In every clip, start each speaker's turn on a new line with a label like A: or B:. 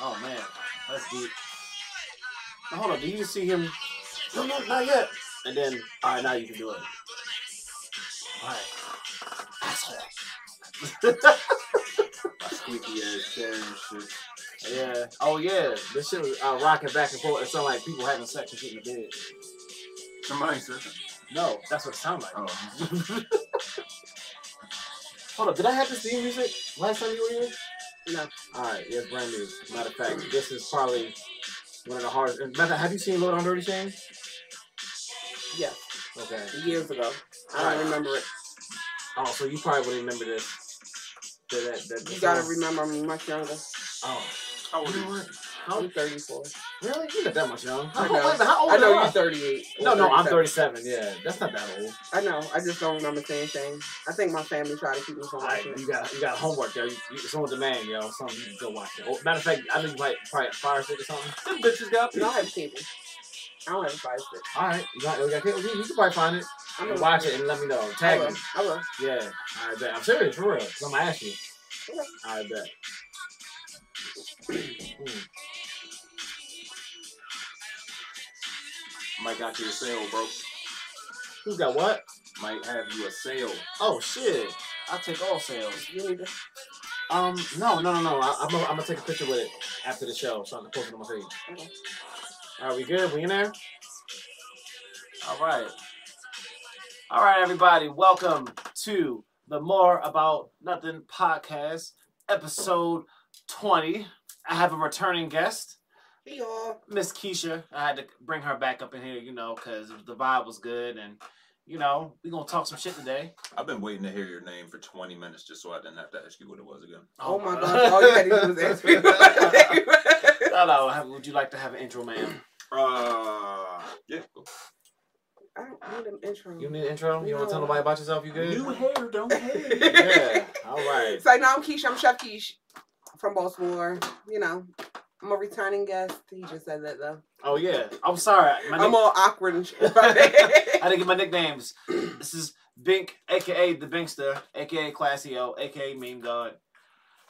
A: Oh man, that's deep. Now, hold on, do you just see him? No, no, not yet. And then, all right, now you can do it. All right, asshole.
B: Squeaky ass chair and shit.
A: Yeah. Oh yeah, this shit was uh, rocking back and forth. It sounded like people having sex and shit in the bed.
B: Somebody said that.
A: No, that's what it sounded like.
B: Oh,
A: Hold up, did I have this theme music last time you were here?
C: No.
A: Alright, it's brand new. Matter of fact, this is probably one of the hardest. and Matter have you seen Lord on Dirty Chains?
C: Yeah,
A: Okay.
C: years ago. I don't
A: Alright.
C: remember it.
A: Oh, so you probably wouldn't remember this. That, that, that,
C: You gotta remember I'm much younger.
A: Oh.
B: how old are you?
A: How,
C: I'm 34.
A: really? You're not that much young. How,
C: I know.
A: wait, how old
C: I know
A: am
C: you're 38. or
A: No, no, I'm
C: 37.
A: 37. Yeah, that's not that old.
C: I know. I just don't remember saying shame. I think my family tried to keep me from
A: All right,
C: watching.
A: you
C: it.
A: got you got homework, yo. You, you, it's on demand, yo. Something you can go watch. It. Oh, matter of fact, I think you might probably have fire stick or something. Them bitches got.
C: No, I have cable. I don't have a fire stick.
A: All right, you got, you got you, you can probably find it.
C: I'm
A: and
C: gonna
A: watch it and let me know.
C: I
A: Tag
C: will.
A: me.
C: I will.
A: Yeah, I bet. I'm serious, for real. i I'm gonna ask you.
C: Okay.
A: I bet. Mm.
B: Might got you a sale, bro.
A: Who's got what?
B: Might have you a sale.
A: Oh shit! I take all sales.
C: You need to.
A: Um, no, no, no, no. I, I'm gonna I'm gonna take a picture with it after the show, so I can post it on my page.
C: Okay.
A: All right, we good? We in there?
D: All right. All right, everybody. Welcome to the More About Nothing podcast, episode 20. I have a returning guest,
C: Hey, y'all.
D: Miss Keisha. I had to bring her back up in here, you know, because the vibe was good. And, you know, we're going to talk some shit today.
B: I've been waiting to hear your name for 20 minutes just so I didn't have to ask you what it was again.
C: Oh, my God. All you had to do was ask me.
D: Hello. have- Would you like to have an intro, ma'am?
B: Uh, yeah. cool.
C: I don't need an intro.
A: You need an intro? You want to tell
C: No.
A: nobody about yourself? You good?
B: New hair, don't hate.
A: yeah. All right.
C: So now I'm Keisha. I'm Chef Keish from Baltimore. You know, I'm a returning guest. He just said that though.
D: Oh, yeah. I'm sorry. My
C: I'm
D: nick-
C: all awkward and shit. about it.
D: I didn't get my nicknames. This is Bink, a.k.a. The Binkster, a.k.a. Classio, a.k.a. Meme God.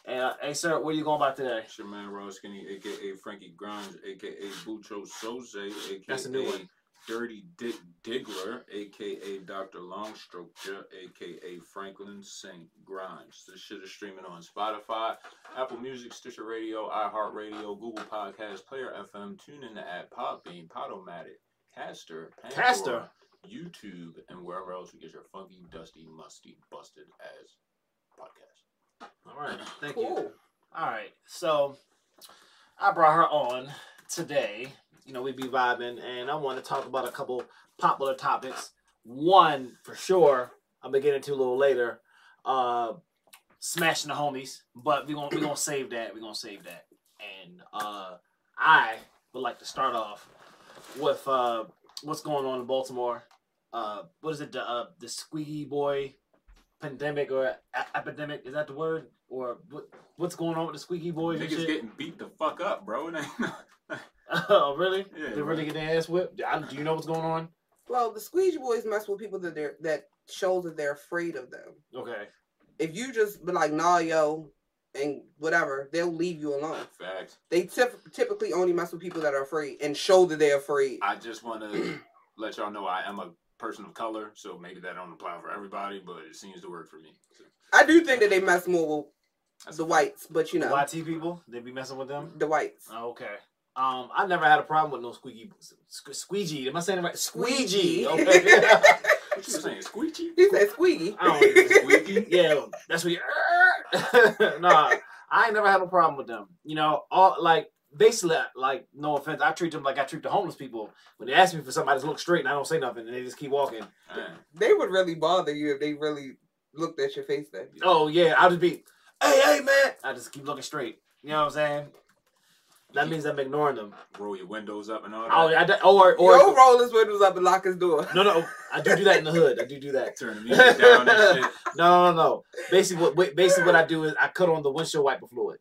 D: And, uh, hey, sir, where you going about today?
B: It's your man, Raw Skinny, a.k.a. Frankie Grimes, a.k.a. Bucho Soze, a.k.a.
A: That's a new one.
B: Dirty Dick Diggler, a.k.a. Dr. Longstroker, a.k.a. Franklin St. Grimes. This shit is streaming on Spotify, Apple Music, Stitcher Radio, iHeartRadio, Google Podcast, Player FM, TuneIn the app, Podbean, Podomatic, Caster, Pandora,
D: Caster?
B: YouTube, and wherever else you get your funky, dusty, musty, busted ass podcast.
D: All right. Thank you.
C: cool.
D: All right. So I brought her on today. You know, we be vibing, and I want to talk about a couple popular topics. One for sure, I'm gonna get into a little later. Uh, smashing the homies, but we gonna we gonna save that. We gonna save that. And uh, I would like to start off with uh, what's going on in Baltimore. Uh, what is it? The uh, the squeaky boy pandemic or a- epidemic? Is that the word? Or what, what's going on with the squeaky boys and
B: Niggas
D: shit?
B: getting beat the fuck up, bro. It ain't
D: oh, really?
B: Yeah,
D: they really get their ass whipped. I, do you know what's going on?
C: Well, the squeegee boys mess with people that they're, that shows that they're afraid of them.
D: Okay.
C: If you just be like nah yo and whatever, they'll leave you alone.
B: Facts.
C: They typ- typically only mess with people that are afraid and show that they're afraid.
B: I just want to let y'all know I am a person of color, so maybe that don't apply for everybody, but it seems to work for me. So,
C: I do think that they mess more with
B: that's
C: the
B: a-
C: whites, but you know,
D: YT people, they be messing with them.
C: the whites.
D: Oh, Okay. Um, I never had a problem with no squeaky sque- squeegee. Am I saying it right? Squeegee.
C: Squeegee.
D: Okay.
B: What you were saying, squeegee?
C: He said squeegee.
D: I don't know.
B: Squeaky?
D: yeah, that's what you. nah, I ain't never had a problem with them. You know, all like basically, like no offense, I treat them like I treat the homeless people. When they ask me for something, I just look straight and I don't say nothing, and they just keep walking.
B: Man,
C: They would really bother you if they really looked at your face then.
D: Oh yeah, I'll just be, hey, hey, man. I just keep looking straight. You know what I'm saying? That means I'm ignoring them.
B: roll your windows up and all that.
D: Oh, I, d- or or
C: Yo, roll his windows up and lock his door.
D: no, no, I do do that in the hood. I do do that.
B: Turn the music down and shit.
D: No, no, no. Basically, what basically what I do is I cut on the windshield wiper fluid.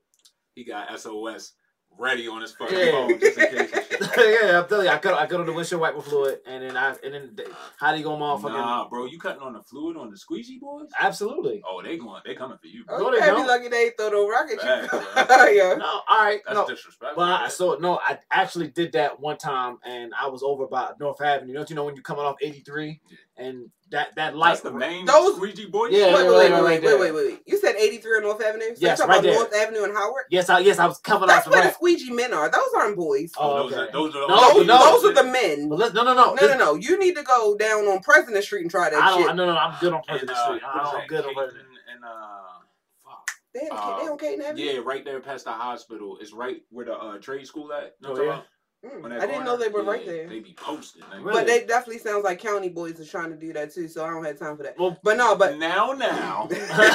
B: He got SOS. ready on his fucking
D: Yeah.
B: phone just in case. and shit.
D: yeah, I'm telling you, I cut I cut on the windshield wiper fluid, and then I and then they- how do you go, motherfucking?
B: Nah, bro, you cutting on the fluid on the squeegee boys?
D: Absolutely.
B: Oh, they going, they coming for you. Bro.
C: Oh,
D: No,
C: you
D: they
C: better be
D: don't.
C: lucky they ain't throw no rocket
B: Facts,
C: ship.
B: bro.
C: yeah.
D: No, all right,
B: That's
D: no.
B: disrespectful.
D: But I, so no, I actually did that one time, and I was over by North Avenue. Don't you know when you're coming off 83, and that that light,
B: That's the main
C: Those-
B: squeegee boy.
D: Yeah,
C: wait,
D: yeah,
C: wait, wait,
D: right
C: wait,
D: there.
C: wait, wait, wait, wait. You said 83 on North Avenue? So
D: Yes,
C: you
D: right
C: talking
D: there.
C: about North Avenue and Howard?
D: yes, I yes I was coming
C: That's
D: off the
C: where the
D: ramp.
C: squeegee men are. Those aren't boys.
D: Oh,
B: those,
D: okay.
B: are, those are the
D: No,
C: those,
B: OGs.
D: no.
C: those are the men.
D: But let's, no, no, no,
C: No, no, no. You need to go down on President Street and try that
D: I don't,
C: shit.
D: I- no, no, I'm good on
B: And,
D: President
B: uh,
D: Street. I
B: what
D: don't,
B: is
D: I'm
B: that,
D: good on President.
B: Caitlin and, uh, fuck.
C: They had a
B: Uh,
C: kid- they on Caden Avenue?
B: Yeah, right there past the hospital. It's right where the uh, trade school at. You
D: Oh,
B: know what
D: yeah?
B: I'm talking about? On
C: Mm,
B: that
C: I didn't
B: corner.
C: know they were
B: Yeah,
C: right there.
B: They be posted. nigga.
D: Really?
C: But they definitely sounds like county boys are trying to do that too, so I don't have time for that.
D: Well,
C: But no, but
B: now, now.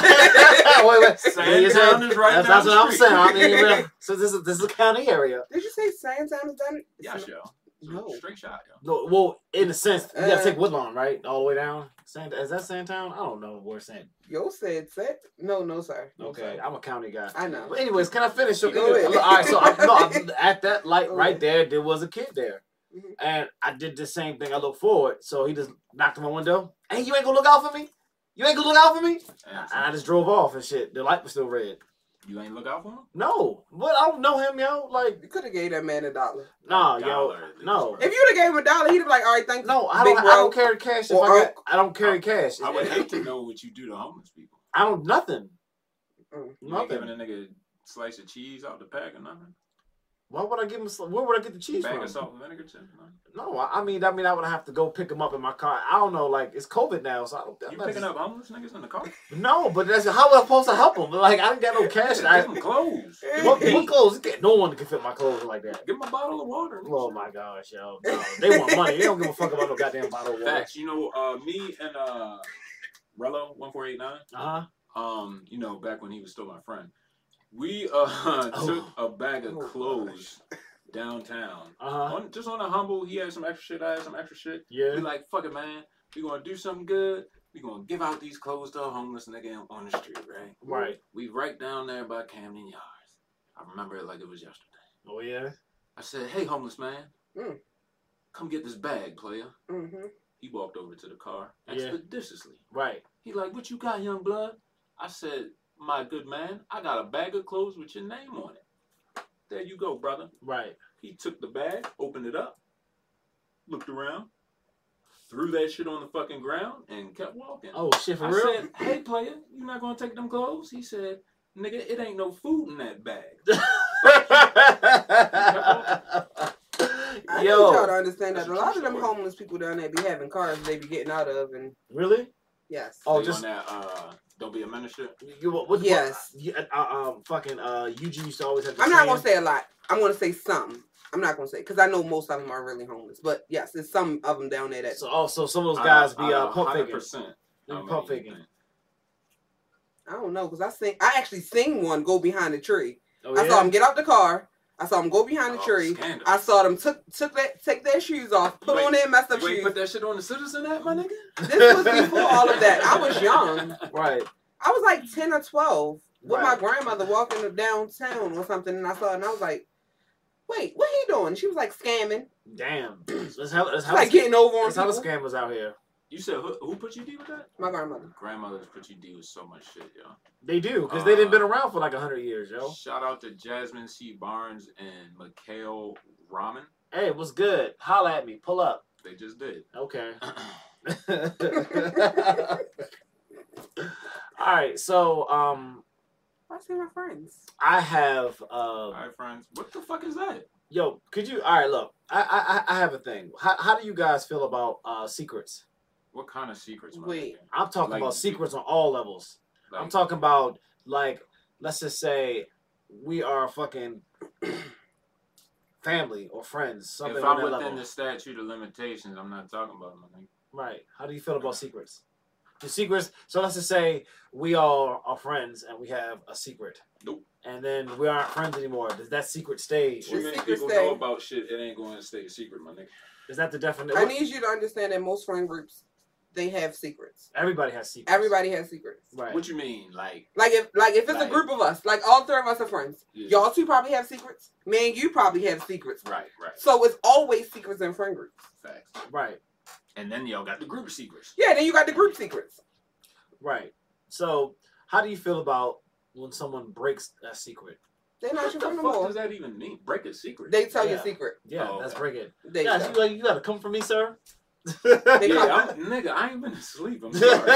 D: wait, wait.
B: Sand
D: you
B: Town
D: said-
B: is right
D: that's, that's
B: down the
D: what I'm
B: street.
D: saying. I mean, yeah. so this is this is a county area.
C: did you say Sandtown is done?
B: yeah, yo.
C: No.
B: Straight shot, yo.
D: No, well, in a sense, you gotta
C: Uh,
D: take Woodlawn right all the way down. Sand, is that Sandtown? I don't know where Sand.
C: Yo said set. No, no, sir.
D: Okay, I'm a county guy.
C: I know.
D: But anyways, can I finish? Okay.
C: Go ahead.
D: All right. So I, no, I- at that light right
C: Okay.
D: there, there was a kid there,
C: Mhm.
D: and I did the same thing. I looked forward, so he just knocked on my window. Hey, you ain't gonna look out for me? You ain't gonna look out for me?
B: And
D: And I just drove off and shit. The light was still red.
B: you ain't look out for him?
D: No, but I don't know him, yo. Like,
C: You could have gave that man a dollar.
D: nah,
B: Dollar
D: yo,
B: at least,
D: no.
B: bro.
C: If you'd have gave him a dollar, he'd have like, all right, thanks.
D: no, I
C: big
D: don't. I
C: bro.
D: don't carry cash. If
C: Or
D: I, got, I don't carry cash.
B: I would hate to know what you do to homeless people.
D: I don't nothing.
C: Mm.
B: You ain't giving
D: Nothing.
B: a nigga slice of cheese out the pack or nothing.
D: Why would I give him? a sl- Where would I get the cheese
B: Bag
D: from?
B: of salt and vinegar chips. nothing.
D: No, I I mean, I mean, I would have to go pick him up in my car. I don't know, like it's COVID now, so I don't. I'm
B: You
D: not
B: picking
D: just-
B: up homeless niggas in the car?
D: No, but that's how am I supposed to help him? Like I didn't got no cash. I,
B: Give them clothes. Give 'em
D: what,
B: heat.
D: what clothes? No one can fit my clothes like that.
B: Give them a bottle of water. nigga.
D: Oh my gosh, yo, no, they want money. They don't give a fuck about no goddamn bottle of water.
B: Facts. You know, uh, me and uh, Rello one four eight nine.
D: Uh huh.
B: Um, you know, back when he was still my friend, we uh
D: Oh.
B: took a bag of
C: Oh,
B: clothes downtown.
D: Uh huh.
B: On, just on a humble, he had some extra shit. I had some extra shit. We
D: Yeah.
B: like, fuck it, man. We gonna do something good. We gonna give out these clothes to a homeless nigga on the street, right?
D: Right.
B: We right down there by Camden Yards. I remember it like it was yesterday.
D: Oh yeah.
B: I said, "Hey, homeless man,
D: Hmm.
C: Mm.
B: come get this bag, player."
C: Mhm.
B: He walked over to the car
D: Yeah.
B: expeditiously.
D: Right.
B: He like, "What you got, young blood?" I said, "My good man, I got a bag of clothes with your name on it. There you go, brother."
D: Right.
B: He took the bag, opened it up, looked around, threw that shit on the fucking ground, and kept walking.
D: Oh shit, for
B: I
D: real.
B: said, "Hey, player, you not gonna take them clothes?" He said, "Nigga, it ain't no food in that bag."
C: I need y'all to
D: yo,
C: understand
B: that's
C: that a
B: a
C: lot
B: true
C: of them
B: story.
C: homeless people down there be having cars they be getting out of, and
D: really?
C: yes.
D: Oh,
B: They
D: just-
B: on that. Uh, don't be a minister.
D: You, what, what,
C: Yes.
D: What, yeah, uh, um, fucking uh, Eugene used to always have. the
C: I'm not gonna
D: saying-
C: say a lot. I'm gonna say some. I'm not gonna say because I know most of them are really homeless, but yes, there's some of them down there that
D: So also some of those guys be uh, pump faking.
B: percent. oh,
D: They be pump faking.
C: I don't know because I seen I actually seen one go behind the tree.
D: Oh,
C: I saw him get out the car. I saw him go behind the tree. I saw them took took that take their shoes off, put
B: Wait,
C: on their messed up
B: you ain't
C: shoes.
B: put that shit on the Citizen app, my nigga.
C: This was before all of that. I was young.
D: Right.
C: I was like ten or twelve with
D: Right.
C: my grandmother walking to downtown or something, and I saw it and I was like, "Wait, what he doing?" She was like scamming,
D: Damn. That's how. That's
C: She
D: how.
C: like getting over on
D: that's how the
C: people.
D: scammers out here.
B: You said who, who put you D with that?
C: My grandmother.
B: Grandmothers put you D with so much shit, yo.
D: They do because
B: Uh.
D: they didn't been around for like a hundred years, yo.
B: Shout out to Jasmine C. Barnes and Mikhail Ramen.
D: Hey, what's good? Holla at me. Pull up.
B: They just did.
D: Okay. All right. So um,
C: I see my friends.
D: I have uh,
B: All right, friends. What the fuck is that?
D: yo. Could you? All right. Look, I I I I have a thing. How how do you guys feel about uh secrets?
B: What kind of secrets? my
C: Wait.
B: nigga?
D: I'm talking
B: Like-
D: about secrets on all levels.
B: Like,
D: I'm talking about like let's just say we are fucking family or friends, something
B: If
D: on
B: I'm
D: that
B: within
D: level.
B: the statute of limitations, I'm not talking about it, my nigga.
D: Right. How do you feel about secrets? The secrets. So let's just say we all are friends and we have a secret.
B: Nope.
D: And then we aren't friends anymore. Does that secret stay?
B: Too many
C: secret
B: people
C: stay.
B: know about shit. It ain't going to stay a secret, my nigga.
D: Is that the
C: I
D: definition?
C: need you to understand that most friend groups they have secrets.
D: Everybody has secrets.
C: Everybody has secrets.
D: Right.
B: What you mean, like?
C: Like if like if it's
B: Like-
C: a group of us, like all three of us are friends.
B: yeah,
C: Y'all two probably have secrets. Man, you probably have secrets.
B: Right, right.
C: So it's always secrets in friend groups.
B: Facts.
D: right.
B: And then y'all got the group secrets.
C: Yeah, then you got the group secrets.
D: Right. So, how do you feel about when someone breaks a secret?
C: They're not
B: What
C: your
B: the
C: friend
B: fuck
C: no more.
B: does that even mean? Break a secret.
C: They tell
D: Yeah.
C: your secret.
D: Yeah,
B: Oh,
D: that's
B: okay.
D: breaking.
C: They
D: yeah,
C: tell.
D: she's like, you gotta come for me, sir.
C: They
B: yeah,
C: come-
B: I'm, nigga, I ain't been asleep. I'm sorry. Bro.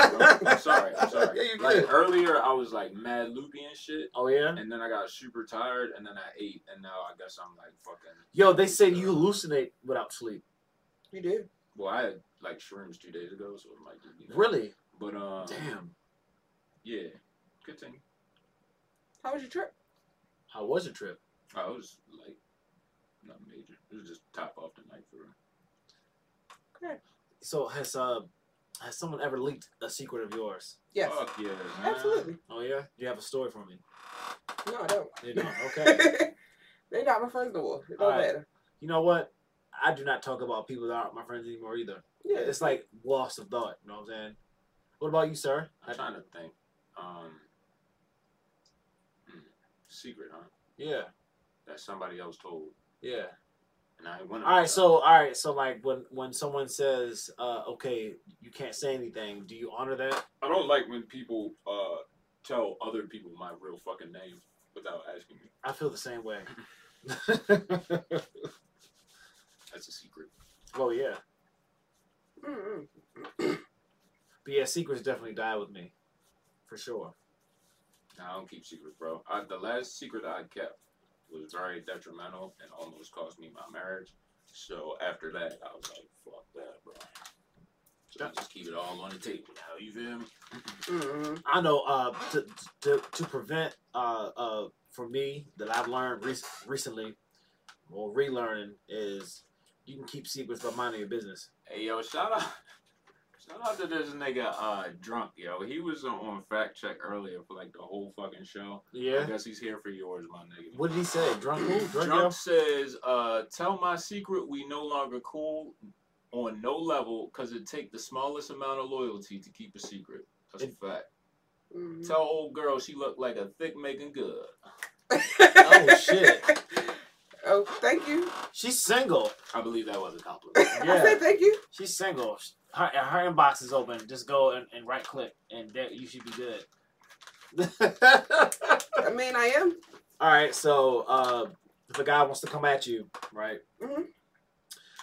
B: I'm sorry. I'm sorry.
D: Yeah, you
B: like
D: good.
B: earlier, I was like mad loopy and shit,
D: oh yeah.
B: and then I got super tired, and then I ate, and now I guess I'm like fucking.
D: Yo, they said you hallucinate without sleep.
C: You do.
B: Well, I had like shrooms two days ago, so it might just be. that.
D: Really?
B: But um,
D: Damn.
B: yeah, good thing.
C: How was your trip?
D: How was your trip?
B: I Oh, was like, not major. It was just top off the night for. real.
D: So has uh has someone ever leaked a secret of yours?
C: Yes.
B: Fuck yeah. man.
C: Absolutely.
D: Oh yeah. You have a story for me.
C: No, I don't.
D: You know, okay.
C: they not my friends no more. It
D: All
C: don't
D: right.
C: matter.
D: you know what? I do not talk about people that aren't my friends anymore either.
C: Yeah.
D: It's like lost of thought. You know what I'm saying? What about you, sir?
B: I'm trying to think. Um, hmm, secret, huh?
D: Yeah.
B: That somebody else told,
D: Yeah.
B: and I ain't want.
D: All right, so all right, so like when when someone says, uh, "Okay, you can't say anything," do you honor that?
B: I don't like when people uh tell other people my real fucking name without asking me.
D: I feel the same way.
B: That's a secret.
D: oh yeah,
C: Mm-mm.
D: but yeah, secrets definitely die with me, for sure.
B: Nah, I don't keep secrets, bro. I, the last secret I kept was very detrimental and almost cost me my marriage. So after that, I was like, fuck that, bro. So I just keep it all on the table now. You feel me?
C: Mm-mm.
D: I know uh, to, to to prevent uh uh for me that I've learned rec- recently or relearning is you can keep secrets by minding your business.
B: Hey yo, shout out shout out to this nigga uh drunk, yo. He was on- on fact check earlier for like the whole fucking show. I
D: Yeah.
B: guess he's here for yours, my nigga.
D: What did he say? Drunk who? Drunk, yo?
B: Drunk says, uh, tell my secret we no longer cool on no level because it take the smallest amount of loyalty to keep a secret. That's a
D: It-
B: fact.
C: Mm-mm.
B: Tell old girl she looked like a thick making good.
D: Oh, shit.
C: Oh, thank you.
D: She's single.
B: I believe that was a compliment.
C: I
D: Yeah.
C: said thank you.
D: She's single. Her, her inbox is open. Just go and, and right click, and there you should be good.
C: I mean, I am.
D: All right. So uh, if a guy wants to come at you, right?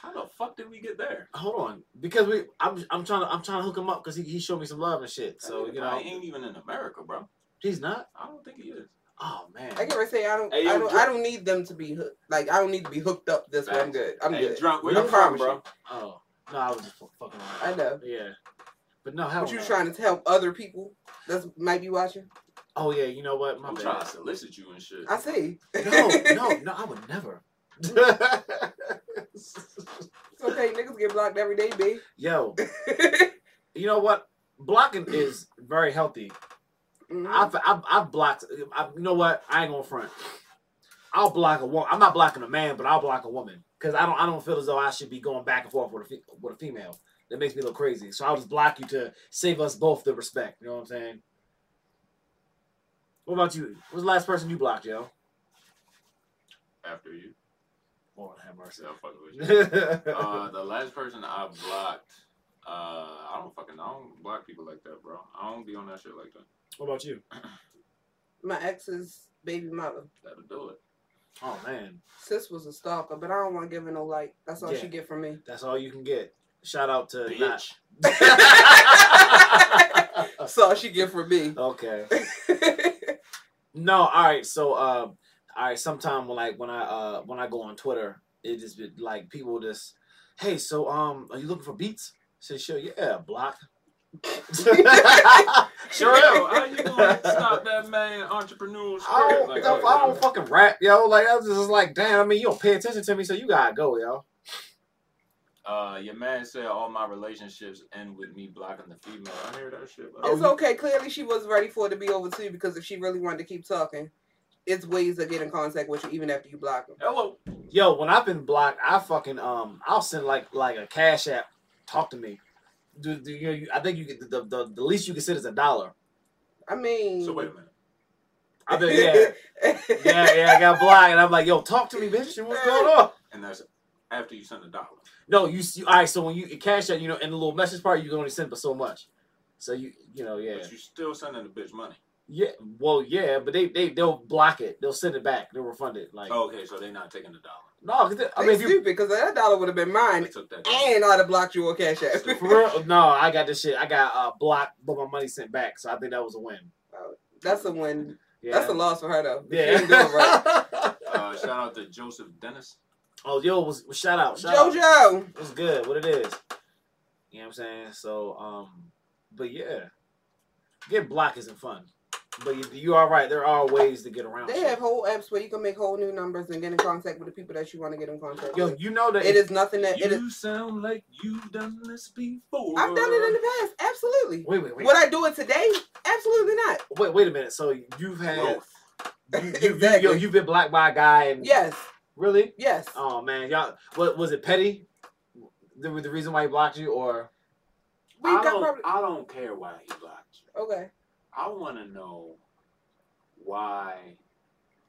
B: How the fuck did we get there?
D: Hold on, because we I'm I'm trying to I'm trying to hook him up because he, he showed me some love and shit. So you know
B: I ain't even in America, bro.
D: he's not.
B: I don't think he is.
D: Oh man.
C: I get ready to say I don't.
B: Hey, yo,
C: I don't.
B: Dra-
C: I don't need them to be hooked. Like I don't need to be hooked up this way. I'm good. I'm
B: hey,
C: good.
B: drunk. Where
C: I
B: you from,
C: promise
B: bro?
D: Oh no, I was just fu- fucking.
C: I
D: Around.
C: know.
D: Yeah. But no, hell
C: But you
B: Oh.
D: no.
C: trying to help other people that might be watching?
D: Oh yeah, you know what? My
B: I'm trying to
D: bad.
B: solicit you and shit.
C: I see.
D: No, no, no, I would never.
C: It's okay. Niggas get blocked every day, b. Mm-hmm.
D: Yo, you know what? Blocking is very healthy.
C: Mhm.
D: I've, I've, I've blocked. I, you know what? I ain't gonna front. I'll block a woman. I'm not blocking a man, but I'll block a woman because I don't. I don't feel as though I should be going back and forth with a fe- with a female. That makes me look crazy. So I'll just block you to save us both the respect. You know what I'm saying? What about you? What's the last person you blocked, yo?
B: After you.
D: Lord have mercy.
B: So I'm fucking with you.
D: uh,
B: uh, the last person I blocked, uh, I don't fucking, I don't block people like that, bro. I don't be on that shit like that.
D: what about you?
C: My ex's baby mother.
B: That'll do it.
D: Oh man,
C: Sis was a stalker, but I don't want to give her no like. That's all
D: Yeah.
C: she get from me.
D: that's all you can get. Shout out to Uh, not-
B: Bitch.
C: That's all she get from me.
D: okay. No, all right. So, uh, all right. Sometime when like when I uh when I go on Twitter, it just be like people just, hey, so um, are you looking for beats? Say, sure, yeah, block. sure
B: Yo,
D: am.
B: how you gonna stop that man
D: I
B: entrepreneur spirit?
D: don't,
B: Like,
D: I
B: that?
D: don't- I don't fucking rap, yo. Like I was just like, damn. I mean, you don't pay attention to me, so you gotta go, yo.
B: uh, your man said all my relationships end with me blocking the female. I hear that shit. But
C: It's
D: Oh, you-
C: okay. Clearly, she was ready for it to be over too. Because if she really wanted to keep talking, it's ways to get in contact with you even after you block them.
B: Hello.
D: Yo, when I've been blocked, I fucking um, I'll send like like a cash app. Talk to me. do, do you, you- I think you could, the, the the least you can sit is a dollar.
C: I mean.
B: So wait a minute.
D: I think yeah, yeah, yeah. I got blocked, and I'm like, yo, talk to me, bitch. What's going on?
B: And that's after you send a dollar.
D: No, you, you all right? So when you cash out, you know, in the little message part, you can only send for so much. So you, you know, yeah,
B: But you still sending the bitch money.
D: yeah. Well, yeah, but they they they'll block it. They'll send it back. They'll refund it. Like
B: Oh, okay, so they not taking the dollar.
D: no, 'cause they- I mean, if you
C: stupid because that dollar would have been mine,
B: They took that. dollar.
C: and I'd have blocked you on Cash App.
D: For real? No, I got this shit. I got uh, blocked, but my money sent back. So I think that was a win.
C: That's a win.
D: Yeah.
C: That's a loss for her though. She
D: Yeah.
C: ain't doing right.
B: Uh, shout out to Joseph Dennis.
D: oh, yo, was was- shout out. Shout out.
C: JoJo.
D: It was good. What it is. You know what I'm saying? So, um, but yeah, getting blocked isn't fun. But you, you are right. There are ways to get around.
C: They
D: shit.
C: have whole apps where you can make whole new numbers and get in contact with the people that you want to get in contact
D: Yo,
C: with.
D: you know that
C: It is nothing that it is.
B: You sound like you've done this before.
C: I've done it in the past, absolutely.
D: Wait, wait, wait.
C: Would I do it today? Absolutely not.
D: wait, wait a minute. So you've had
B: Growth.
D: you, you,
C: Exactly.
D: you, yo, you've been blocked by a guy and
C: Yes,
D: really?
C: yes.
D: Oh man, y'all. What was it? Petty? The, the reason why he blocked you, or
C: we
B: I,
C: got
B: don't,
C: probably
B: I don't care why he blocked you.
C: okay.
B: I want to know why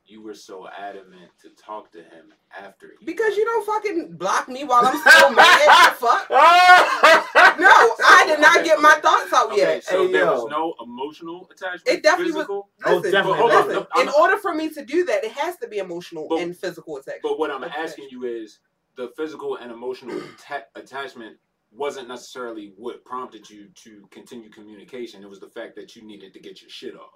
B: you were so adamant to talk to him after. he
C: Because you don't fucking block me while I'm still mad. Fuck. No, I did not get my thoughts out
B: Okay,
C: yet.
B: so
D: Hey,
B: there
D: yo.
B: was no emotional attachment.
C: It definitely was-
B: physical,
D: Oh,
C: Listen,
D: definitely.
B: Hold on,
C: listen,
B: no, I'm
C: in
B: not-
C: order for me to do that, it has to be emotional
B: But-
C: and physical attack.
B: But what I'm
C: Okay.
B: asking you is the physical and emotional atta- attachment wasn't necessarily what prompted you to continue communication. It was the fact that you needed to get your shit off.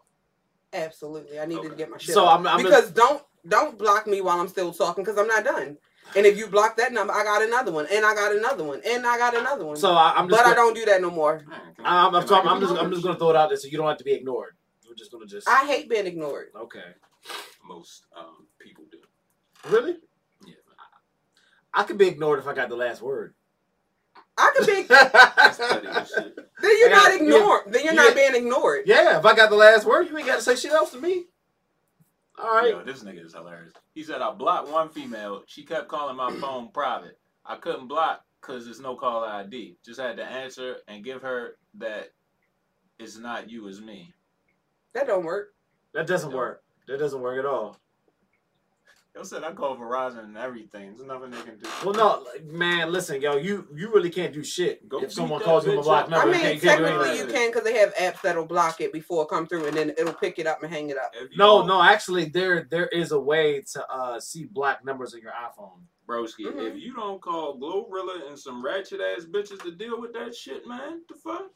C: Absolutely, I needed to
B: Okay.
C: get my shit.
D: so
C: off.
D: I'm, I'm just-
C: because don't don't block me while I'm still talking because I'm not done. And if you block that number, I got another one, and I got another one, and I got another one.
D: So I, I'm just.
C: but
D: gonna,
C: I don't do that no more.
B: Man, can I-
D: I am Um, I'm,
B: can I
D: talking,
B: get
D: I'm just.
B: another
D: I'm just gonna throw it out there so you don't have to be ignored. You're just gonna just.
C: I hate being ignored.
D: okay.
B: one? Most um, people do.
D: Really?
B: Yeah.
D: I could be ignored if I got the last word.
C: I could be.
B: That's petty as shit.
C: then
D: I
C: you're
D: got-
C: not ignored. Then you're
D: yeah.
C: not being ignored.
D: yeah, if I got the last word, you ain't got to say shit else to me. All right.
B: Yo, this nigga is hilarious. He said, I blocked one female. She kept calling my phone private. I couldn't block because there's no caller ID. Just had to answer and give her that it's not you, it's me.
C: That don't work.
D: That doesn't
B: Yo.
D: work. That doesn't work at all.
B: Yo said, I call Verizon and everything. There's nothing they can do.
D: Well, no, like, man. Listen, yo, you you really can't do shit
B: Go
D: if
B: beat
D: someone
B: that
D: calls you on a
B: bitch
D: block
B: up.
D: number.
C: I
D: you
C: mean,
D: can't- can't do
C: technically you
D: anything.
C: can because they have apps that'll block it before it come through, and then it'll pick it up and hang it up.
B: If you
D: No,
B: want-
D: no. Actually, there there is a way to uh see black numbers on your iPhone.
B: Broski,
C: Mhm.
D: Mm-hmm.
B: if you don't call Glorilla and some ratchet ass bitches to deal with that shit, man, the fuck?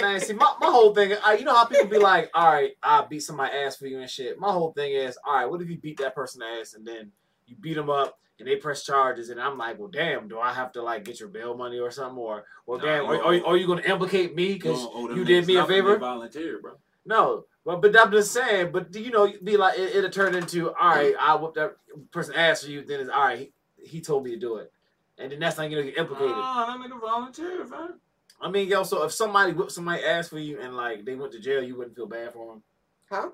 D: Man, see, my, my whole thing, uh, you know how people be like, all right, I beat somebody ass for you and shit. My whole thing is, all right, what if you beat that person ass and then you beat them up and they press charges and I'm like, well, damn, do I have to like get your bail money or something or, well,
B: Nah,
D: damn,
B: you
D: are,
B: don't-
D: are, you- are you gonna implicate me because
B: "Oh,
D: you did me a favor?
B: Volunteer, bro.
D: No, but but I'm just saying, but you know, it'd be like it, it'll turn into, all right, I whooped that person ass for you. Then it's all right, he, he told me to do it, and then that's not you know you're implicated.
B: Nah, that nigga volunteer, man.
D: I mean, yo, so if somebody whipped somebody ass for you and like they went to jail, you wouldn't feel bad for them.
C: Huh?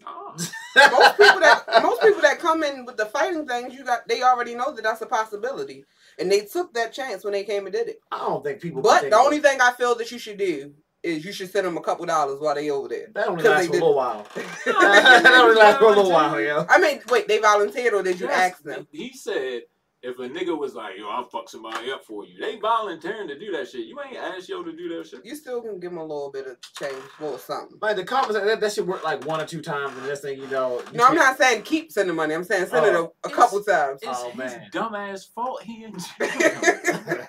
B: Nah.
C: most people that most people that come in with the fighting things, you got they already know that that's a possibility, and they took that chance when they came and did it.
D: I don't think people.
C: But
D: think-
C: the only thing I feel that you should do is you should send them a couple dollars while they over there.
D: that only
C: 'cause
D: lasts
C: they
D: for a little while. that only lasts for a little while,
B: Volunteer.
D: yo.
C: I mean, wait, they volunteered or did you
B: Yes,
C: ask them?
B: He said, if a nigga was like, yo, I'll fuck somebody up for you, they volunteering to do that shit. You ain't asked yo to do that shit.
C: You still can give them a little bit of change, a little something.
D: Like the comments that, that should work like one or two times, and next thing you know, you
C: No,
D: can't-
C: I'm not saying keep sending money. I'm saying send it a, a couple times.
B: It's
D: Oh,
B: his
D: man.
B: dumbass fault he in jail.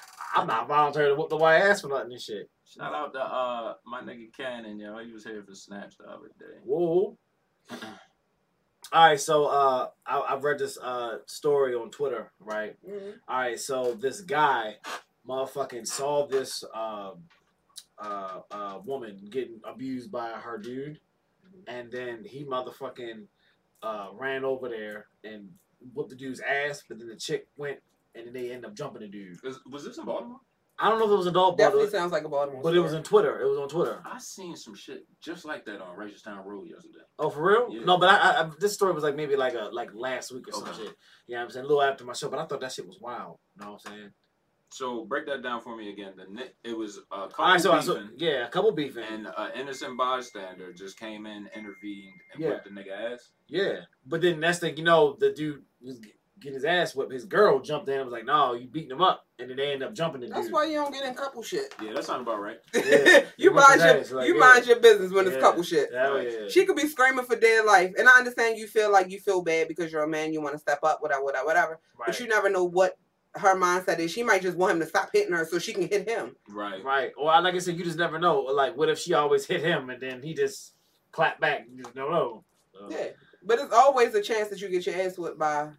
D: I'm not volunteering to whoop the white ass for nothing and shit.
B: Shout out to uh my nigga Cannon, yo. He was here for snaps the other day.
D: Whoa. All right, so uh, I, I read this uh story on Twitter, right?
C: Mhm.
D: All right, so this guy, motherfucking, saw this um, uh, uh, woman getting abused by her dude, and then he motherfucking uh, ran over there and whooped the dude's ass. But then the chick went, and then they end up jumping the dude.
B: Is- was this in Baltimore?
D: I don't know if it was adult, but it
C: Definitely
D: was,
C: sounds like a Baltimore.
D: but it was
C: story.
D: on Twitter. It was on Twitter.
B: I seen some shit just like that on Town Road yesterday.
D: Oh, for real?
B: Yeah.
D: No, but I, I, I this story was like maybe like a like last week or some
B: Okay.
D: shit. You know what I'm saying? A little after my show, but I thought that shit was wild. You know what I'm saying?
B: So break that down for me again. The ne- it was a couple
D: All right, so, so
B: beefing,
D: yeah, a couple beefing.
B: and an innocent bystander just came in, intervened, and
D: Yeah.
B: whipped the nigga ass.
D: Yeah, but then next thing you know, the dude was getting his ass whipped. His girl jumped in and was like, "No, you beating him up," and then they end up jumping the
C: That's
D: dude.
C: why you don't get in couple shit.
B: Yeah, that sounds about right.
D: Yeah.
C: you
D: What's
C: mind
D: that?
C: your
D: It's like,
C: you
D: yeah.
C: mind your business when
D: Yeah.
C: it's couple shit.
D: Hell yeah.
C: She could be screaming for dear life, and I understand you feel like you feel bad because you're a man, you want to step up, whatever, whatever, whatever. But you never know what her mindset is. She might just want him to stop hitting her so she can hit him.
B: Right.
D: Right. Or like I said, you just never know. Like, what if she always hit him and then he just clapped back? You just don't know. So,
C: Yeah, but it's always a chance that you get your ass whipped by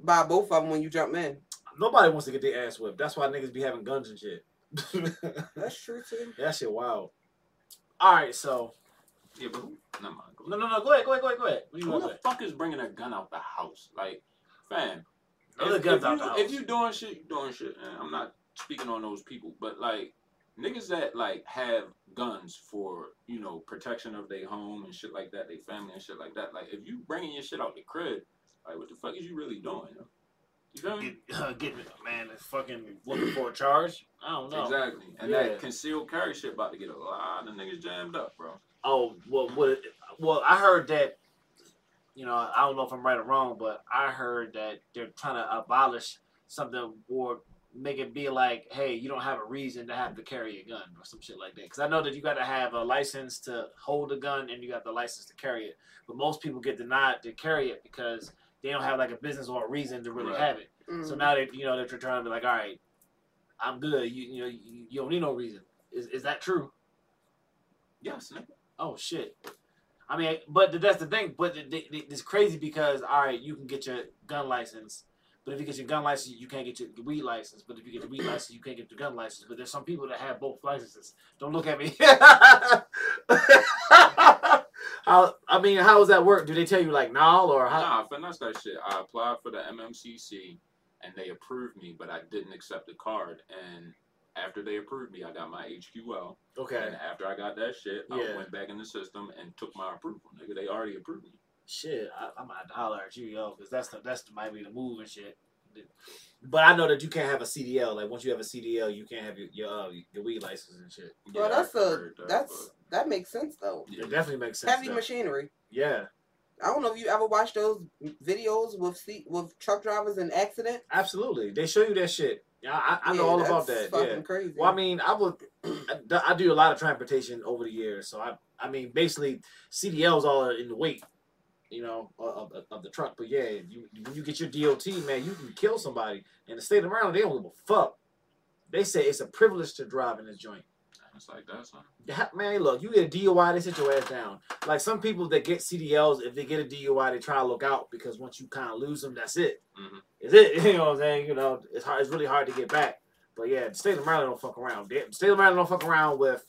C: by both of them when you jump in.
D: Nobody wants to get their ass whipped. That's why niggas be having guns and shit.
C: That's true too.
D: that shit wild. All right, so
B: Yeah, but who? Never mind. Go
D: no, no, no. Go ahead, go ahead, go ahead, go ahead. What do you
B: Who
D: want to
B: the
D: say?
B: fuck is bringing a gun out the house? Like, fam.
D: Other
B: if,
D: guns
B: if
D: out
B: you,
D: the house.
B: If you doing shit, you doing shit. And I'm not speaking on those people, but like niggas that like have guns for you know protection of their home and shit like that, their family and shit like that. Like, if you bringing your shit out the crib, like what the fuck is you really doing? yo? You feel me?
D: Get, uh, get man, it's fucking looking for a charge. I don't know.
B: Exactly. And
D: Yeah.
B: that concealed carry shit about to get a lot of niggas jammed up, bro.
D: Oh well, what? Well, I heard that. You know, I don't know if I'm right or wrong, but I heard that they're trying to abolish something or make it be like, hey, you don't have a reason to have to carry a gun or some shit like that. Because I know that you got to have a license to hold a gun and you got the license to carry it, but most people get denied to carry it because they don't have like a business or a reason to really
B: Right.
D: have it.
C: Mm.
D: So now that you know that you're trying to be like, all right, I'm good. You you know you, you don't need no reason. Is is that true?
B: Yes, nigga.
D: Oh shit. I mean, but th- that's the thing. But th- th- th- it's crazy because all right, you can get your gun license, but if you get your gun license, you can't get your weed license. But if you get your weed license, you can't get your gun license. But there's some people that have both licenses. Don't look at me. how, I mean, how does that work? Do they tell you like no or how?
B: Nah, I finessed that shit. I applied for the MMCC and they approved me, but I didn't accept the card. And after they approved me, I got my HQL.
D: Okay,
B: And after I got that shit,
D: Yeah.
B: I went back in the system and took my approval. Nigga, they already approved me.
D: shit. I, I'm gonna have to holler at you, yo, because that's the, that's the, might be the move and shit. But I know that you can't have a CDL. Like once you have a CDL, you can't have your your, uh, your weed license and shit.
C: well,
B: Yeah,
C: that's
B: I
C: a
B: heard that,
C: that's that makes sense though.
B: but- yeah.
D: It definitely makes sense.
C: Heavy
D: though.
C: machinery.
D: Yeah,
C: I don't know if you ever watched those videos with seat with truck drivers in accident.
D: absolutely. They show you that shit. Yeah, I, I know all about that.
C: Fucking
D: Yeah.
C: crazy.
D: Well, I mean, I would. I do- I do a lot of transportation over the years, so I. I mean, basically, CDLs all in the weight, you know, of, of, of the truck. But yeah, you, when you get your DOT, man, you can kill somebody. In the state of Maryland, they don't give a fuck. They say it's a privilege to drive in this joint.
B: It's like that, son.
D: Ha- Man, look, you get a DUI, they sit your ass down. Like some people that get CDLs, if they get a DUI, they try to look out because once you kind of lose them, that's it.
B: Mhm.
D: It's it. You know what I'm saying? You know, it's hard. It's really hard to get back. But yeah, the state of Maryland don't fuck around. The state of Maryland don't fuck around with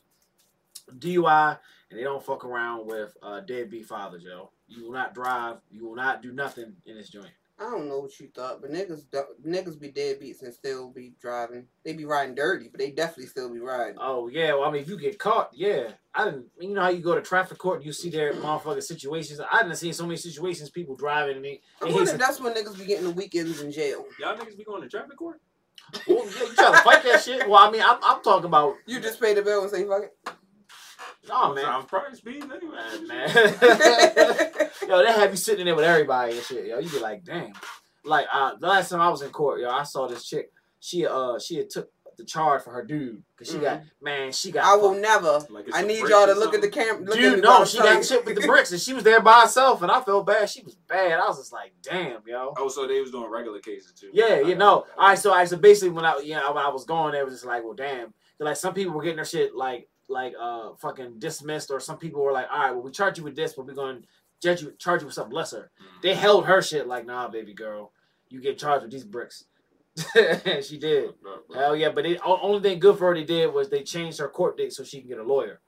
D: DUI, and they don't fuck around with uh, deadbeat fathers, yo. You will not drive. You will not do nothing in this joint.
C: I don't know what you thought, but niggas don't- niggas be deadbeats and still be driving. They be riding dirty, but they definitely still be riding.
D: Oh yeah, well I mean if you get caught, yeah. I didn't you know how you go to traffic court and you see their motherfucking situations. I didn't see so many situations people driving and they,
C: I
D: they
C: wonder
D: hit
C: if
D: some-
C: that's when niggas be getting the weekends in jail.
B: Y'all niggas be going to traffic court?
D: Oh, yeah, you trying to fight that shit? Well I mean I'm, I'm talking about
C: You just pay the bill and say fuck it.
D: Nah man.
B: I'm probably speeding anyway.
D: man. yo, they have you sitting in there with everybody and shit. Yo, you be like, damn. Like uh, the last time I was in court, yo, I saw this chick. She uh she had took the charge for her dude because she got man she got
C: Mm-hmm. I will never.
B: Like it's
C: I
B: a
C: need
B: break
C: y'all
B: or
C: to look at the
B: something.
C: camera. Look at
D: Dude,
C: the
D: no,
C: bottom
D: she got
C: side.
D: shit with the bricks, and she was there by herself, and I felt bad. She was bad. I was just like, damn, yo.
B: Oh, so they was doing regular cases too.
D: Yeah, you
B: I-
D: know.
B: I-
D: All right, so I so basically when I yeah when I was going, it was just like, well, damn. Like some people were getting their shit like like uh fucking dismissed, or some people were like, all right, well we charge you with this, but we're gonna judge you charge you with something lesser.
B: Mhm.
D: They held her shit like, nah, baby girl, you get charged with these bricks. she did.
B: Fucked up, bro.
D: Hell yeah, but the only thing good for her they did was they changed her court date so she can get a lawyer.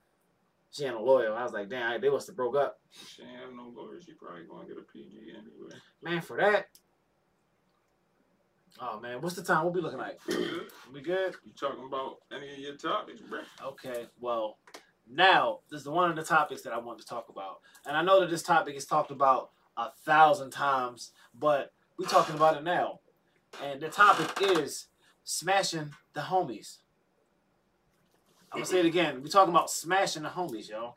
D: She had a lawyer. I was like, damn, they must have broke up.
B: She ain't have no lawyer. She probably gonna get a PG anyway.
D: Man, for that. Oh man, what's the time? We'll be looking like.
B: Good.
D: We good?
B: You talking about any of your topics, bro?
D: Okay. Well, now this is one of the topics that I want to talk about, and I know that this topic is talked about a thousand times, but we're talking about it now, and the topic is smashing the homies. I'm gonna say it again. We talking about smashing the homies, yo.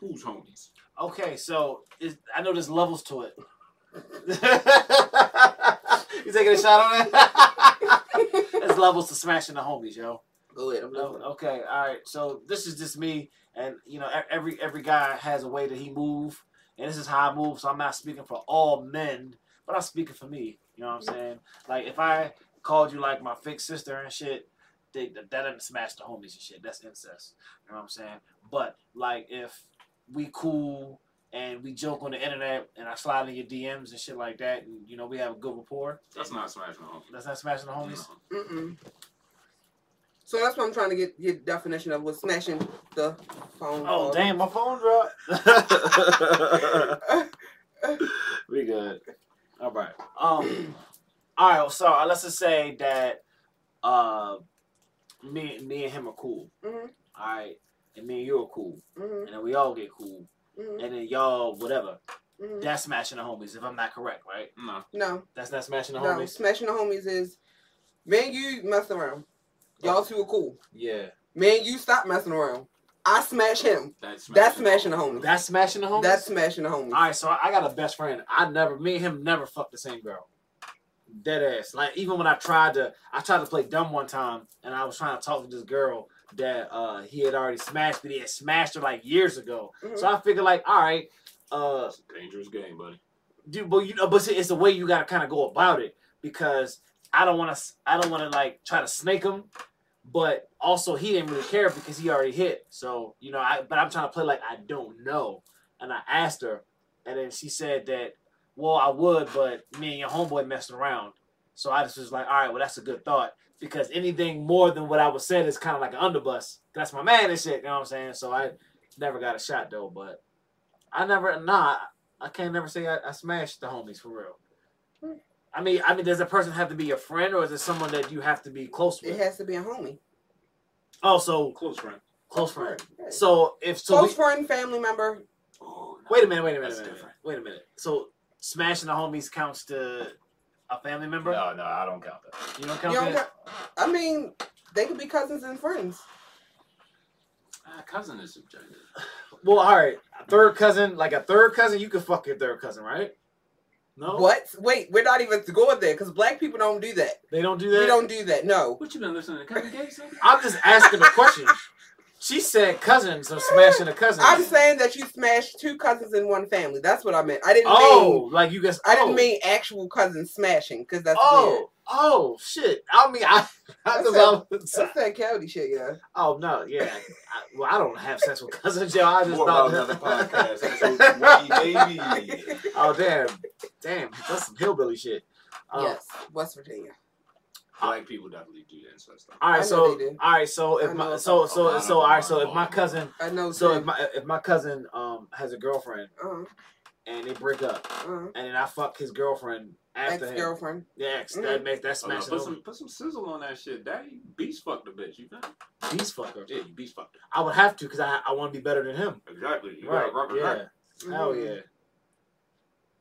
B: Who's homies?
D: Okay, so is, I know there's levels to it. you taking a shot on that? there's levels to smashing the homies, yo.
C: Go ahead. I'm
D: No,
C: listening.
D: okay, all right. So this is just me, and you know, e- every every guy has a way that he move, and this is how I move. So I'm not speaking for all men, but I'm speaking for me. You know what I'm saying? Like if I called you like my fake sister and shit, they, that doesn't smash the homies and shit. That's incest. You know what I'm saying? But like if we cool and we joke on the internet, and I slide in your DMs and shit like that, and you know we have a good rapport.
B: That's not smashing the homies.
D: That's not smashing the homies.
B: No.
C: Mm-mm. So that's what I'm trying to get your definition of was smashing the phone.
D: Oh
C: or-
D: damn, my phone dropped.
A: We good.
D: All right. Um. all right. So uh, let's just say that uh, me, me and him are cool.
C: Mhm.
D: All right, and me and you are cool,
C: Mhm,
D: and then we all get cool,
C: mhm,
D: and then y'all whatever.
C: mhm.
D: That's smashing the homies. If I'm not correct, right?
B: No.
C: No,
D: That's not smashing the
C: no.
D: homies.
C: Smashing the homies is man, you mess around. Y'all two are cool.
D: Yeah.
C: Man, you stop messing around. I smash him.
B: That's smashing,
C: That's smashing the homies.
D: That's smashing the homies.
C: That's smashing the homies.
D: all right. So I I got a best friend. I never, me and him never fucked the same girl. Dead ass. Like even when I tried to, I tried to play dumb one time, and I was trying to talk to this girl that uh he had already smashed, but he had smashed her like years ago.
C: Mhm.
D: So I figured, like, all right, uh,
B: It's a dangerous game, buddy.
D: dude, but you know, but see, it's the way you gotta kind of go about it because I don't want to, I don't want to like try to snake him, but also he didn't really care because he already hit. So you know, I but I'm trying to play like I don't know, and I asked her, and then she said that, well, I would, but me and your homeboy messing around. So I just was like, all right, well, that's a good thought because anything more than what I was saying is kind of like an underbus. That's my man and shit. You know what I'm saying? So I never got a shot though, but I never nah. I can't never say I, I smashed the homies for real. I mean, I mean, does a person have to be your friend, or is it someone that you have to be close
C: It
D: with? Oh,
C: has to be a homie.
D: Also,
B: Close friend.
D: close friend.
C: Right.
D: So if so,
C: Close
D: we-
C: friend, family member.
B: Oh, no.
D: wait a minute, wait a minute, wait
B: That's
D: a minute,
B: different.
D: wait a minute. So smashing the homies counts to a family member.
B: No, no, I don't count that.
D: You don't
C: You
D: count
C: don't
D: that.
C: got- I mean, they could be cousins and friends.
B: Ah, cousin is subjective.
D: Well, all right, a third cousin, like a third cousin, you could fuck your third cousin, right? No,
C: What? Wait, we're not even going there because black people don't do that.
D: they don't do that.
C: We don't do that. No.
B: What you been listening to? Cousin Gates? nigga?
D: I'm just asking a question. She said cousin, so smashing a cousin.
C: I'm saying that you smashed two cousins in one family. That's what I meant. I didn't mean
D: Oh, like you guys.
C: I didn't
D: oh.
C: mean actual cousins smashing because that's
D: Oh,
C: weird.
D: oh, shit. I mean, I. I
C: That's
D: thought I was-
C: That's that county shit, yeah.
D: oh no, yeah. I, well, I don't have sex with cousins, yo. I just
B: More about
D: thought.
B: another podcast. Episode 20, baby.
D: oh damn, damn, that's some hillbilly shit. Uh,
C: yes, West Virginia.
B: Black people definitely do incest stuff.
D: All
C: I know
D: right, so
C: they do.
D: all right, so
C: I
D: if
C: know
D: my
C: it's
D: so
B: a- a
D: so
B: lot
D: so
B: of
D: all right,
B: them
D: so
B: are
D: if my
B: involved.
D: cousin,
C: I know.
D: so
C: too.
D: if my if my cousin um has a girlfriend
C: uh,
D: and they break up
C: uh,
D: and then I fuck his girlfriend after
C: ex
D: him,
C: girlfriend.
D: yeah, ex,
C: Mhm.
D: that makes that
B: Oh, no,
D: smash
B: put some put some sizzle on that shit. Daddy beast fucked the bitch. You think?
D: beast fucker.
B: Yeah, you beast fucked
D: I would have to because I I want to be better than him.
B: her. Exactly. You
D: Right?
B: got rubber
D: Yeah.
B: yeah.
D: Hell
C: Mm-hmm.
D: yeah.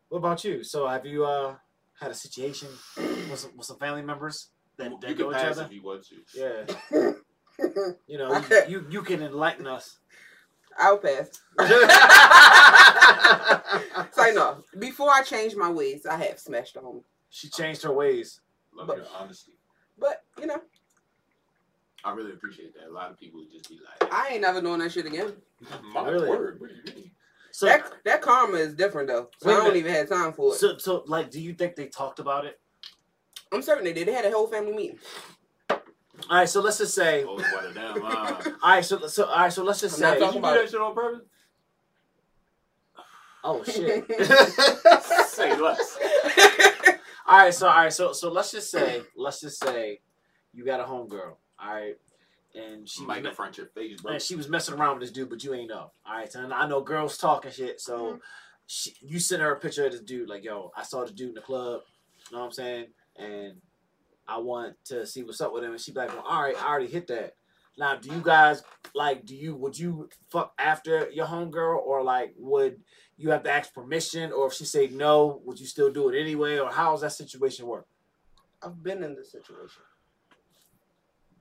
D: What about you? So have you uh had a situation with some, with some family members that,
B: You,
D: that
B: can
D: know each
B: pass
D: other?
B: if you want to.
D: Yeah.
C: Mm-hmm.
D: You know, you,
C: Okay.
D: you, you can enlighten us.
C: I'll pass. So no. Before I changed my ways, I have smashed a homie.
D: she changed her ways.
B: Love
C: But-
B: your honesty.
C: But you know,
B: I really appreciate that. A lot of people would just be like,
C: I ain't never doing that shit again.
B: my
D: Really?
B: word, what do you mean?
D: So,
C: that that karma is different though. So
D: Wait a
C: I don't
D: minute.
C: even have time for it.
D: so so like, do you think they talked about it?
C: I'm certain they did. They had a whole family meeting.
D: All right. So let's just say. All
B: Oh, what a damn lie.
D: right. So so all right. So let's just
C: I'm not
D: say.
B: Did you do that shit on purpose?
D: Oh shit.
B: Say less.
D: All right, so all right, so so let's just say, let's just say, you got a homegirl, all right, and she
B: She
D: was
B: might
D: me-
B: in front of your face, bro.
D: and she was messing around with this dude, but you ain't know, all right. And I know girls talking shit, so she, you send her a picture of this dude, like, yo, I saw the dude in the club, you know what I'm saying, and I want to see what's up with him, and she be like, well, all right, I already hit that. Now, do you guys like? Do you would you fuck after your homegirl, or like would you have to ask permission, or if she say no, would you still do it anyway, or how's that situation work?
C: I've been in this situation.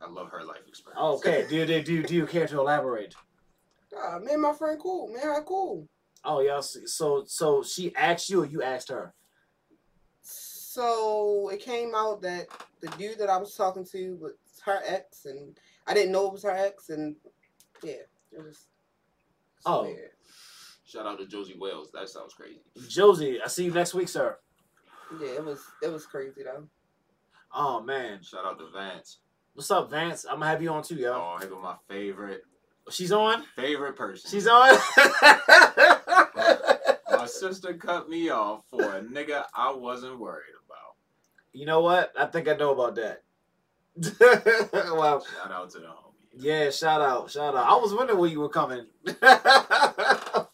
B: I love her life experience.
D: Oh, Okay. do, do, do, do you care to elaborate?
C: Uh, me and my friend cool. Me and her cool.
D: Oh, y'all. see- So, so she asked you, or you asked her?
C: So it came out that the dude that I was talking to was her ex, and I didn't know it was her ex, and yeah, it was.
D: Oh.
C: weird.
B: Shout out to Josie Wells. That sounds crazy.
D: Josie, I see you next week, sir.
C: yeah, it was it was crazy though.
D: Oh man,
B: Shout out to Vance.
D: what's up, Vance? I'm gonna have you on too, y'all.
B: Oh, here go my favorite
D: She's on.
B: favorite person.
D: She's on.
B: My sister cut me off for a nigga I wasn't worried about.
D: you know what? I think I know about that. wow.
B: Shout out to the homie.
D: Yeah, shout out, shout out. I was wondering when you were coming. oh,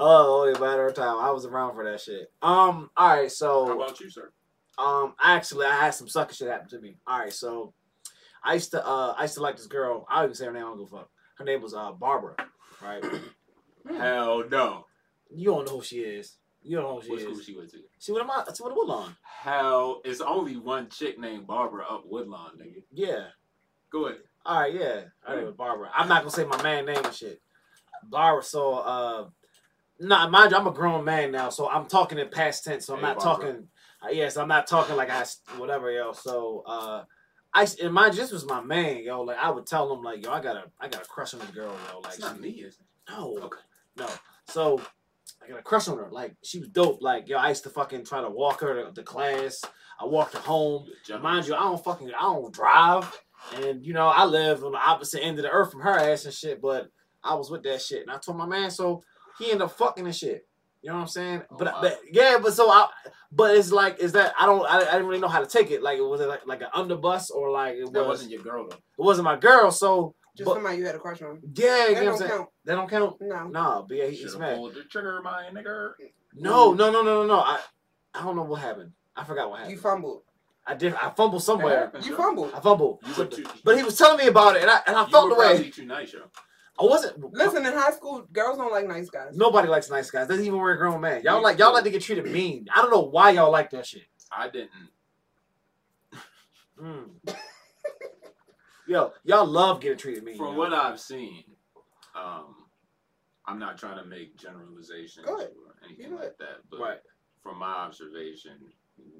D: only a matter of time. I was around for that shit. Um, all right, so
B: How about you, sir?
D: Um, actually, I had some sucker shit happen to me. All right, so I used to, uh, I used to like this girl. I don't even say her name. I don't give a fuck. Her name was uh Barbara. Right? Hmm.
B: Hell no.
D: You don't know who she is. You don't know who she
B: What school
D: is.
B: she went to?
D: She went to my, she went to Woodlawn.
B: Hell, it's only one chick named Barbara up Woodlawn, nigga.
D: Yeah.
B: Go ahead.
D: All right. Yeah. Her name was Barbara. I'm not gonna say my man name and shit. Barbara. So, uh, nah, mind you, I'm a grown man now, so I'm talking in past tense. So I'm
B: Hey,
D: not
B: Barbara.
D: talking. Uh, yes, I'm not talking like I s- whatever, yo. So, uh. I s- and mind you, this was my man, yo. Like I would tell him, like yo, I got a, I got a crush on this girl, yo. Like
B: It's not
D: she-
B: me, is it?
D: No.
B: Okay.
D: No. So I got a crush on her. Like she was dope. Like yo, I used to fucking try to walk her to, to class. I walked her home.
B: You a gentleman.
D: Mind you, I don't fucking I don't drive, and you know I live on the opposite end of the earth from her ass and shit. But I was with that shit, and I told my man, so he ended up fucking and shit. You know what I'm saying?
B: Oh,
D: but,
B: wow.
D: but yeah, but so I, but it's like is that I don't I, I didn't really know how to take it. Like it was it like like an underbus or like it
B: that
D: was
B: wasn't
D: it
B: your girl though.
D: wasn't my girl. So
C: Just
D: but-
C: somebody you had a crush on.
D: yeah, you know
C: That
D: what I'm
C: don't
D: saying?
C: count.
D: They don't count.
C: No.
D: Nah, but yeah, he- he's
B: Should've
D: mad.
B: pulled the trigger, my nigga.
D: No,
C: Mm.
D: no, no, no, no, no. I, I don't know what happened. I forgot what
C: You
D: happened.
C: fumbled.
D: I did. I fumbled somewhere.
B: happens,
C: You
B: yo.
C: fumbled.
D: I fumbled.
B: You were too.
D: But he was telling me about it, and I and I
B: you
D: felt
B: were
D: the way.
B: probably too nice, yo.
D: I wasn't.
C: Listen, in high school, girls don't like nice guys.
D: Nobody likes nice guys. Doesn't even wear a grown man. Y'all
B: Me
D: like y'all
B: too.
D: like to get treated mean. I don't know why y'all like that shit.
B: I didn't.
D: Mm. Yo, y'all love getting treated mean.
B: From
D: yo.
B: what I've seen, um, I'm not trying to make generalizations
C: Go ahead.
B: or anything
C: You do
B: like
C: it.
B: that, but
D: right?
B: from my observation,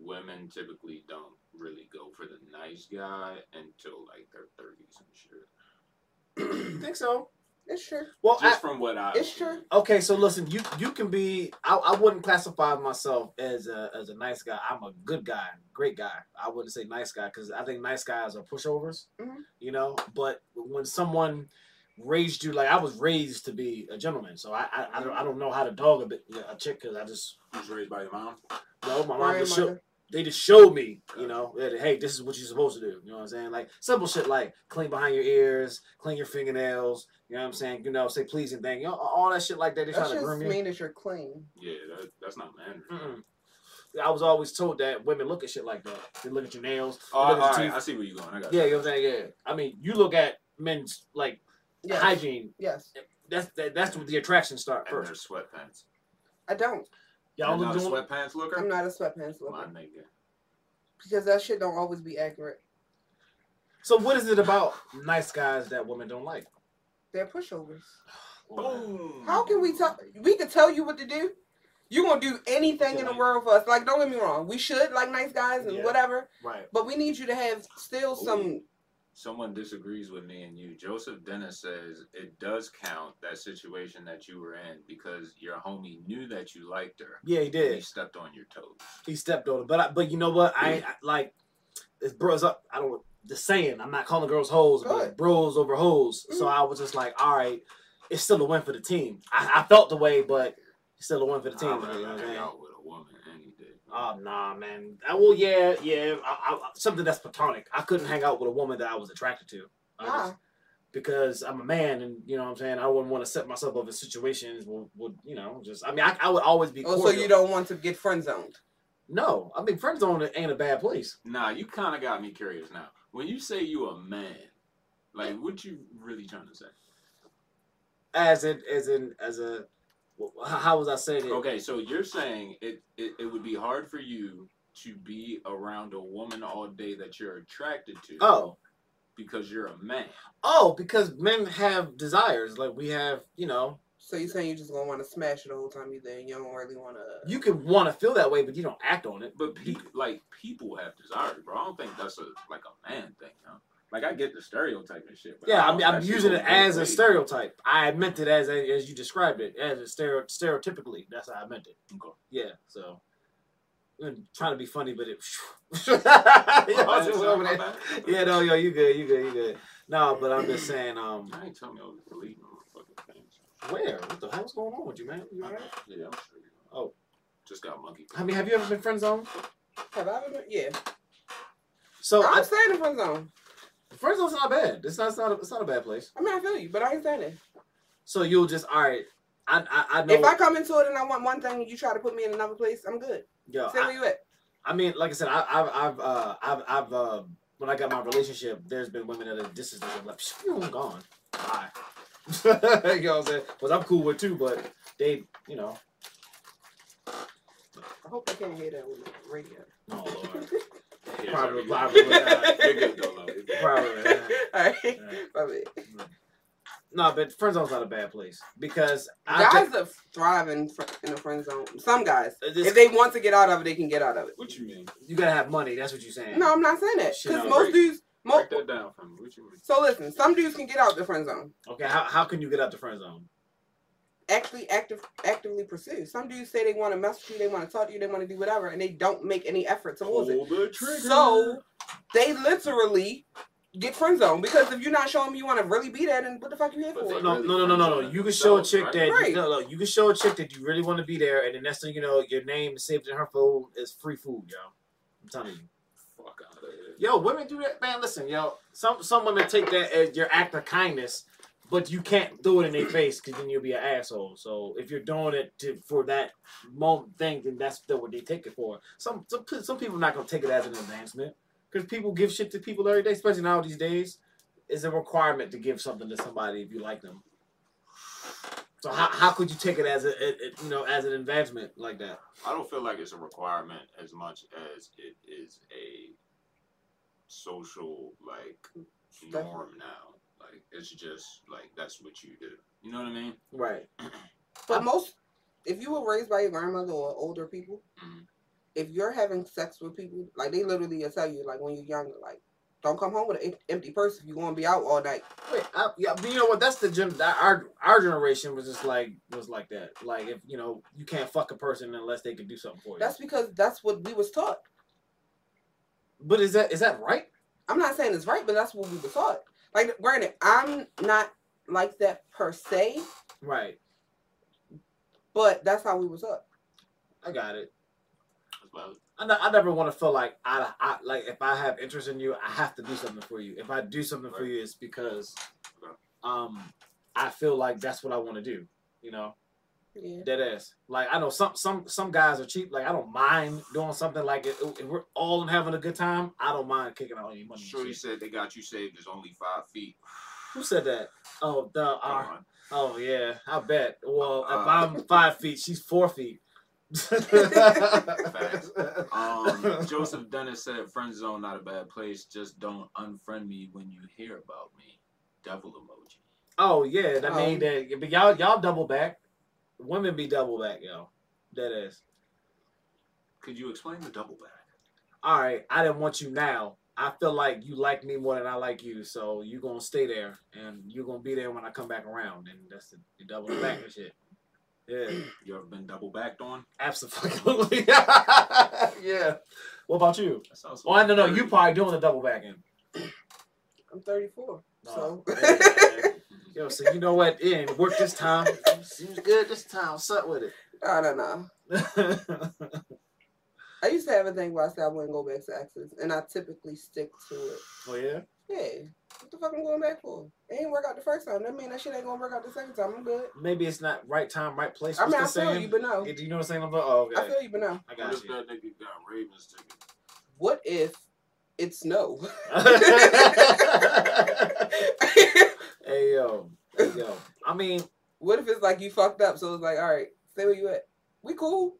B: women typically don't really go for the nice guy until like their 30s and shit.
D: think so?
C: It's true.
D: Well, I,
B: Just from what I've
C: It's
B: seen.
C: true.
D: okay. So listen, you you can be. I, I wouldn't classify myself as a as a nice guy. I'm a good guy, great guy. I wouldn't say nice guy because I think nice guys are pushovers.
C: Mhm.
D: You know, but when someone raised you like I was raised to be a gentleman, so I I, I don't I don't know how to dog a bit a chick because I just
B: You was raised by your mom.
D: no my mom
C: Sorry,
D: just showed,
C: mother.
D: they just showed me you know that, hey this is what you're supposed to do you know what I'm saying like simple shit like clean behind your ears, clean your fingernails. You know what I'm saying? You know, say pleasing thing, you know, all that shit like that. They
C: That
D: trying to
C: just
D: groom you.
C: mean that you're clean.
B: Yeah, that, that's not man.
D: Mm-mm. I was always told that women look at shit like that. They look at your nails.
B: Oh, all
D: look at
B: right,
D: your teeth.
B: I see where you're going. I got
D: yeah, you
B: you.
D: know what I'm saying. Yeah, I mean, you look at men's like
C: Yes.
D: hygiene.
C: yes.
D: That's that, that's where the attraction start
B: And their
D: first.
B: sweatpants.
C: I don't.
D: Y'all
B: You're
D: look
B: not a
D: doing
B: sweatpants looker?
C: I'm not a sweatpants
B: My
C: looker
B: nigga.
C: because that shit don't always be accurate.
D: So what is it about nice guys that women don't like?
C: They're pushovers.
B: Boom.
C: How can we tell? We can tell you what to do. You gonna do anything in the world for us? Like, don't get me wrong. We should like nice guys and
D: Yeah.
C: whatever,
D: Right.
C: but we need you to have still some.
B: Someone disagrees with me and you. Joseph Dennis says it does count that situation that you were in because your homie knew that you liked her.
D: Yeah, he
B: and He
D: did.
B: stepped on your toes.
D: He stepped on it, but I, but you know what? I, ain't- I like it's bros up. I don't the saying. I'm not calling girls hoes, but
C: Good.
D: bros over hoes. So I was just like, all right, it's still a win for the team. I, I felt the way, but it's still a win for the team.
B: I
D: you know
B: would
D: what I'm
B: have
D: saying?
B: out with a woman any day.
D: Oh nah, man. Uh, well, yeah, yeah. I, I, something that's platonic. I couldn't hang out with a woman that I was attracted to. I
C: Why?
D: just- because I'm a man, and you know what I'm saying. I wouldn't want to set myself up in situations would, would you know just. I mean, I, I would always be.
C: Oh, so
D: cordial.
C: you don't want to get friend zoned?
D: No, I mean, friend zone ain't a bad place.
B: Nah, you kind of got me curious now. When you say you a man, like what you really trying to say?
D: As in, as in, as a. wh- How was I saying it?
B: Okay, so you're saying it, it it would be hard for you to be around a woman all day that you're attracted to,
D: Oh,
B: because you're a man.
D: Oh, because men have desires. Like we have, you know,
C: So you saying you just gonna want to smash it the whole time you there? and You don't really want to.
D: you could want to feel that way, but you don't act on it.
B: But pe- like people have desires, bro. I don't think that's a like a man thing, huh? Like I get the stereotype and shit. But
D: Yeah,
B: I
C: Oh,
D: I mean, I'm using it as a
B: stereotype.
D: stereotype. I meant it as as you described it, as a stereo, stereotypically. That's how I meant it.
B: Okay.
D: Yeah, so I'm trying to be funny, but it. yeah,
B: Oh,
D: I was over there. Yeah, no, yo, you good, you good, you good. No, but I'm just saying, um,
B: I ain't telling me I was deleting all the fucking things.
D: where? What the hell's going on with you, man? You all right?
B: Yeah, I'm sure. You know.
D: Oh.
B: just got monkey.
D: I mean, have you ever been friend zoned?
C: Have I been? Yeah.
D: So
C: I
D: I,
C: don't stand in front zone.
D: friend zone's not bad. It's not, it's not, a, it's not a bad place.
C: I mean, I feel you, but I ain't standing.
D: So you'll just all right. I, I, I know.
C: If I come into it and I want one thing, and you try to put me in another place, I'm good.
D: yo,
C: Say
D: I-
C: where you at.
D: I mean, like I said, I, I've, I've, uh, I've, I've, uh, when I got my relationship, there's been women that are distant. I'm like, "Psh, you I'm gone. Bye. you know what I'm saying? Because I'm cool with too, but they, you know,
C: I hope I can't hear that with the radio.
D: no, Lord.
B: Yeah,
D: Probably-
B: yeah,
D: probably
B: yeah.
C: not.
B: You're good though, love. You're good.
D: Probably. yeah.
C: All right.
D: Yeah.
C: Bye-bye.
D: No, but friend zone's not a bad place because I
C: Guys
D: think-
C: are thriving fr- in the friend zone. Some guys,
D: this-
C: if they want to get out of it, they can get out of it.
B: What you mean?
D: you gotta have money. That's what you're saying.
C: No, I'm not saying that
D: Shit,
C: because
D: no,
C: most
B: right.
C: dudes. Mo-
B: Break that down for me. What you mean?
C: so listen, some dudes can get out the friend zone.
D: Okay. How, how can you get out the friend zone?
C: Actually, active actively pursue. Some dudes say they want to mess with you, they want to talk to you, they want to do whatever, and they don't make any effort towards it.
B: Pull the Oh, trigger.
C: So they literally get friend zone because if you're not showing me you want to really be there, then what the fuck you here
B: But
C: for?
B: they-
D: No,
B: really
D: no, no, no, no, no.
B: friend-zoning
D: You can show a
B: themselves,
D: chick
B: right?
D: that
C: Right.
D: no, no, you can show a chick that you really want to be there, and then next thing you know, your name is saved in her phone is free food, yo. I'm telling you.
B: Fuck out of here.
D: Yo, women do that, man. Listen, yo, some some women take that as your act of kindness, but you can't do it in their face because then you'll be an asshole. So if you're doing it to, for that moment thing, then that's still what they take it for. Some some pe- some people not gonna take it as an advancement because people give shit to people every day, especially now these days. It's a requirement to give something to somebody if you like them. So how, how could you take it as a, a, a- you know as an advancement like that?
B: I don't feel like it's a requirement as much as it is a social like norm now. Like it's just like that's what you do. You know what I mean?
D: Right.
C: But most, if you were raised by your grandmother or older people,
B: Mhm.
C: if you're having sex with people, like they literally will tell you, like when you're younger, like don't come home with an em- empty purse if you going to be out all night.
D: Wait, I, yeah, but you know what? That's the gen. that Our our generation was just like was like that. Like if you know you can't fuck a person unless they can do something for you.
C: That's because that's what we was taught.
D: but is that is that right?
C: I'm not saying it's right, but that's what we were taught. Like, granted, I'm not like that per se,
D: Right.
C: but that's how we was taught.
D: I got it.
B: That's about it.
D: I, ne- I never want to feel like I, I like if I have interest in you, I have to do something for you. If I do something for you, it's because um I feel like that's what I want to do. You know.
C: Yeah.
D: Dead ass. Like I know some some some guys are cheap. Like I don't mind doing something. Like if, if we're all having a good time, I don't mind kicking out any money. and
B: Shorty
D: shit.
B: said they got you saved as only five feet.
D: Who said that? Oh, the
B: Come
D: uh,
B: on.
D: oh yeah, I bet. Well, if
B: Uh,
D: I'm five feet, she's four feet.
B: Um, Joseph Dennis said, "Friend zone not a bad place. Just don't unfriend me when you hear about me." Devil emoji.
D: oh yeah, that mean
C: Um,
D: that. But y'all, y'all double back. Women be double back, yo. That is.
B: Could you explain the double back?
D: All right, I didn't want you now. I feel like you like me more than I like you, so you gonna stay there, and you're gonna be there when I come back around, and that's the, the double back and shit. Yeah,
B: You ever been double backed on?
D: absolutely. yeah. What about you?
B: That sounds.
D: Well, Oh, no, no, you
B: dirty.
D: probably doing the double backing.
C: I'm 34.
D: No.
C: So.
D: Yo, so you know what? It ain't work this time. Seems good this time. Suck with it.
C: I don't know. I used to have a thing where I said I wouldn't go back to exes, and I typically stick to it.
D: oh yeah.
C: Yeah. What the fuck I'm going back for? It ain't work out the first time. That mean that shit ain't gonna work out the second time. I'm good.
D: Maybe it's not right time, right place.
C: I
D: What's
C: mean, I
D: the
C: feel
D: saying?
C: you, but no.
D: Yeah, Do you know what I'm saying? I'm like, oh,
C: I
D: okay.
C: feel you, but no.
D: I
B: What
D: got
B: if
D: you.
B: that nigga got Ravens tickets?
C: What if it's no?
D: hey yo, hey yo. I mean,
C: what if it's like you fucked up? So it's like, all right, stay where you at. We cool.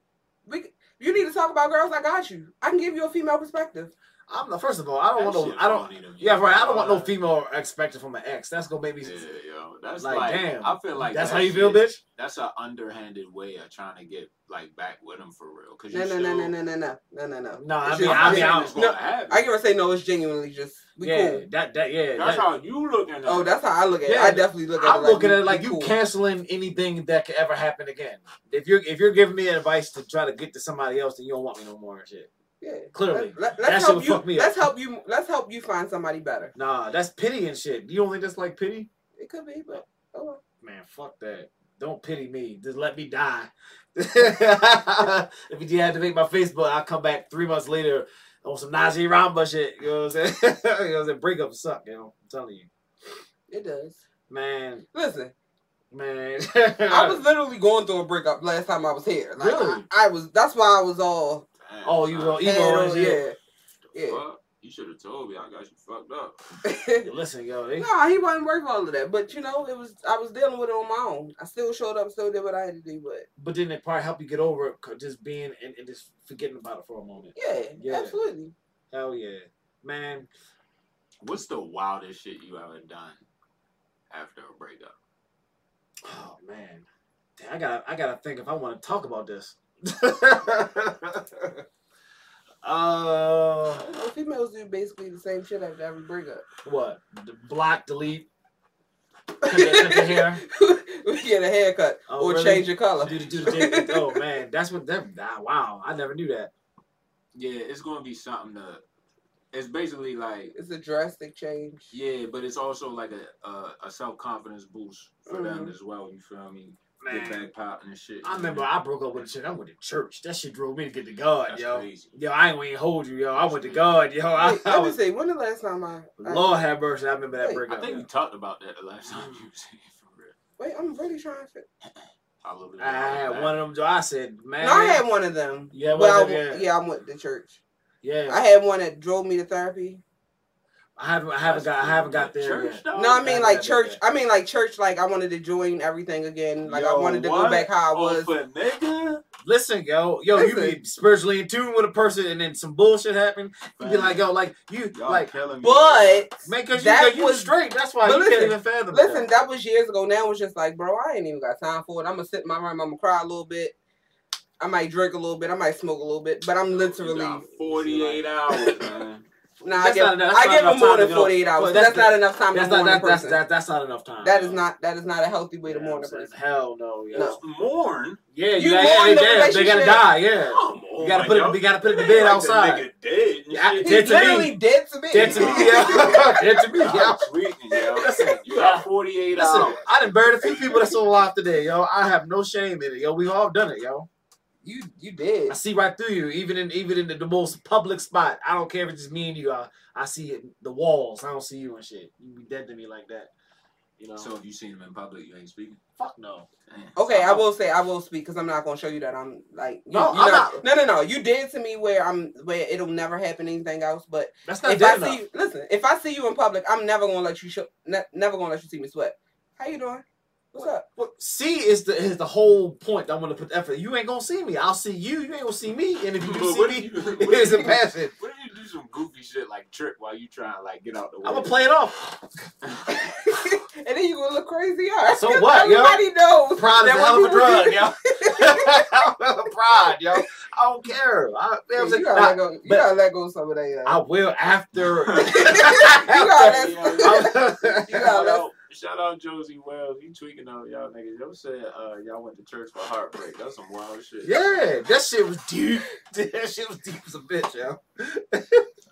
C: We. You need to talk about girls. I got you. I can give you a female perspective.
D: I'm the first of all. I don't
B: That
D: want no.
B: shit
D: I don't.
B: funny to me.
D: Yeah, right. I don't want no female expected from an ex. That's gonna make me.
B: Yeah, yo, that's
D: Like,
B: like,
D: damn.
B: I feel like
D: that's
B: that
D: how you feel,
B: shit-
D: bitch.
B: That's an underhanded way of trying to get like back with him for real. Cause you
C: No, no,
B: still,
C: no, no, no, no, no, no, no, no.
D: No, I
C: It's
D: mean,
C: just-
D: I mean,
C: it's-
D: I-
B: it's gonna
C: no,
B: happen.
C: I give or say no. It's genuinely just we
D: yeah,
C: cool.
D: that that yeah.
B: that's
D: that-
B: how you looking at it.
C: Oh, that's how I look at it.
D: Yeah,
C: I definitely look at
D: I'm
C: it. like
D: looking
C: we-
D: at it like
C: we
D: you
C: cool.
D: canceling anything that could ever happen again. If you're if you're giving me advice to try to get to somebody else, then you don't want me no more and shit.
C: Yeah.
D: Clearly,
C: Let, let,
D: That shit
C: let's help
D: would
C: you.
D: fuck me up.
C: let's help you. Let's help you find somebody better.
D: nah, that's pity and shit. You don't think that's like pity?
C: It could be, but oh, well.
D: Man, fuck that. Don't pity me. Just let me die. if you deactivate my Facebook, I'll come back three months later on some Najee Ramba shit. You know what I'm saying? you know what I'm saying? Breakups suck, you know. I'm telling you.
C: it does.
D: Man,
C: Listen,
D: man.
C: I was literally going through a breakup last time I was here. Like,
D: Really?
C: I, I was. That's why I was all.
B: Damn,
D: Oh, you
B: son.
D: go emo
C: hell
D: and shit.
C: yeah. Yeah.
B: Fuck, You should have told me. I got you fucked up.
D: Listen, yo, they
C: no, he wasn't worth all of that. But you know, it was. I was dealing with it on my own. I still showed up. Still did what I had to do. But
D: But then it probably helped you get over it, 'cause just being and, and just forgetting about it for a moment.
C: yeah,
D: Yeah.
C: absolutely.
D: Hell yeah, man.
B: What's the wildest shit you ever done after a breakup?
D: Oh man, Damn, I gotta I gotta think if I want to talk about this. uh,
C: You know, females do basically the same shit after every breakup.
D: what? D- Block, delete, cut your, cut your hair,
C: we get a haircut
D: Oh,
C: or
D: really?
C: change your color.
D: do the do the thing. Oh man, that's what that. ah, wow, I never knew that.
B: Yeah, it's gonna be something to. It's basically like
C: It's a drastic change.
B: yeah, but it's also like a a, a self confidence boost for them
C: Mhm.
B: as well. You feel me? Get
D: Man,
B: back popping and shit.
D: I remember I broke up with a chick. I went to church. That shit drove me to get to God,
B: That's
D: yo.
B: crazy.
D: Yo, I ain't gonna hold you, yo. I went to God, yo. I,
C: Wait,
D: I
C: let me
D: was
C: see. When the last time I, I-
D: Lord have mercy. I remember that
C: Wait,
B: I
D: breakup.
B: think we talked about that the last time you was here for real.
C: wait, I'm really trying to.
B: I love it.
D: I had one of them. I said, man.
C: No, I had one of them.
D: Yeah, one
C: well,
D: of them,
C: I,
D: yeah.
C: yeah, I went to church.
D: Yeah,
C: I had one that drove me to therapy.
D: I haven't. I haven't got. I haven't got there
B: Church,
D: yet.
B: though?
C: No, I
D: yeah,
C: mean like
D: yeah,
C: church. I mean like church. Like I wanted to join everything again. Like
D: Yo,
C: I wanted to
B: what?
C: go back how I
B: Oh,
C: was.
B: for nigga?
D: Listen, yo, yo, you
C: Listen.
D: be spiritually in tune with a person, and then some bullshit happened. You be like, yo, like you,
B: Y'all
D: like
B: killing me.
C: But
D: man, cause you,
C: That
D: you
C: was-
D: straight. That's why you
C: But
D: can't
C: listen,
D: even fathom.
C: listen,
D: that.
C: that was years ago. Now it's just like, bro, I ain't even got time for it. I'm gonna sit in my room. I'm gonna cry a little bit. I might drink a little bit. I might smoke a little bit. But I'm
B: You
C: literally
B: got 48 hours, man.
C: nah. I
D: That's
C: give,
D: not enough- that's not
C: I give
D: enough
C: them more
D: time to
C: than
D: go.
C: 48 hours.
D: Well,
C: that's,
D: that's
C: not enough time
D: that's not
C: to mourn a
D: that, that's
C: person.
D: that, that's not enough time.
C: that
D: yo.
C: is not that is not a healthy way to
D: Yeah,
C: mourn
D: I'm
C: a
D: saying,
C: person.
D: Hell no, yo.
C: No.
B: Mourn?
D: Yeah, you,
C: You
D: gotta,
C: mourn
D: yeah,
C: the
D: they, dead. they gotta
C: relationship.
D: die. Yeah,
B: Come on,
D: you gotta put
B: yo.
D: it. You gotta put it to
B: Ain't
D: bed
B: like
D: outside.
B: The nigga dead and
D: Yeah,
B: shit.
D: dead
C: He's
D: to me.
C: literally dead to me.
D: Dead to me, yeah.
B: Yeah.
D: dead to me, yeah.
B: Y'all tweaking, yo.
D: Listen,
B: You got 48
D: Listen,
B: hours.
D: I done buried a few people that's still alive today, yo. I have no shame in it, yo. We've all done it, yo.
C: you you
D: I
C: dead.
D: see right through you, even in even in the, the most public spot. I don't care if it's just me and you. I, I see it, the walls. I don't see you and shit. You be dead to me like that, you know.
B: So if you seen him in public, you ain't speaking?
D: fuck no.
B: Damn.
C: Okay, I will say I will speak because I'm not gonna show you that I'm like you,
D: No,
C: you
D: I'm
C: not- no no no you did to me where I'm where it'll never happen anything else but
D: That's not
C: if I
D: dead enough.
C: see you, listen, if I see you in public, I'm never gonna let you show, ne- never gonna let you see me sweat. How you doing? What's up?
D: Well, see is the is the whole point. I'm gonna put the effort. You ain't gonna see me. I'll see you. You ain't gonna see me. And if you
B: But
D: do see
B: what
D: me,
B: if you- what if
D: it's in
B: you-
D: passing.
B: What if you do some goofy shit like trip while you trying to like get out the way?
D: I'm gonna play it off.
C: and then you gonna look crazy. All right?
D: So what, yo?
C: Everybody knows.
D: Pride is a
C: that when
D: hell of a
C: people
D: drug,
C: do-
D: yo. Pride, yo. I don't care. I, you know what I'm
C: Yeah,
D: saying?
C: you gotta
D: Nah,
C: let go. You
D: but-
C: gotta let go of some of that. uh,
D: I will after.
C: gotta- You
B: shout,
C: got
B: out, shout out Josie Wells. He tweaking on y'all niggas. Y'all said uh, y'all went to church for heartbreak. That's some wild shit.
D: yeah, that shit was deep. That shit was deep as a bitch, yo.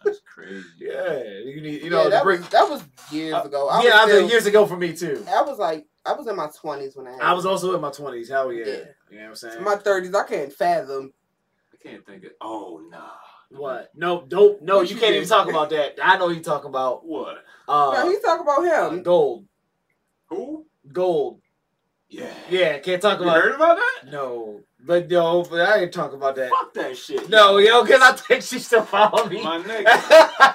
B: That's crazy.
D: Yeah, you need, you know,
C: yeah,
D: the
C: that,
D: break.
C: was, that was years
D: Uh,
C: ago. I
D: Yeah, I
C: was
D: mean,
C: still,
D: years ago for me too.
C: I was like, I was in my twenties when I. Had
D: I was
C: it.
D: also in my twenties. Hell yeah.
C: Yeah.
D: You know what I'm saying?
C: my thirties. I can't fathom.
B: I can't think of. Oh nah.
D: what? No, don't. No,
C: What
D: you
C: you
D: can't
C: did?
D: even talk about that. I know you talking about
B: What?
C: no,
D: uh,
C: he talk about him.
D: gold,
B: Who?
D: gold.
B: Yeah.
D: Yeah, can't talk
B: You
D: about.
B: heard about that?
D: No, but no, but I ain't talk about that.
B: Fuck that shit.
D: No, yo, cause I think she still follow me.
B: My nigga.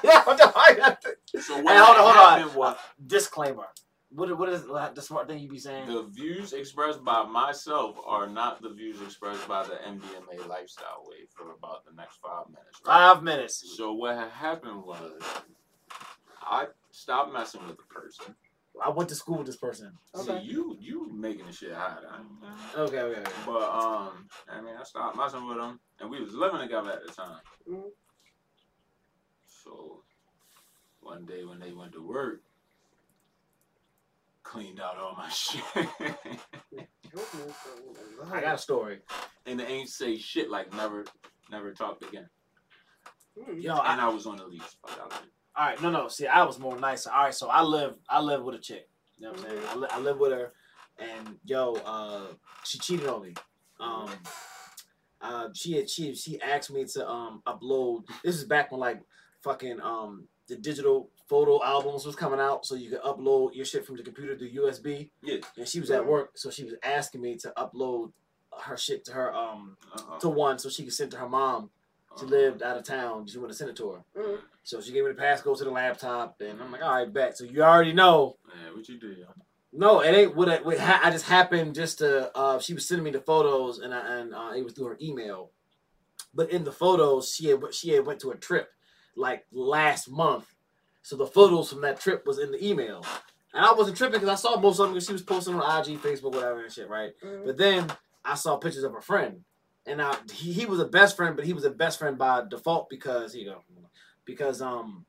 D: Yeah, no, I-
B: So what
D: Hey, hold on, hold on.
B: happened was
D: Disclaimer. What what is like, the smart thing you be saying?
B: The views expressed by myself are not the views expressed by the MDMA lifestyle wave for about the next five minutes. right?
D: Five minutes.
B: So what had happened was I stopped messing with the person.
D: I went to school with this person.
C: Okay.
B: See, you you making the shit hot. I,
D: Okay, okay, okay.
B: but um, I mean, I stopped messing with him, and we was living together at the time.
D: Mm-hmm.
C: Mhm.
B: So one day when they went to work, cleaned out all my shit,
D: I got a story.
B: and they ain't say shit like never, never talked again.
C: Mm.
D: Yo, I,
B: and I was on the leash. Fuck, I was-
D: All right, no, no. See, I was more nicer. All right, so I live, I live with a chick. You know what I'm saying? I, li- I live with her, and yo, uh, she cheated on me. Um, uh, she had cheated. She asked me to um upload. This is back when like fucking um the digital photo albums was coming out, so you could upload your shit from the computer to USB.
B: Yeah.
D: And she was at work, so she was asking me to upload her shit to her um
B: Uh-uh.
D: to one so she could send to her mom.
B: Uh-huh.
D: She lived out of town. She wanted to send it to her.
C: Mhm.
D: So she gave me the passcode to the laptop, and I'm like, all right, bet. So you already know.
B: Man, what you do? yo?
D: No, it ain't what I, what ha- I just happened just to. Uh, she was sending me the photos, and I, and uh, it was through her email. But in the photos, she had she had went to a trip like last month, so the photos from that trip was in the email, and I wasn't tripping because I saw most of them because she was posting on IG, Facebook, whatever, and shit, right?
C: Mhm.
D: But then I saw pictures of a friend, and I he, he was a best friend, but he was a best friend by default because you know, because um,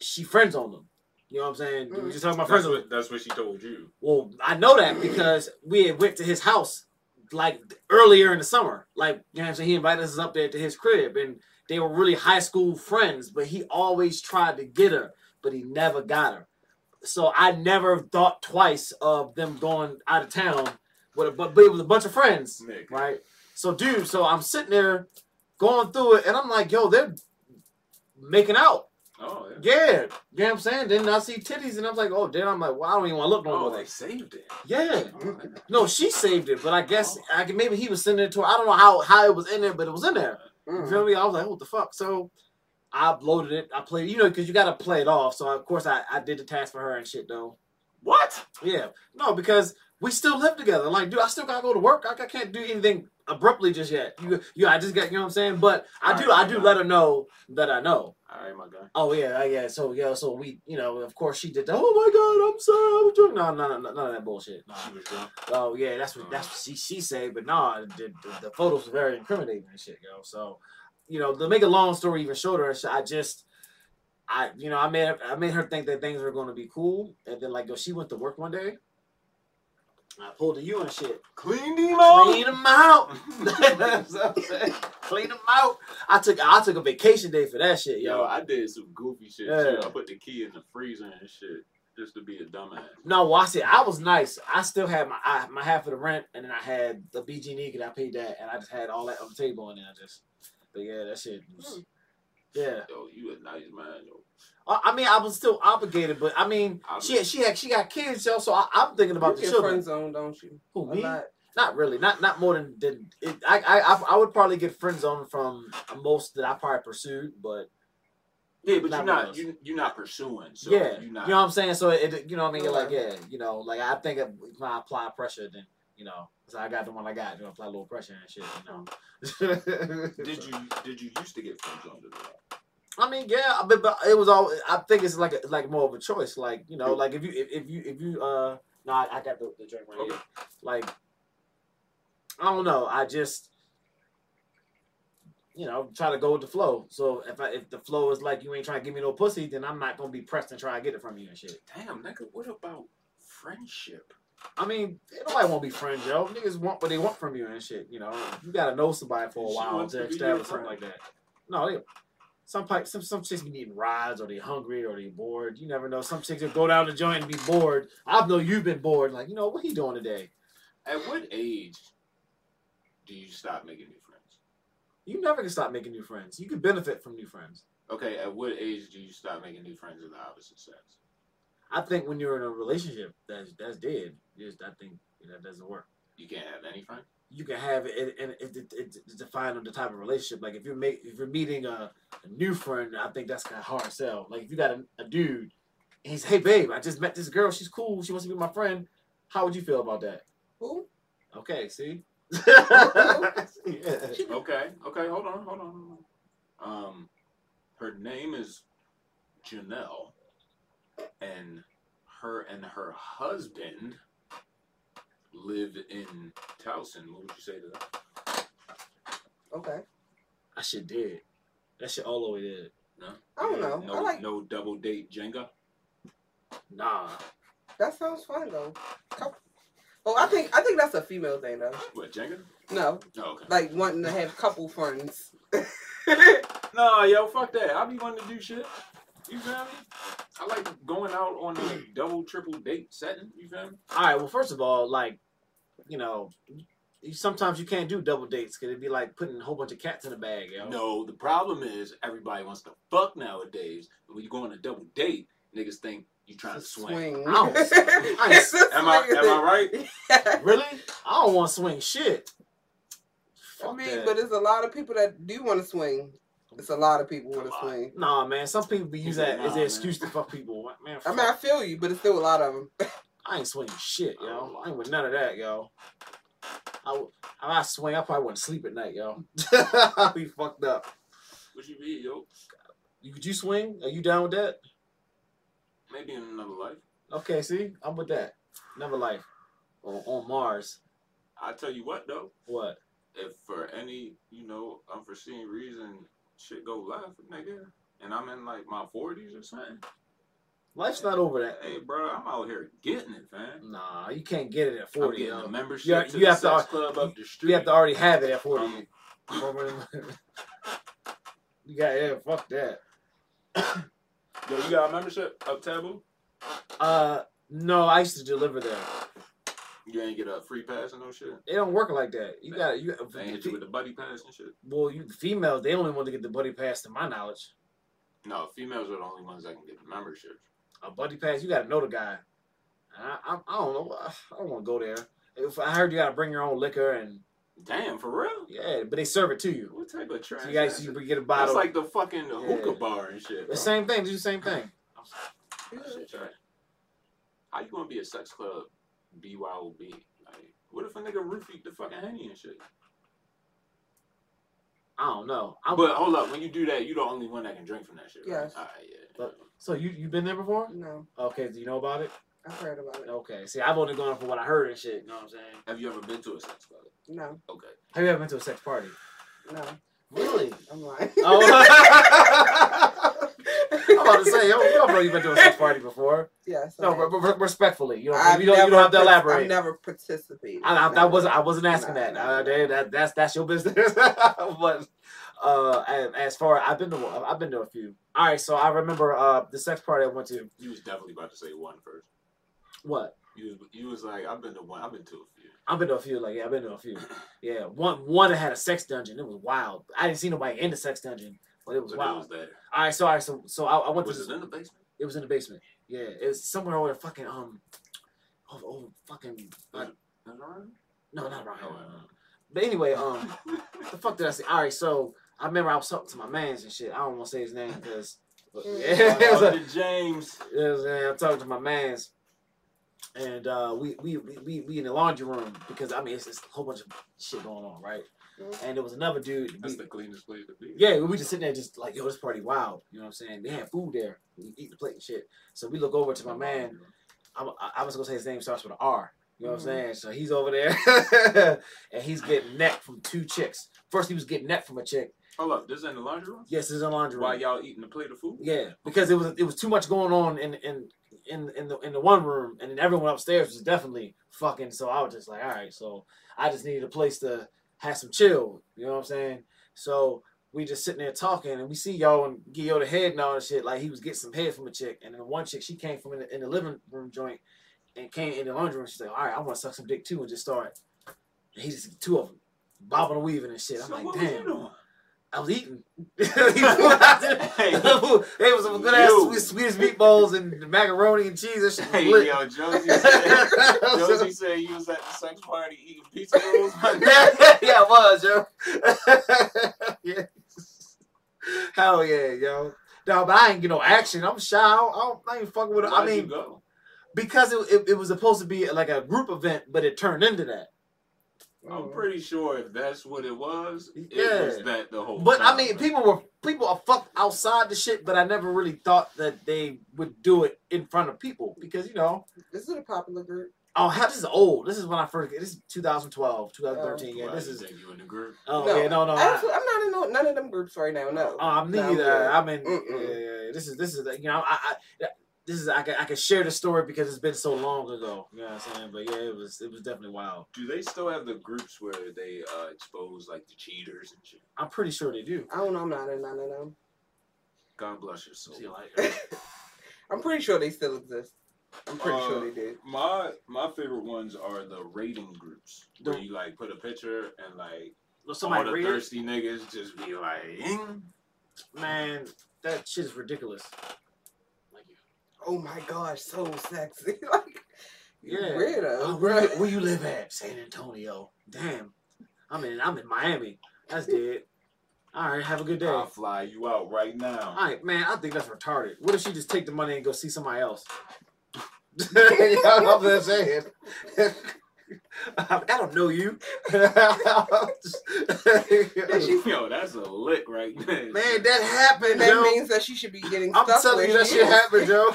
D: she friends on him. You know what I'm saying? We were just talking about friends.
B: That's
D: on
B: what, that's what she told you.
D: Well, I know that because we had went to his house like earlier in the summer. Like you know what I'm saying? He invited us up there to his crib, and they were really high school friends. But he always tried to get her, but he never got her. So I never thought twice of them going out of town. With a, bu- but it was a bunch of friends
B: Nick.
D: right? So, dude, so I'm sitting there going through it, and I'm like, yo, they're making out.
B: Oh, yeah.
D: Yeah, you know what I'm saying? Then I see titties, and I'm like, oh, damn, I'm like, well, I don't even want to look no
B: Oh,
D: more.
B: they saved it.
D: yeah.
B: Oh, yeah.
D: No, she saved it, but I guess I can, maybe he was sending it to her. I don't know how, how it was in there, but it was in there. You
C: Mhm.
D: feel me? I was like, what the fuck? So I uploaded it. I played, you know, because you got to play it off. So, of course, I, I did the task for her and shit, though.
B: What?
D: Yeah, no, because we still live together. Like, dude, I still gotta go to work. Like, I can't do anything abruptly just yet. You, you, I just got, you know what I'm saying? But I do, I do let her know that I know.
B: All right, my guy.
D: Oh yeah, uh, yeah. So yeah, so we, you know, of course she did. The, oh my god, I'm sorry, I was drunk. No, no, no, none of that bullshit. No.
B: She was drunk.
D: Oh yeah, that's what that's what she she said. But nah, the, the, the photos were very incriminating and shit, yo. So, you know, to make a long story even shorter, sh- I just, I you know, I made her- I made her think that things were going to be cool, and then like yo, she went to work one day. and I pulled the U and shit.
B: Clean Nemo.
D: Clean them out. That's what I'm saying. Clean them out. I took I took a vacation day for that shit,
B: Yo,
D: yo.
B: I did some goofy shit
D: Yeah.
B: too. I put the key in the freezer and shit just to be a dumbass.
D: No, well, I said I was nice. I still had my I, my half of the rent, and then I had the BG and I paid that, and I just had all that on the table, and then I just, but yeah, that shit.
C: Hmm.
D: Was, yeah,
B: Yo, you a nice man. Yo.
D: I, I mean, I was still obligated, but I mean,
B: I
D: she she had she got kids, yo, so I, I'm thinking about
C: you
D: the
C: get
D: children.
C: friend zone, don't you?
D: Who
C: A
D: me?
C: lot.
D: Not really. Not not more than than it, I, I I I would probably get friend zone from most that I probably pursued, but
B: Yeah,
D: Not
B: but you're
D: with us.
B: not you you're not pursuing. So
D: yeah,
B: you're not.
D: you know what I'm saying. So it, it- you know what I mean. You're like, yeah,
C: Okay.
D: you know, like I think if I apply pressure, then you know, so I got the one I got. You know, apply a little pressure and shit. You know.
B: did you did you used to get friends under that?
D: I mean, yeah, but, but it was all. I think it's like a, like more of a choice. Like you know, like if you if, if you if you uh no, I, I got the, the drink right here.
B: Okay.
D: Like I don't know. I just you know try to go with the flow. So if I, if the flow is like you ain't trying to give me no pussy, then I'm not gonna be pressed and try to get it from you and shit.
B: Damn, nigga, what about friendship?
D: I mean, ain't nobody want to be friends, yo. Niggas want what they want from you and shit. You know, you gotta know somebody for a
B: She
D: while
B: wants to
D: to
B: be your
D: establish something
B: friend.
D: like that. No, they, some pipe, some some chicks be needing rides or they hungry or they bored. You never know. Some chicks will go down the joint and be bored. I know you've been bored. Like, you know, what he doing today?
B: At what age do you stop making new friends?
D: You never can stop making new friends. You can benefit from new friends.
B: Okay, at what age do you stop making new friends of the opposite sex?
D: I think when you're in a relationship, that's that's dead. Just I think that doesn't work.
B: You can't have any friends.
D: you can have it and it, it, it, it's defined on the type of relationship. Like if you're make, if you're meeting a, a new friend, I think that's kind of hard sell. Like if you got a, a dude And he's, hey babe, I just met this girl. She's cool. She wants to be my friend. How would you feel about that?
C: Who?
D: Okay, see.
C: Yeah.
D: Oh.
B: Okay, okay, hold on, hold on, hold on. Um, her name is Janelle, and her and her husband live in Towson. What would you say to that?
C: Okay.
D: I should did. That shit all the way did.
B: No,
C: I don't know.
B: No,
C: I like-
B: no double date Jenga.
D: Nah.
C: That sounds fun though. Couple- Oh, I think I think that's a female thing though.
B: What Jenga?
C: No,
B: Oh, okay.
C: like wanting to have couple friends.
B: No, yo, fuck that. I be wanting to do shit. You feel me? I like going out on a double, triple date setting. You feel me?
D: All right. Well, first of all, like, you know, you- sometimes you can't do double dates because it'd be like putting a whole bunch of cats in a bag, yo.
B: No, the problem is everybody wants to fuck nowadays. When you go on a double date, niggas think you trying to swing.
C: Swing.
D: I don't swing. I ain't-
C: It's a
B: Am I
C: swing
B: am I right?
C: thing.
D: Really? I don't want to swing shit.
C: I
D: Fuck
C: mean,
D: that.
C: but it's a lot of people that do want to swing. It's a lot of people want to
B: Come on.
C: swing.
D: Nah, man. Some people be use that
B: Nah,
D: as
B: man.
D: their excuse to fuck people. Man,
C: I
D: fuck.
C: mean, I feel you, but it's still a lot of them.
D: I ain't swinging shit,
C: Oh.
D: yo. I ain't with none of that, yo. I w- if I swing, I probably wouldn't sleep at night, yo. I'd be fucked up.
B: What you mean, yo?
D: You, could you swing? Are you down with that?
B: Maybe in another life.
D: Okay, see, I'm with that. Never life on, on Mars.
B: I tell you what though,
D: What?
B: if for any you know unforeseen reason shit go left, nigga, and I'm in like my forties or something,
D: Life's not over that.
B: hey, bro, I'm out here getting it, man.
D: Nah, you can't get it at
B: I'm
D: 40.
B: getting
D: yo.
B: a membership
D: um, Yeah,
B: to
D: you
B: the
D: have to-
B: sex club up the street.
D: You have to already have it at 40.
B: Um,
D: you got yeah, fuck that.
B: Yo, you got a membership up Taboo?
D: Uh, no, I used to deliver there.
B: You ain't get a free pass and no shit.
D: It don't work like that. You got to you.
B: They ain't hit you with the buddy pass and shit.
D: Well, you females, they only want to get the buddy pass, to my knowledge.
B: No, females are the only ones that can get the membership.
D: A buddy pass, you got to know the guy. And I, I, I don't know. I don't want to go there. If I heard you got to bring your own liquor and
B: Damn, for real?
D: yeah, but they serve it to you.
B: What type of trash?
D: So you guys, you get a bottle.
B: That's like the fucking
D: Yeah.
B: hookah bar and shit.
D: the
B: bro.
D: same thing. Do the same thing.
B: That shit trash. How you gonna be a sex club BYOB? Like, what if a nigga roofied the fucking henny and shit?
D: I don't know. I'm,
B: but hold up, when you do that, you the only one that can drink from that shit.
C: Yes.
B: Right? All right, yeah.
D: But- so you you been there before?
C: No,
D: Okay, do you know about it?
C: I've heard about it.
D: Okay. See, I've only gone for what I heard and shit. You know what I'm saying?
B: Have you ever been to a sex club?
C: No,
B: Okay.
D: Have you ever been to a sex party?
C: no,
D: Really?
C: I'm lying.
D: Oh. I'm about to say, yo, we all know you've been to a sex party before.
C: yes.
D: No,
C: okay.
D: re- re- respectfully, you don't,
C: I've
D: you don't, you don't have to
C: never par-
D: elaborate.
C: I've never participated.
D: I, I, that
C: Never.
D: wasn't I wasn't asking
C: Nah,
D: that.
C: nah,
D: Uh,
C: nah.
D: that, that- That's that's your business. but uh, as, as far I've been to one- I've been to a few. All right, so I remember uh, the sex party I went to.
B: You was definitely about to say one first.
D: What
B: You was, you was like, I've been to one, I've been to a few.
D: I've been to a few. Like yeah, I've been to a few. Yeah, one one that had a sex dungeon. It was wild. I didn't see nobody in the sex dungeon, but it was
B: But it
D: wild.
B: was there.
D: all right, so all right, so so I, I went
B: Was
D: to this.
B: it in the basement?
D: It was in the basement. Yeah, it was somewhere over fucking um, over, over fucking uh,
B: Is it around?
D: no, not around. here.
B: Oh, wow.
D: But anyway, um. the fuck did I say? All right, so I remember I was talking to my mans and shit. I don't want to say his name because
B: Oh,
D: yeah, it was a,
B: Uncle James.
D: it was, uh, I'm talking to my mans, and uh, we, we we we we in the laundry room because I mean it's, it's a whole bunch of shit going on, right?
C: Mhm.
D: And there was another dude.
B: That's
D: we-
B: the cleanest place to be.
D: yeah, we just sitting there, just like yo, this party wild. You know what I'm saying? They had food there. We eat the plate and shit. So we look over to my man, I'm, I, I was gonna say his name starts with an R. You know what I'm saying? So he's over there, and he's getting neck from two chicks. First, he was getting neck from a chick.
B: Hold up, this is in the laundry room?
D: Yes, it's in laundry
B: While
D: room.
B: y'all eating a plate of food?
D: Yeah, because it was it was too much going on in in in in the in the one room, and then everyone upstairs was definitely fucking. So I was just like, all right, so I just needed a place to have some chill. You know what I'm saying? So we just sitting there talking, and we see y'all and Gio the head and all that shit. Like he was getting some head from a chick, and then one chick she came from in the, in the living room joint and came in the laundry room. She's like, all right, I want to suck some dick too, and just start. And he just two of them bobbing and weaving and shit. I'm
B: So
D: like,
B: what was you
D: damn.
B: doing?
D: I was eating. He pulled out the-
B: Hey.
D: they was some good ass
B: Yo.
D: sweet, Swedish meatballs and macaroni and cheese. That shit was
B: Hey,
D: lit.
B: yo, Josie said, Josie
D: yeah,
B: said you was at the sex party eating pizza rolls.
D: yeah, it was, yo. yeah. Hell yeah, yo. No, but I ain't get no action. I'm shy. I, don't, I, don't, I ain't fucking with it. I
B: Why'd you
D: mean,
B: go?
D: because it, it, it was supposed to be like a group event, but it turned into that.
C: Mm.
B: I'm pretty sure if that's what it was, it
D: oh. Yeah.
B: was that the whole.
D: But I
B: time,
D: mean,
B: man.
D: people were people are fucked outside the shit, but I never really thought that they would do it in front of people because you know,
C: This is a popular group.
D: oh, how this is old. This is when I first. This is 2012, 2013.
B: Why
D: yeah, this
B: you
D: is.
B: think you in the group.
D: Oh
C: Oh, No,
D: yeah, no, no. I-
C: Actually, I'm not in no, none of them groups right now. No.
D: Oh, I'm
C: No, I'm
D: neither.
C: good.
D: I mean, yeah,
C: Mm-mm.
D: yeah, yeah. this is this is like, you know I, I this is I can I can share the story because it's been so long ago. You know what I'm saying? But yeah, it was it was definitely wild.
B: Do they still have the groups where they uh, expose like the cheaters and shit?
D: I'm pretty sure they do.
C: I don't know. I'm not in none of them.
B: God bless your soul.
D: See, like,
C: I'm pretty sure they still exist. I'm pretty
B: Uh,
C: sure they did.
B: My my favorite ones are the rating groups where
D: The-
B: you like put a picture and like
D: well,
B: all
D: somebody
B: the
D: read it?
B: thirsty niggas just be like, "Mm."
D: man, that shit is ridiculous. Like,
C: Oh my gosh, so sexy. like, you
D: Yeah.
C: weirdo.
D: oh, where, you- where you live at? San Antonio. Damn, I'm in I'm in Miami. That's dead. All right, have a good day.
B: I'll
D: All
B: fly you out right now.
D: right, man, I think that's retarded. What if she just take the money and go see somebody else? You know what I'm just saying. I don't know you.
B: Yo, that's a lick right there.
D: Man, that happened,
C: that
D: yo.
C: means that she should be getting
D: I'm
C: stuff.
D: telling
C: where
D: you, that
C: she
D: shit
C: is.
D: happened, Joe.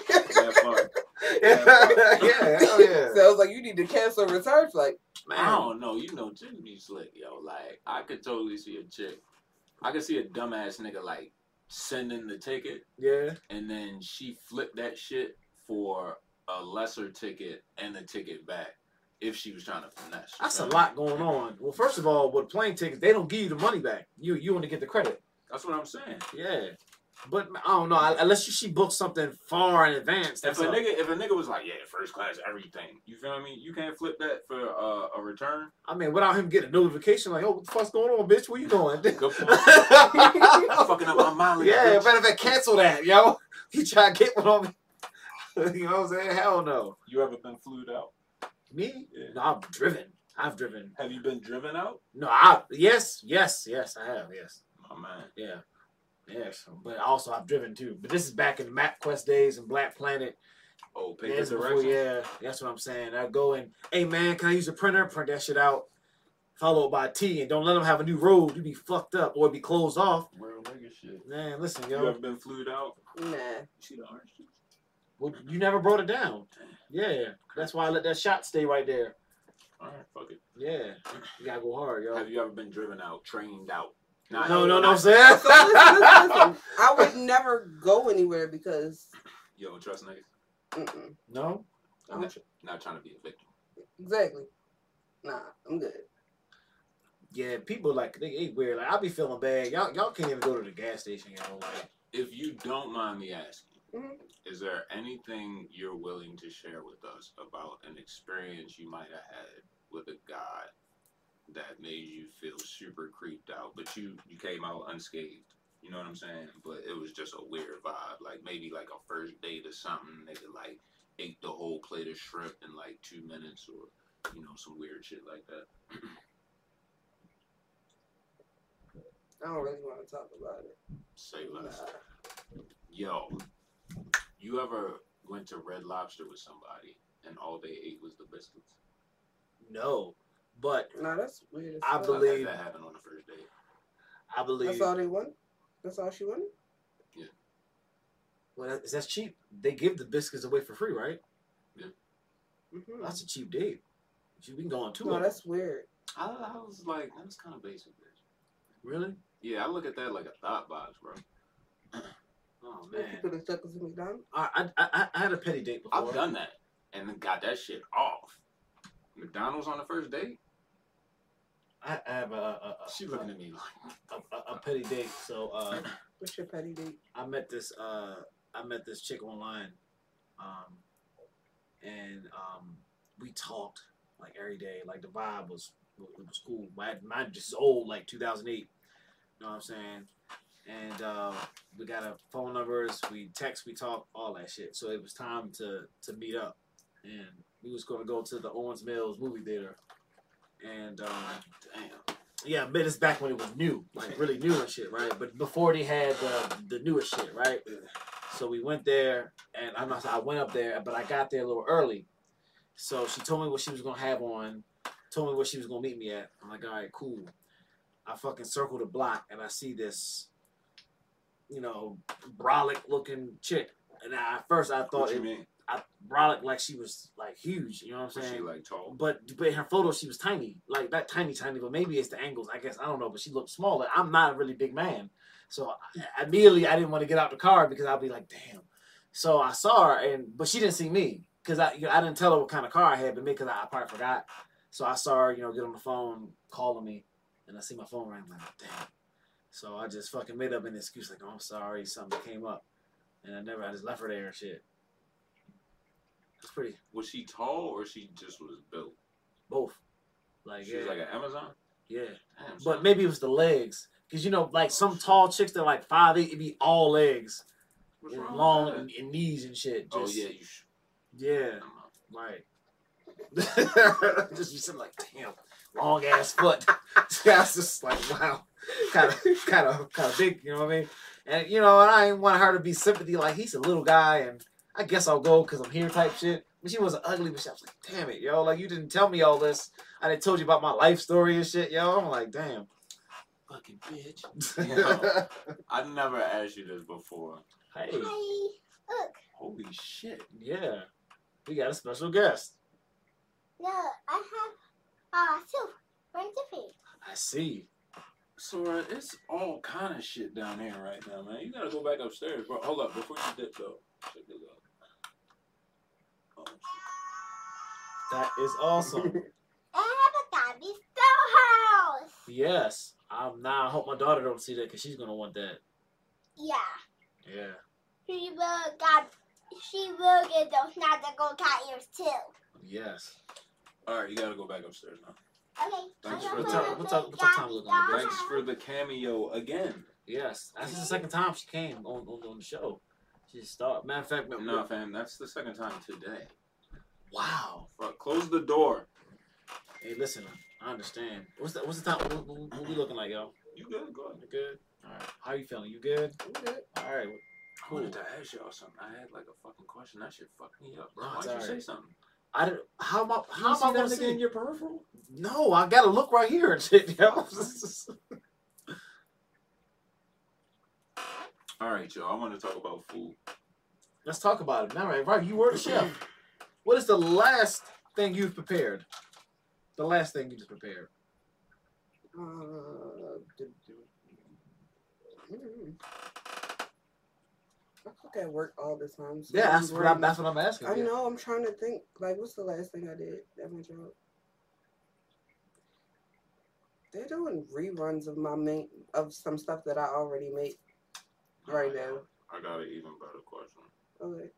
B: That part.
D: yeah, oh yeah.
C: So I was like, you need to cancel returns. Like,
B: I don't know. You know, Jimmy be slick, yo. Like, I could totally see a chick. I could see a dumbass nigga like sending the ticket,
D: yeah.
B: and then she flipped that shit for a lesser ticket and the ticket back if she was trying to finesse. you
D: That's a
B: feel me?
D: lot going on. Well, first of all, with plane tickets, they don't give you the money back. You you only get the credit.
B: That's what I'm saying.
D: Yeah. But I don't know. I- Unless you, she books something far in advance.
B: If
D: That's
B: a
D: all.
B: nigga, if a nigga was like, yeah, first class, everything. You feel me? You can't flip that for uh, a return.
D: I mean, without him getting a notification, like, oh, what the fuck's going on, bitch? Where you going?
B: Good point. I'm
D: yeah,
B: fucking up my mileage. bitch.
D: matter of fact, cancel that, yo. You try to get one on me. you know what I'm saying? Hell no.
B: You ever been flued out?
D: Me?
B: Yeah.
D: No, I've driven. I've driven.
B: Have you been driven out?
D: No, I yes, yes, yes, I have, yes.
B: My man.
D: Yeah. Yes. But also I've driven too. But this is back in MapQuest days and Black Planet.
B: Oh, pick
D: Years
B: the
D: before,
B: direction.
D: yeah, that's what I'm saying. I go and hey man, can I use a printer? Print that shit out. Followed by T and don't let them have a new road. You be fucked up or be closed off.
B: Real nigga shit.
D: Man, listen,
B: You
D: yo.
B: ever been flued out?
C: nah.
B: You see the orange juice?
D: Well, you never brought it down. Yeah. That's why I let that shot stay right there.
B: All right, fuck it.
D: Yeah. You gotta go hard, yo.
B: Have you ever been driven out, trained out? Not-
D: No, no, no, I'm saying.
C: So listen, listen, listen. I would never go anywhere because.
B: Yo, trust niggas.
C: Mm-mm.
D: No?
B: I'm
C: Oh.
B: not, not trying to be a victim.
C: Exactly. Nah, I'm good.
D: Yeah, people like they, they weird. Like I be feeling bad. Y'all y'all can't even go to the gas station, y'all like
B: If you don't mind me asking,
C: Mhm.
B: is there anything you're willing to share with us about an experience you might have had with a guy that made you feel super creeped out, but you you came out unscathed? You know what I'm saying? But it was just a weird vibe, like maybe like a first date or something. Nigga like ate the whole plate of shrimp in like two minutes, or you know some weird shit like that.
C: I don't really want to talk about it.
B: Say
C: Nah.
B: less. Yo, you ever went to Red Lobster with somebody and all they ate was the biscuits?
D: No. But
C: Nah, that's weird. as
D: I
C: fuck.
B: I've
D: believe-
B: had that happen on the first date.
D: I believe
C: That's all they want. That's all she wanted.
D: Well, that, is that cheap? They give the biscuits away for free, right?
C: Mm-hmm.
D: That's a cheap date. You can go on two.
C: No,
D: of them.
C: that's weird.
B: I, I was like, that's kind of basic, bitch.
D: really.
B: Yeah, I look at that like a thought box, bro.
D: Oh
C: Like, You
D: man,
C: could have took us to McDonald's.
D: I, I I I had a petty date before.
B: I've done that and then got that shit off. McDonald's on the first date?
D: I, I have a a, a,
B: She looking at me like,
D: a, a, a petty date. So uh,
C: What's your petty date?
D: I met this uh I met this chick online, um, and um we talked like every day. Like the vibe was it was cool. My mine just is old, like 2008. You know what I'm saying? And uh, we got our phone numbers. We text. We talk. All that shit. So it was time to to meet up, and we was gonna go to the Owens Mills movie theater, and um,
B: damn.
D: Yeah, mid is back when it was new, like really new and shit, right? But before they had the the newest shit, right? So we went there, and I'm not. I went up there, but I got there a little early. So she told me what she was gonna have on, told me where she was gonna meet me at. I'm like, all right, cool. I fucking circle the block, and I see this, you know, brolic looking chick. And I, at first, I
B: What
D: thought
B: you
D: it,
B: mean?
D: I brolic like she was like huge. You know what I'm
B: Was
D: saying?
B: she like tall?
D: But but in her photo she was tiny, like not tiny tiny, but maybe it's the angles. I guess I don't know, but she looked smaller. I'm not a really big man, so I, immediately I didn't want to get out the car because I'd be like, damn. So I saw her, and but she didn't see me because I you know, I didn't tell her what kind of car I had, but me because I, I probably forgot. So I saw her, you know, get on the phone, calling me, and I see my phone ring. I'm like, damn. So I just fucking made up an excuse like, oh, I'm sorry, something came up, and I never, I just left her there and shit. It's pretty
B: Was she tall or she just was built?
D: both, like
B: She was
D: yeah,
B: like an Amazon.
D: yeah.
B: Damn,
D: But
B: son.
D: maybe it was the legs. Because, you know, like some tall chicks, they're like five, eight, it'd be all legs.
B: What's
D: and
B: wrong with
D: long
B: that?
D: and, and knees and shit.
B: Oh
D: Just,
B: yeah, you should.
D: Yeah,
B: I'm not-
D: right. just be something like, damn, long ass foot. I was just like, wow. Kind of, kind of, kind of big, you know what I mean? And, you know, and I didn't want her to be sympathy, like, he's a little guy, and I guess I'll go because I'm here type shit. But she wasn't ugly, but she, I was like, damn it, yo. Like, you didn't tell me all this. I didn't told you about my life story and shit, yo. I'm like, damn.
B: Fucking bitch.
D: hey.
B: I never asked you this before. Holy shit.
D: Yeah, we got a special guest.
E: No, I have uh two recipes.
D: I see.
B: Sora, uh, it's all kind of shit down here right now, man. You gotta go back upstairs, bro. Hold up, before you dip though. Check this out. Oh,
D: That is awesome.
E: I have a Gabby Storehouse.
D: yes, I'm. Now I hope my daughter don't see that because she's gonna want that.
E: Yeah,
D: Yeah.
E: she will got she will get those not the gold cat ears too.
D: Yes.
B: all right, you gotta go back upstairs now.
E: Okay.
B: Thanks
E: I'm
B: for
E: gonna
B: the-
E: put
D: what's up-
E: my
D: what's up, Tom,
E: Gabby
D: looking like?
E: doll
B: Thanks
E: house.
B: for the cameo again.
D: Yes. That's the second time she came on on, on the show. She started. Matter of fact, no.
B: No, fam, that's the second time today.
D: Wow.
B: Fuck, close the door.
D: Hey, listen. I understand. What's the What's the time? What, what, what we looking like, yo?
B: You good? Go ahead.
D: You good? All right. How you feeling? You good? All right.
B: I wanted to ask y'all something. I had like a fucking question. That shit fucked me up, bro.
D: No,
B: Why'd
D: it's
B: you
D: all
B: say
D: right.
B: something?
D: I don't. How am I?
B: You
D: How am
B: see
D: I
B: that
D: gonna
B: nigga in
D: see?
B: your peripheral?
D: No, I gotta look right here and shit, yo.
B: All right, y'all. I want to talk about food.
D: Let's talk about it. All right, right. You were the chef. What is the last thing you've prepared? The last thing you just prepared.
C: Uh, do- do- mm. I cook at work all the time. so
D: Yeah,
C: I'm
D: that's what I'm.
C: worried.
D: That's what I'm asking.
C: I
D: yeah.
C: know. I'm trying to think. Like, what's the last thing I did at my job? They're doing reruns of my main of some stuff that I already make right now.
B: I got an even better question.
C: Okay.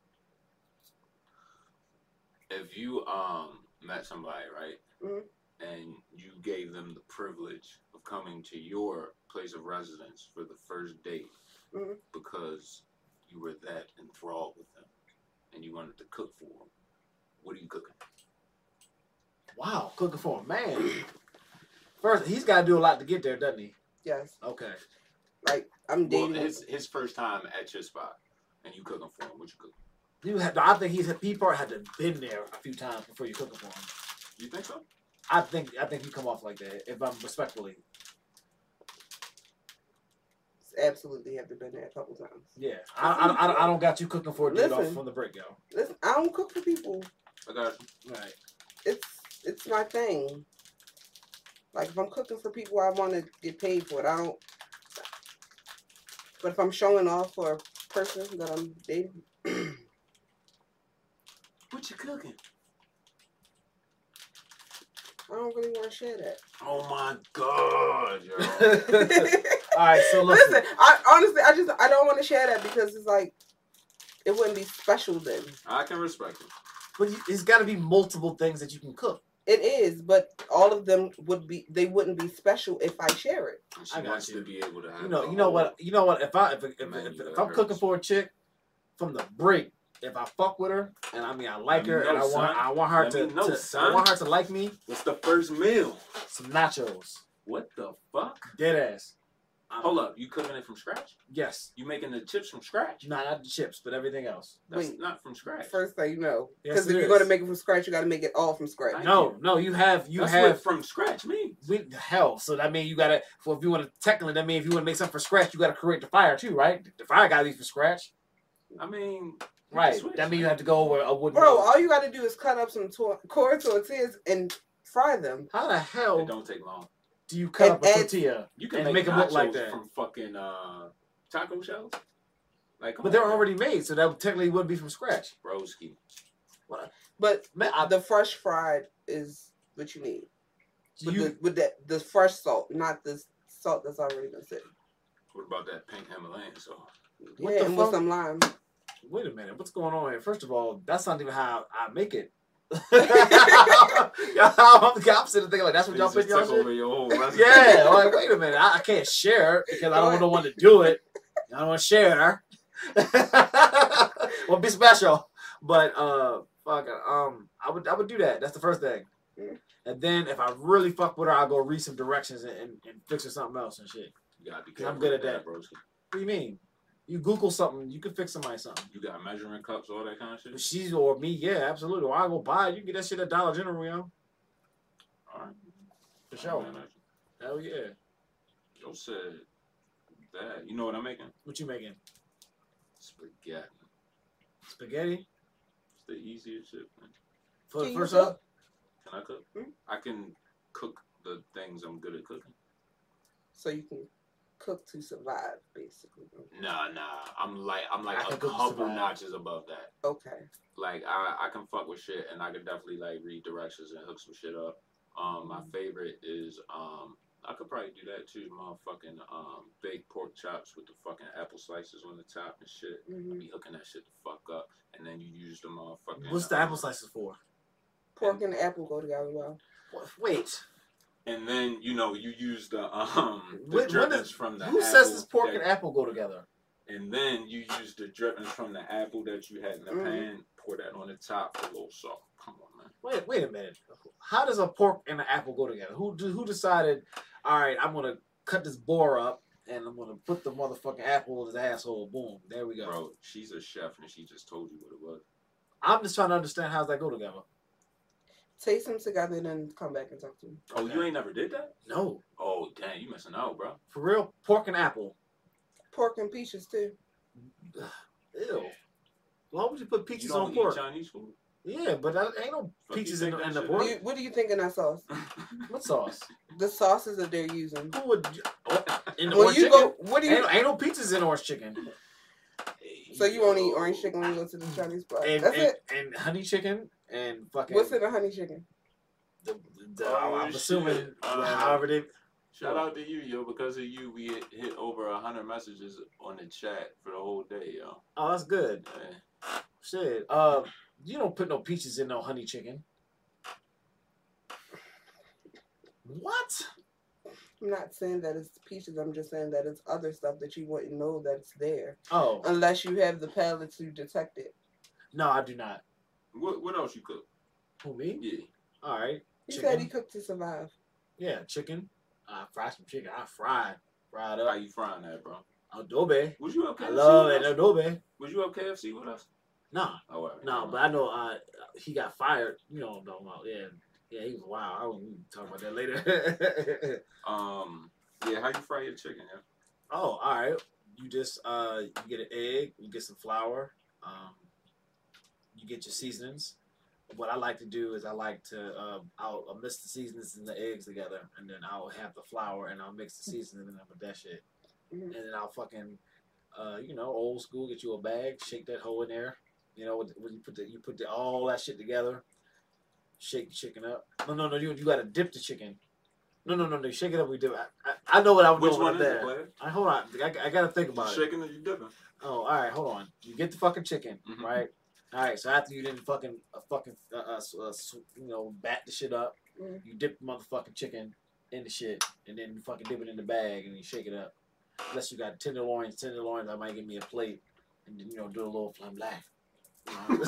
B: if you um met somebody right
C: Mhm.
D: Mm-hmm.
B: and you gave them the privilege of coming to your place of residence for the first date
D: Mm-hmm.
C: Mhm.
B: because you were that enthralled with them and you wanted to cook for them what are you cooking
D: Wow, cooking for a man. First, he's got to do a lot to get there, doesn't he?
C: Yes.
D: Okay.
C: Like I'm
B: well,
C: dating.
B: his, his first time at your spot and you cooking for him what you cooking
D: You have. I think he's. He probably had to been there a few times before you cooking for him.
B: you think so
D: I think. I think you come off like that. If I'm respectfully.
C: absolutely have to been there a couple times.
D: Yeah. I. I, I, I don't got you cooking for a dude off
C: Listen.
D: from the break, yo.
C: Listen, I don't cook for people.
B: i got you
D: Right.
C: It's it's my thing. Like if I'm cooking for people, I want to get paid for it. I don't. But if I'm showing off for a person that I'm dating,
B: what you cooking
C: I don't really want to share that.
B: oh my god yo.
D: all right. So listen.
C: Listen, I honestly, I just I don't want to share that because it's like it wouldn't be special then.
B: i can respect it
D: But you- it's got to be multiple things that you can cook.
C: It is, but all of them would be they wouldn't be special if I share it.
B: And
D: I
B: she
D: got
B: wants
D: you.
B: to be able to have
D: You know,
B: the
D: you know
B: whole-
D: what, you know what. If I if if, if,
B: Man,
D: if,
B: you
D: I'm
B: hurt
D: cooking
B: us.
D: for a chick from the break, if I fuck with her and I mean I like
B: Let me
D: her and I
B: know,
D: want
B: son.
D: I want her
B: Let
D: to,
B: me know,
D: to I
B: son.
D: want her to like me,
B: what's the first meal
D: some nachos.
B: What the fuck?
D: Dead ass. I'm-
B: Hold up, you cooking it from scratch?
D: Yes.
B: You making the chips from scratch?
D: Nah, not the chips, but everything else.
B: That's
C: Wait.
B: not from scratch.
C: First thing you know,
D: Yes,
C: because
D: it
C: if
D: is.
C: you're gonna make it from scratch, you gotta make it all from scratch.
B: Thank
D: No,
B: you.
D: no, you have you
B: That's
D: have
B: what from scratch means.
D: we, hell. So that means you gotta. Well, if you want to technically, that means if you want to make something for scratch, you gotta create the fire too, right? The fire gotta be from scratch,
B: I mean,
D: right?
B: switch,
D: That means you
B: man.
D: have to go over a wooden.
C: Bro, all you gotta do is cut up some tor- corn tortillas and fry them.
D: how the
B: it
D: hell
B: don't take long.
D: do you cut
C: And
D: up a
C: add-
D: tortilla?
B: You can
D: And
B: make,
D: make 'em
B: nachos
D: look like that.
B: from fucking uh, taco shells. Like, come
D: But
B: on,
D: they're
B: man.
D: already made, so that technically would be from scratch.
B: broski.
C: But
D: Man, I,
C: the fresh fried is what you need with
D: you,
C: the with that the fresh salt, not the salt that's already been sitting.
B: What about that pink Himalayan sauce?
D: What
C: yeah,
D: the
C: and
D: fuck?
C: with some lime.
D: wait a minute, what's going on here? First of all, that's not even how I make it. I'm the opposite of thinking like that's what y'all
B: Niggas
D: put
B: just
D: y'all
B: took
D: shit.
B: over your whole recipe.
D: Yeah, like wait a minute, I, I can't share it because I don't want no one to do it. I don't want to share. well, be special, but uh, fuck, um, I would I would do that. That's the first thing, and then if I really fuck with her, I'll go read some directions and, and, and fix her something else and shit.
B: You gotta be
D: Yeah,
B: careful.
D: I'm good
B: with
D: at that.
B: broski.
D: What do you mean? You Google something, you can fix somebody something.
B: You got measuring cups, all that kind of
D: If
B: shit.
D: She's or me, yeah, absolutely. Or I go buy it, you can get that shit at Dollar General, yo.
B: All right.
D: For sure.
B: Mm-hmm.
D: Hell yeah.
B: Joe said that. You know what I'm making?
D: What you making?
B: Spaghetti.
D: Spaghetti?
B: It's the easiest shit. Man.
D: For the
C: Can you
D: first
C: cook?
D: up?
B: Can I cook?
C: Hmm?
B: I can cook the things I'm good at cooking.
C: So you can cook to survive, basically.
B: Nah, nah. I'm like I'm like
D: I
B: a
D: can cook
B: couple
D: survive.
B: notches above that.
C: Okay.
B: Like I, I can fuck with shit and I can definitely like read directions and hook some shit up. Um
D: Hmm.
B: my favorite is um I could probably do that too, motherfucking um baked pork chops with the fucking apple slices on the top and shit.
C: Mhm.
B: be hooking that shit the fuck up, and then you use the motherfucking.
D: What's the
B: uh,
D: apple slices for?
C: Pork and apple go together well.
D: Wait,
B: And then you know you use the um the
D: When- when
B: drippings
D: is-
B: from the
D: who
B: apple
D: says this pork
B: that-
D: and apple go together?
B: And then you use the drippings from the apple that you had in the
C: Mm.
B: pan. Pour that on the top for a little salt. Come on, man.
D: Wait, wait a minute. How does a pork and an apple go together? Who who decided? All right, I'm gonna cut this boar up and I'm gonna put the motherfucking apple in his asshole. Boom, there we go.
B: Bro, she's a chef and she just told you what it was.
D: I'm just trying to understand how does that go together.
C: Taste them together, then come back and talk to me.
B: Oh, you
D: Okay.
B: ain't never did that?
D: No,
B: Oh, damn, you missing out, bro.
D: for real, pork and apple.
C: Pork and peaches too.
D: Ew. Why would you put
B: you
D: peaches
B: don't
D: on
B: eat
D: pork?
B: Chinese food.
D: Yeah, but that ain't no
B: Fuck
D: peaches
B: you
D: in,
B: think
D: the-
B: that
D: in the
B: shit
C: Do
D: pork.
C: you- what do you think in that sauce?
D: What sauce?
C: The sauces that they're using.
D: Who would
B: Oh,
D: in
C: When
D: orange
C: you
D: chicken?
C: go, what do
D: ain't,
C: you?
D: no- ain't no peaches in orange chicken.
C: So you won't eat orange chicken when you go to the Chinese spot.
D: And
C: That's
D: and,
C: it.
D: and honey chicken and fucking.
C: What's in a honey chicken?
D: the, the,
B: Oh,
D: I'm
B: shit.
D: assuming
B: Uh,
D: however they
B: Shout out to you, yo. Because of you, we hit, hit over a hundred messages on the chat for the whole day, yo.
D: oh that's good
B: Yeah.
D: shit uh you don't put no peaches in no honey chicken what
C: I'm not saying that it's peaches. I'm just saying that it's other stuff that you wouldn't know that's there
D: oh
C: unless you have the palate to detect it.
D: no i do not
B: What What else you cook?
D: who me
B: Yeah.
D: all right
C: He said
D: Chicken.
C: he cooked to survive.
D: yeah chicken i fried some chicken i fried fried
B: How
D: up
B: you frying that, bro?
D: adobe
B: Was you up KFC?
D: i love
B: with
D: an
B: us?
D: adobe
B: Was you up KFC with us?
D: nah
B: Oh, all right.
D: nah but i know uh he got fired you know no no yeah yeah he was wild i will talk about that later
B: um, yeah. How you fry your chicken? Yeah.
D: Oh, all right. You just uh, you get an egg, you get some flour, um, you get your seasonings. What I like to do is I like to uh, I'll, I'll mix the seasonings and the eggs together, and then I'll have the flour and I'll mix the seasoning and I'll put that shit, and
C: Mhm.
D: then I'll fucking uh, you know old school get you a bag, shake that hole in there, you know with- when you put the you put the, all that shit together, shake the chicken up. No, no, no, you you gotta dip the chicken. No, no, no, no, shake it up. We dip. I, I, I know what I would
B: Which
D: do
B: one
D: with
B: is
D: that.
B: it, player?
D: I hold on. I, I gotta think
B: You
D: about it.
B: shaking or you dipping?
D: Oh, all right. Hold on. You get the fucking chicken,
B: Mhm.
D: right? All right. So after you didn't fucking uh, fucking uh, uh, s- uh, s- you know bat the shit up,
C: Mhm.
D: you dip the motherfucking chicken in the shit, and then you fucking dip it in the bag and you shake it up. Unless you got tenderloins, tenderloins, I might give me a plate and then you know do a little flam black.
B: do Mm-hmm.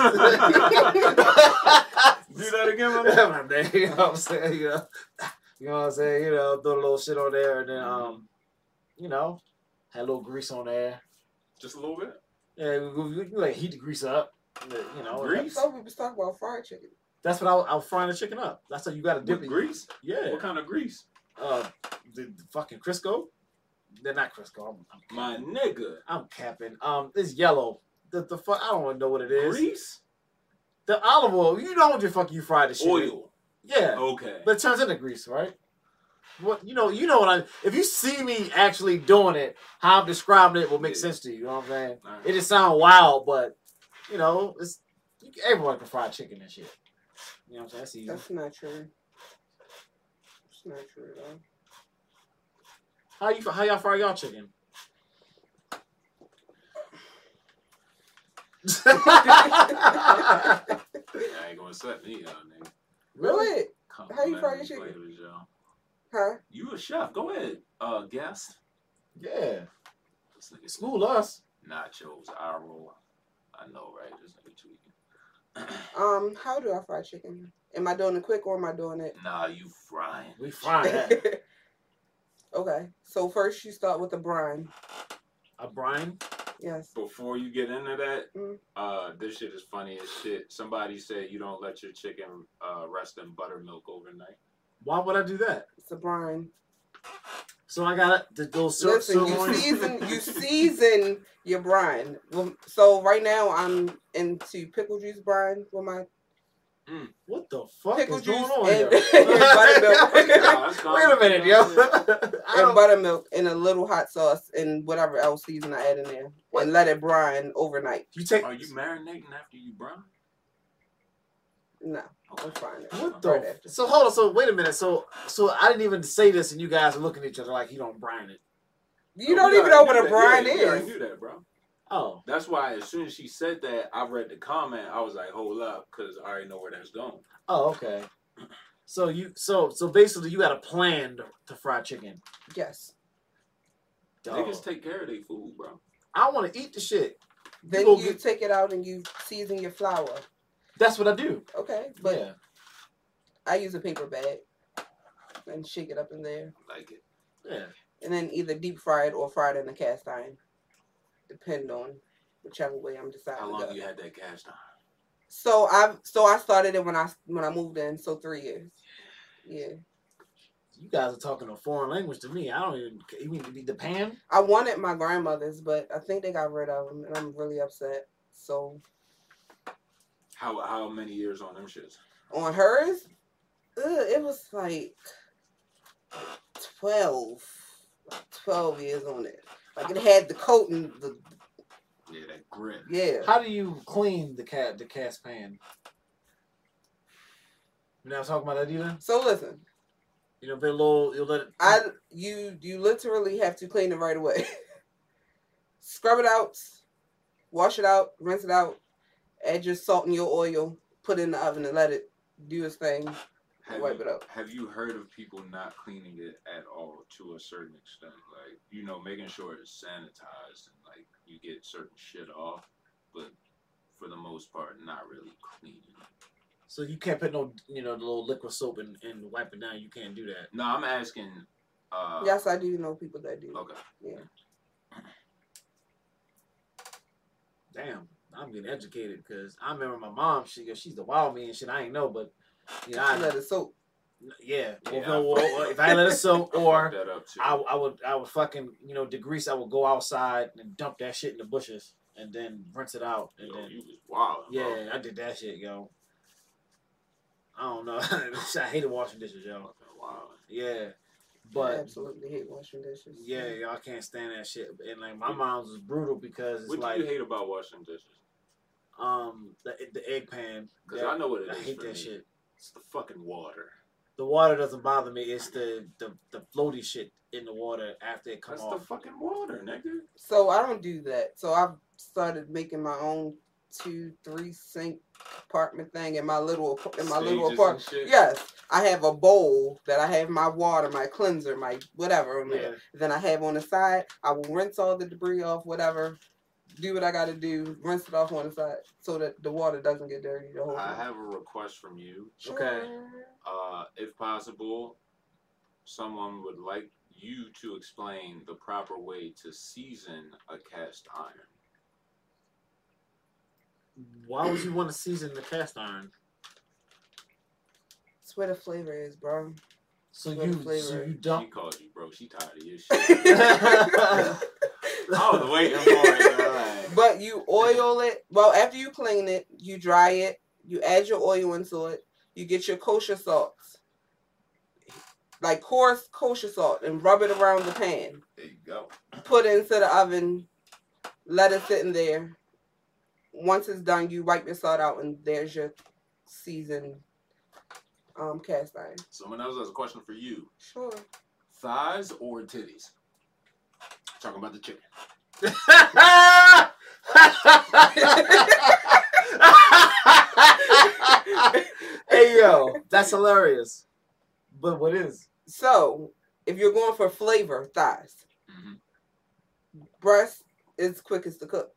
B: that again, my nigga.
D: you know what I'm saying? You know, You know what I'm saying? You know, throw a little shit on there, and then
B: Mm-hmm.
D: um, you know, had a little grease on there.
B: Just a little bit.
D: Yeah, we, we, we can, like heat the grease up. You know,
B: Grease?
C: So we was talking about fried chicken.
D: that's what I, I was frying the chicken up. That's how you got to dip
B: With
D: it.
B: grease?
D: Yeah.
B: What kind of grease?
D: Uh, the, the fucking Crisco. They're not Crisco. I'm, I'm
B: My nigga.
D: I'm capping. Um, it's yellow. The the fuck I don't even know what it is.
B: Grease?
D: The olive oil. You know what the fuck you fry the shit. in.
B: Oil.
D: Yeah,
B: Okay.
D: but it turns into grease, right? What you know, you know what I. If you see me actually doing it, how I'm describing it will make
B: Yeah.
D: sense to you. You know what I'm saying?
B: All right.
D: It just sound wild, but you know, it's you, can- everyone can fry chicken and shit. You know what I'm saying? That's easy.
C: That's not true. It's not true at all.
D: How you how y'all fry y'all chicken?
B: I ain't gonna set me up, nigga.
C: Really? How you fry your
B: Complimentary
C: chicken?
B: flavors, y'all.
C: Huh?
B: You a chef? Go ahead, uh, guest.
D: yeah,
B: This nigga
D: school us.
B: nachos, I roll. I know, right? This nigga tweaking.
C: Um, how do I fry chicken? Am I doing it quick or am I doing it?
B: nah, you frying.
D: We frying that.
C: okay. So first you start with the brine.
D: A brine.
C: Yes.
B: Before you get into that,
C: Mm.
B: uh, this shit is funny as shit. Somebody said you don't let your chicken uh, rest in buttermilk overnight.
D: Why would I do that?
C: It's a brine.
D: So I got to go silk
C: Listen,
D: silk
C: you
D: orange.
C: season you season your brine. Well, So right now I'm into pickle juice brine with my
D: What the fuck
C: pickle
D: is going
C: juice
D: on
C: and,
D: here?
C: and buttermilk.
B: Nah, that's
D: Wait a
B: gone.
D: minute, yo. I
C: and
D: don't-
C: buttermilk and a little hot sauce and whatever else season I add in there.
D: What?
C: And let it brine overnight.
D: you take
B: Are Oh, you marinating after you brine?
C: No, I'm
B: Okay.
C: frying it.
D: what
C: Right
D: the?
C: after.
D: So hold on. So wait a minute. So so I didn't even say this, and you guys are looking at each other like you don't brine it.
C: You
B: Oh,
C: don't
B: we already
C: even know
B: knew
C: what a
B: that.
C: brine
B: yeah, I
C: is.
B: knew that, bro.
D: Oh,
B: That's why as soon as she said that, I read the comment. I was like, hold up, because I already know where that's going.
D: oh, okay. So you so so basically you got a plan to, to fry chicken.
C: Yes.
D: Dog.
B: Niggas take care of their food, bro.
D: I want to eat the shit.
C: Then
D: go
C: you
D: get-
C: take it out and you season your flour.
D: That's what I do.
C: Okay, but
D: yeah.
C: I use a paper bag and shake it up in there,
B: I like it.
D: Yeah.
C: and then either deep fry it or fry it in a cast iron, depend on whichever way I'm deciding.
B: How
C: to go.
B: long you had that cast iron?
C: So I so I started it when I when I moved in. So three years. Yeah,
D: You guys are talking a foreign language to me. I don't even. You mean to be the pan?
C: I wanted my grandmother's, but I think they got rid of them, and I'm really upset. So
B: How how many years on them shits?
C: on hers, ugh, it was like twelve, like twelve years on it. Like it had the coat and the
B: Yeah, that grit.
C: yeah.
D: How do you clean the cat the cast pan? We're not talking about that either.
C: So listen,
D: You know, put a little. You'll let it.
C: I you you literally have to clean it right away. Scrub it out, wash it out, rinse it out, add your salt and your oil, put it in the oven and let it do its thing.
B: Uh-huh. Have
C: Wipe
B: you,
C: it up.
B: Have you heard of people not cleaning it at all to a certain extent? Like, you know, making sure it's sanitized and like you get certain shit off, but for the most part, not really cleaning it.
D: So you can't put no, you know, the little liquid soap and, and wipe it down. You can't do that.
B: No, I'm asking. Uh,
C: Yes, I do know people that do.
B: Okay.
D: Damn, I'm getting educated because I remember my mom. She she's the wild me and shit. I ain't know, but you know, I,
C: Let it soak.
D: yeah. Well,
B: Yeah,
D: no,
B: I-
D: well, well, if I let it soak,
B: I
D: or
B: fucked that up too.
D: I, I would I would fucking you know degrease. I would go outside and dump that shit in the bushes and then rinse it out and
B: Yo,
D: then
B: you was wild. bro.
D: Yeah, I did that shit, yo. I don't know. I hated washing dishes, yo.
B: Fucking wild.
D: Yeah,
C: I
D: but
C: absolutely hate washing dishes.
D: yeah, yo, I can't stand that shit. And like my mom's was brutal because it's
B: What do
D: like
B: you hate about washing dishes?
D: um the the egg pan.
B: Because
D: that-
B: I know what it is.
D: I hate
B: for
D: that
B: me.
D: shit.
B: It's the fucking water.
D: The water doesn't bother me. It's the the the floaty shit in the water after it comes
B: That's
D: off.
B: the fucking water, nigga.
C: So I don't do that. So I've started making my own two, three sink apartment thing in my little ap- in my little
B: Stages and
C: apartment.
B: shit.
C: Yes, I have a bowl that I have my water, my cleanser, my whatever. in there.
D: Yeah.
C: Then I have on the side. I will rinse all the debris off, whatever. Do what I got to do. Rinse it off on the side so that the water doesn't get dirty. The whole
B: I
C: time.
B: have a request from you.
D: Okay.
B: Uh, if possible, someone would like you to explain the proper way to season a cast iron.
D: Why would you want to season the cast iron?
C: It's where the flavor is, bro.
D: So
C: What
D: you,
C: flavor?
D: so you
B: She
D: don't.
B: called you, bro. She tired of your shit.
C: but
B: I was waiting for it. Like,
C: you oil it. Well, after you clean it, you dry it. You add your oil into it. You get your kosher salts, like coarse kosher salt, and rub it around the pan.
B: there you go.
C: Put it into the oven. Let it sit in there. Once it's done, you wipe your salt out, and there's your seasoned um, cast iron.
B: Someone else has a question for you.
C: Sure.
B: Thighs or titties? Talking about the chicken. Mm-hmm.
D: hey yo, that's hilarious. But what is?
C: So, if you're going for flavor, thighs.
B: Mhm.
C: breast is quickest to cook.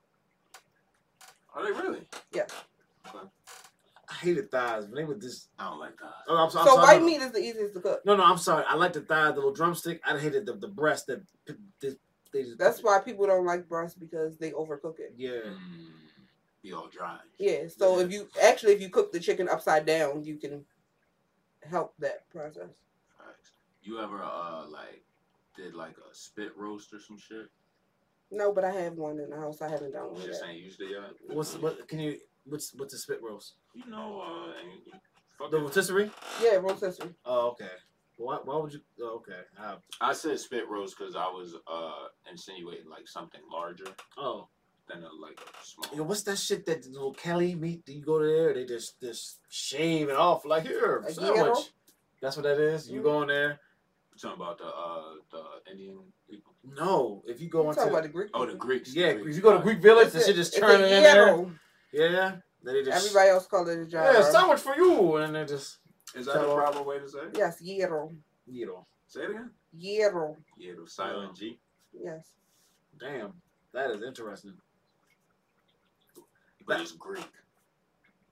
B: Are they really?
D: I hated thighs, but they were just.
B: I don't like thighs.
D: Oh, I'm, so- I'm
C: so
D: sorry. no,
C: white
D: no.
C: meat is the easiest to cook.
D: No, no, I'm sorry. I like the thigh, the little drumstick. I hated the the breast that p- they, they just.
C: That's why people don't like breast because they overcook it.
D: Yeah.
B: Mm, be all dry.
C: Yeah. So if you actually if you cook the chicken upside down, you can help that process.
B: Facts. You ever uh like did like a spit roast or some shit?
C: No, but I have one in the house. I haven't done one
B: Shit
C: yet.
B: ain't usually yet.
D: What's what? Can you? What's what's the spit roast?
B: You know, uh, and you- fuck
D: The
B: it.
D: rotisserie?
C: Yeah, rotisserie.
D: Oh, okay. Why, why would you? Oh, okay. Uh,
B: I said spit roast because I was uh insinuating like something larger
D: oh,
B: than a like a small.
D: yo, what's that shit that the little Kelly meat? that You go to there, they just just shave it off like here
C: A
D: sandwich.
C: gyro?
D: That's what that is. You
C: Mhm.
D: go in there.
B: You talking about the uh the Indian people?
D: No, if you
C: You
D: go into
C: talking about the Greek?
B: Oh, the Greeks. the
D: yeah,
B: Greeks.
D: if you go to Greek Village,
C: That's
D: the shit
C: it.
D: just
C: It's a
D: turning in there.
C: gyro.
D: Yeah, then they just
C: Everybody else call it a gyro.
D: yeah sandwich for you, and they just
B: Is that the
D: So-
B: proper way to say? it?
C: Yes, gyro.
D: you know.
B: Say it again. Uh,
C: Gyro.
B: Yeah, the silent G.
C: Yes.
D: Damn, that is interesting.
B: But
D: That-
B: it's Greek,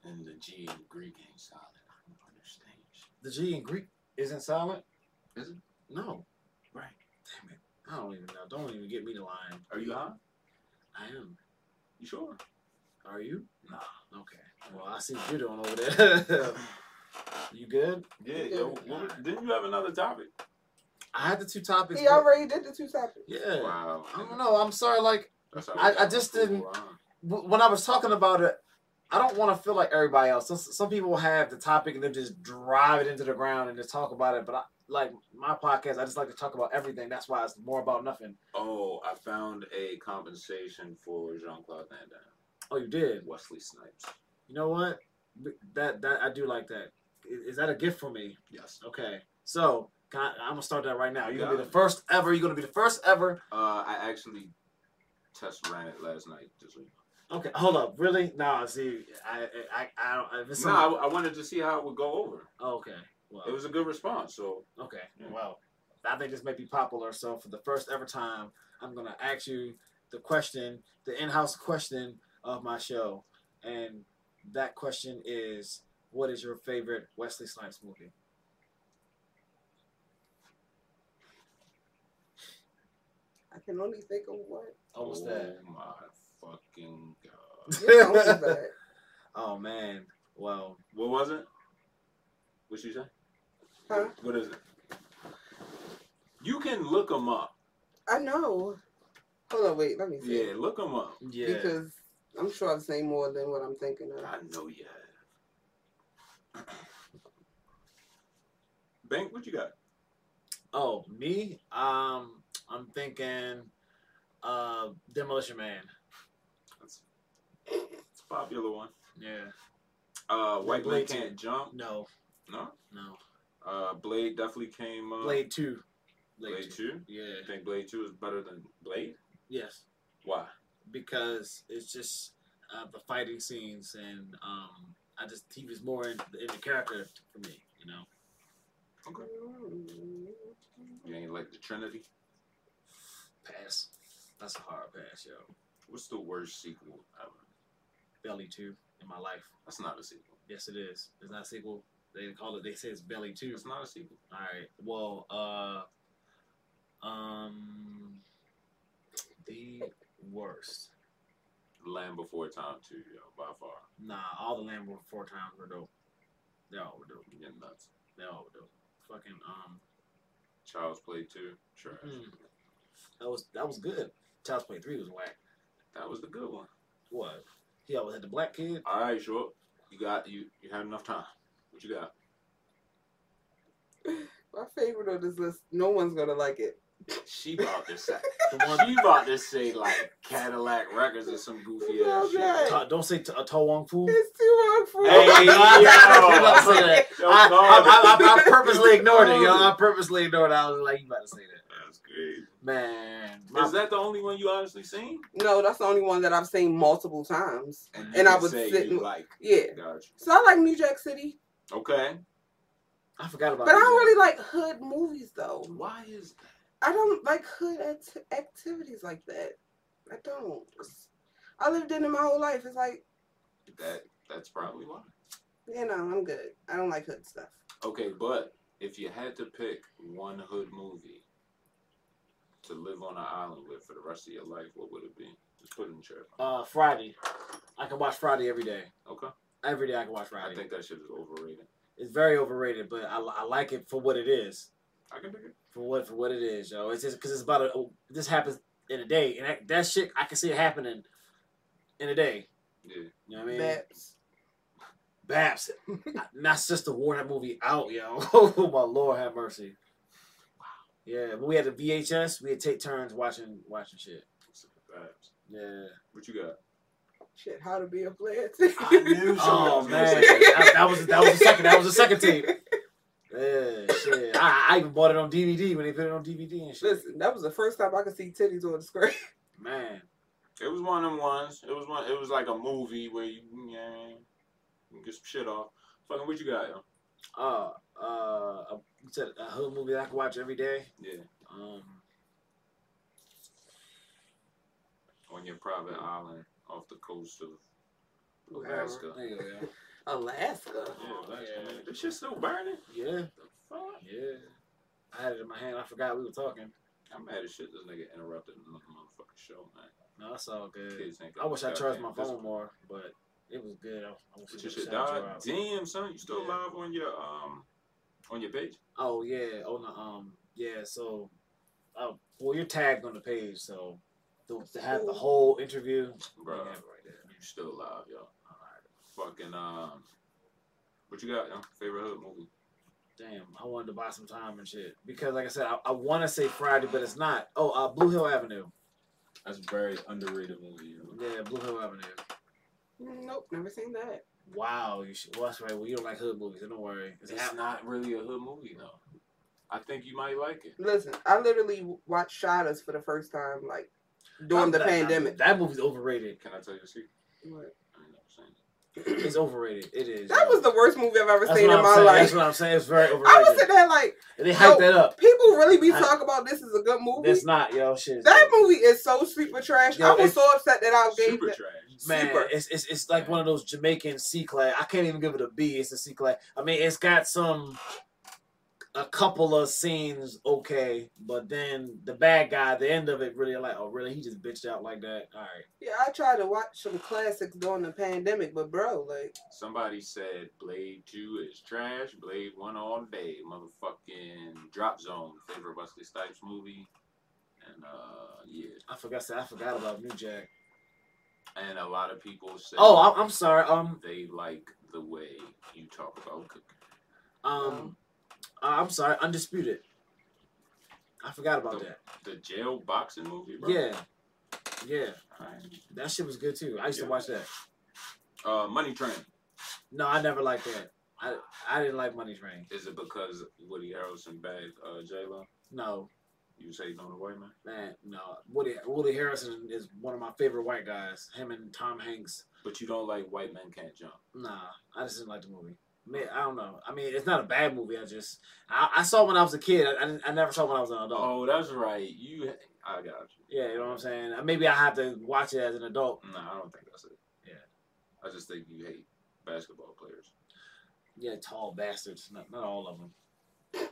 B: and the G in Greek ain't silent. I don't understand.
D: The G in Greek isn't silent.
B: Is it?
D: No,
B: Right.
D: damn it. I don't even know. Don't even get me to lying.
B: Are you high?
D: I am.
B: You sure?
D: Are you?
B: Nah.
D: Okay. Well, I see what you're doing over there. you good?
B: Yeah, yo, what- didn't you have another topic?
D: I had the two topics.
C: He
D: but-
C: already did the two topics.
D: Yeah.
B: Wow.
D: I don't know. I'm sorry. Like
B: That's
D: I- I just didn't- w- when I was talking about it, I don't want to feel like everybody else. Some, some people have the topic and they just drive it into the ground and just talk about it. But I like my podcast. I just like to talk about everything. That's why it's more about nothing.
B: Oh, I found a compensation for Jean Claude Van Damme,
D: Oh, you did.
B: Wesley Snipes.
D: You know what? That that I do like that. I- Is that a gift for me?
B: Yes.
D: Okay. So can I, I'm gonna start that right now. You're gonna be
B: Got
D: the
B: it.
D: first ever. You're gonna be the first ever.
B: Uh, I actually test ran it last night. Just so you
D: Okay. Hold up. Really? Nah. See, I I I, I don't. If it's
B: know. Nah,
D: something-
B: I, I wanted to see how it would go over.
D: oh, okay. Well.
B: It was a good response. So
D: Okay.
B: Yeah.
D: Well, I think this may be popular. So for the first ever time, I'm gonna ask you the question, the in-house question of my show, and that question is, what is your favorite Wesley Snipes movie?
C: I can only think of one.
D: Almost
B: oh
D: that.
B: my fucking god.
C: Yeah, almost that.
D: Oh man. Well,
B: What was it? What you say?
C: Huh?
B: What is it? You can look them up.
C: I know. Hold on, wait, let me see.
B: Yeah, look them up.
D: yeah.
C: Because I'm sure I've seen more than what I'm thinking of.
B: I know you have. Bank, what you got?
D: oh, me? Um, I'm thinking, uh, Demolition Man.
B: That's, it's a popular one.
D: Yeah.
B: Uh, White
D: Blade
B: Blade can't jump.
D: No.
B: No.
D: No.
B: Uh, Blade definitely came. Uh,
D: Blade Two.
B: Blade, two.
D: Yeah.
B: You think Blade two is better than Blade?
D: Yes.
B: Why?
D: because it's just uh, the fighting scenes and um, I just he was more in, in the character for me, you know.
B: You ain't like the Trinity.
D: Pass. That's a hard pass, yo.
B: What's the worst sequel ever?
D: Belly two in my life.
B: That's not a sequel.
D: Yes, it is. It's not a sequel. They call it. They say it's Belly Two.
B: It's not a sequel.
D: All right. Well, uh, um, the worst.
B: Land Before Time too, yo, by far.
D: Nah, all the Land Before Times were dope. They all were dope.
B: Yeah, nuts.
D: They all were dope. Fucking um,
B: Child's Play too, trash.
D: mm, that was that was good. Child's Play Three was whack.
B: That was the good one.
D: What? He always had the black kid.
B: All right, sure. You got you. You had enough time. What you got?
C: My favorite on this list. No one's gonna like it.
B: She about to say. the one she about to say like Cadillac Records or some goofy ass
C: Oh,
B: shit.
C: God.
D: Ta- don't say t- a tall Wong fool.
C: It's too hard for
B: Hey, yo.
C: you.
D: I was about to say that.
B: Yo,
D: I,
B: Carter.
D: I- I- I- I purposely ignored it, yo.
B: Carter.
D: I purposely ignored it. I was like, you about to say that.
B: That's crazy.
D: Man.
B: Is that the only one you honestly seen?
C: No, that's the only one that I've seen multiple times. And I
B: you
C: would
B: say
C: sit
B: you
C: and-
B: like.
C: Yeah.
B: Gotcha.
C: So I like New Jack City,
B: Okay.
D: I forgot about
C: but I
D: that.
C: don't really like hood movies though.
B: Why is that?
C: I don't like hood act- activities like that. I don't. I lived in it my whole life. It's like,
B: that that's probably why.
C: you know, I'm good. I don't like hood stuff.
B: Okay, but if you had to pick one hood movie to live on an island with for the rest of your life, what would it be? Just put it in the chair.
D: Uh, Friday. I can watch Friday every day.
B: Okay.
D: Every day I can watch
B: I
D: Friday.
B: think that shit is overrated.
D: it's very overrated, but I, I like it for what it is.
B: I can dig it.
D: For what for what it is, yo. It's just because it's about a, oh, this happens in a day, and that, that shit I can see it happening in a day.
B: Yeah.
D: You know what I mean?
C: That's
D: Babs. Not Sister wore that movie out, yo. oh my lord, have mercy. Yeah, when we had the VHS, we would take turns watching watching shit.
B: Babs.
D: Yeah.
B: What you got?
C: shit. How to be a player.
D: Oh man, that, that was that was the second that was the second tape. Yeah, shit. I, I even bought it on DVD when they put it on DVD and shit.
C: Listen, that was the first time I could see titties on the screen.
D: Man,
B: It was one of them ones. It was one. It was like a movie where you, you know what I mean, you get some shit off. Fucking what you got? Yo?
D: uh, uh, you said a hood movie that I can watch every day.
B: Yeah.
D: Um,
B: On your private island off the coast of Alaska.
D: there you go, yeah.
C: Alaska.
B: Yeah, Alaska.
D: Yeah.
B: man. This shit's still burning.
D: yeah,
B: The fuck?
D: yeah. I had it in my hand. I forgot we were talking.
B: I'm mad as shit. This nigga interrupted another motherfucking show, man.
D: No, that's all good.
B: Kids ain't
D: I wish I
B: got
D: charged my
B: goddamn
D: phone
B: discipline.
D: more, but it was good. I, I wish
B: But
D: it
B: you
D: was
B: should
D: shout
B: die.
D: out.
B: Damn, son, you still
D: Yeah.
B: live on your um on your page?
D: Oh yeah, on the um yeah. So, uh, well, you're tagged on the page, so to, to have the whole interview,
B: Bro,
D: you have it right there.
B: you still live, yo. Fucking um what you got, yo? Favorite hood movie?
D: Damn, I wanted to buy some time and shit because, like I said, I, I want to say Friday, but it's not. Oh, uh, Blue Hill Avenue.
B: That's a very underrated movie, yo.
D: Yeah, Blue Hill Avenue.
C: Nope, never seen that.
D: Wow, you should. Well, that's right. Well, you don't like hood movies, so don't worry. It's
B: It's
D: hap-
B: not really a hood movie though. I think you might like it.
C: Listen, I literally watched Shadas for the first time, like during the
D: That- that-
C: pandemic.
D: That movie's overrated.
B: Can I tell you a secret? I ain't never seen it.
D: It's overrated. It is.
C: That was the worst movie I've ever
D: That's
C: seen
D: what I'm
C: in my
D: saying.
C: life.
D: That's what I'm saying. It's very overrated.
C: I was sitting there like,
D: and they hyped
C: Yo,
D: that up.
C: people really be
D: I-
C: talking about this is a good movie.
D: That's not, yo. Shit.
C: That movie is so super trash.
D: Yo,
C: I was
D: it's-
C: so upset that I gave
B: Super
C: it.
B: trash.
D: Man,
C: Super.
D: it's, it's it's like one of those Jamaican C class. I can't even give it a B. It's a C class. I mean, it's got some a couple of scenes okay, but then the bad guy, the end of it, really like, oh, really? He just bitched out like that. All right,
C: Yeah, I tried to watch some classics during the pandemic, but bro, like,
B: Somebody said Blade 2 is trash, Blade 1 all day, motherfucking Drop Zone, favorite Wesley Snipes movie. And uh yeah.
D: I forgot. I forgot about New Jack.
B: And a lot of people say
D: Oh, I, I'm sorry. Um,
B: they like the way you talk about cooking.
D: um, uh, I'm sorry. Undisputed. I forgot about that.
B: The jail boxing movie, bro.
D: Yeah, yeah.
B: Alright.
D: That shit was good too. I used
B: Yeah.
D: to watch that.
B: Uh Money Train.
D: No, I never liked that. I I didn't like Money Train.
B: Is it because Woody Harrelson bagged uh J Lo?
D: No,
B: You say on the white man?
D: Man, no. Woody Woody Harrison is one of my favorite white guys. Him and Tom Hanks.
B: But you don't like white men can't jump.
D: Nah, I just didn't like the movie. Man, I don't know. I mean, it's not a bad movie. I just I, I saw it when I was a kid. I, I, didn't- I never saw it when I was an adult.
B: Oh, that's right. You I got you.
D: Yeah, you know what I'm saying. Maybe I have to watch it as an adult.
B: No, I don't think that's it.
D: Yeah.
B: I just think you hate basketball players.
D: Yeah, tall bastards. Not, not all of them.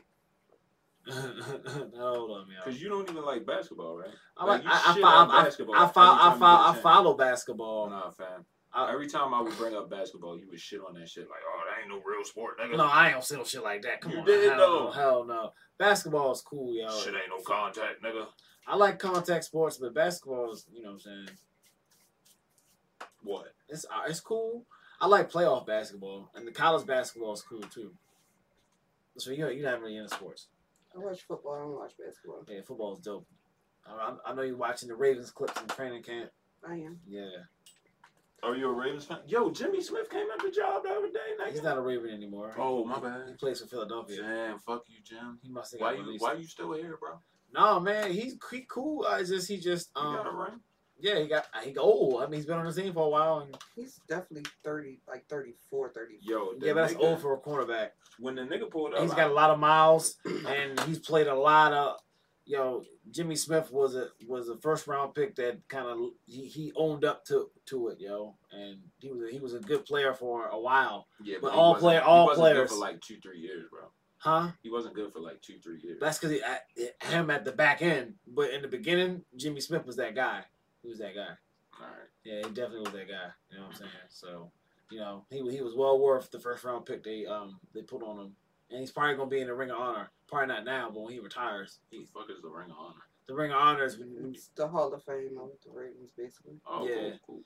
D: not all of them, y'all.
B: Because you don't even like basketball, right?
D: I, like,
B: Like, you
D: I, I,
B: shit
D: fo-
B: on
D: I,
B: basketball
D: I, I, fo- I,
B: anytime
D: fo-
B: you get a
D: I
B: chance.
D: follow
B: Oh,
D: basketball.
B: nah, fam.
D: I-
B: Every time I would bring up basketball, you would shit on that shit like, oh, that ain't no real sport, nigga.
D: No, I don't sell shit like that. Come
B: You
D: on,
B: did,
D: hell
B: though.
D: no, hell no. Basketball is cool, y'all.
B: Shit ain't no contact, nigga.
D: I like contact sports, but basketball is, you know, what I'm saying
B: What?
D: it's uh, it's cool. I like playoff basketball, and the college basketball is cool too. So you you're not really into sports.
C: I watch football. I don't watch basketball.
D: Yeah, football's dope. I, I I know you're watching the Ravens clips in training camp.
C: I am.
D: Yeah,
B: Are you a Ravens fan? Yo, Jimmy Smith came at the job the other day, nigga.
D: he's not a Raven anymore.
B: Oh, my
D: He
B: bad.
D: plays for Philadelphia.
B: Damn, fuck you, Jim.
D: He must have
B: Why
D: got
B: you
D: released.
B: Why you still here, bro?
D: No man, he's he cool. I just he just
B: You got a
D: um
B: ring?
D: yeah he got he got old. I mean he's been on the team for a while. And,
C: He's definitely 30, like 34, 30.
B: Yo,
D: yeah, but
B: that
D: that's
B: nigga-
D: old for a cornerback.
B: When the nigga pulled up,
D: He's got a lot of miles, and he's played a lot of. Yo, Jimmy Smith was a was a first round pick that kind of he, he owned up to to it, yo, and he was a, he was a good player for a while,
B: yeah,
D: but
B: he
D: all
B: wasn't-
D: player-
B: he
D: all
B: wasn't good
D: players.
B: for like two, three years, bro.
D: huh?
B: He wasn't good for like two, three years.
D: That's because him at the back end, but in the beginning, Jimmy Smith was that guy. He was that guy.
B: All right.
D: Yeah, he definitely was that guy. You know what I'm saying? So, you know, he wa- he was well worth the first round pick they um they put on him, and he's probably gonna be in the Ring of Honor. Probably not now, but when he retires,
B: Who the
D: he's
B: fuck is the ring of honor?
D: the Ring of Honor is when, when-
C: It's the Hall of Fame of the Ravens, basically.
B: Oh,
D: Yeah.
B: cool, cool, cool.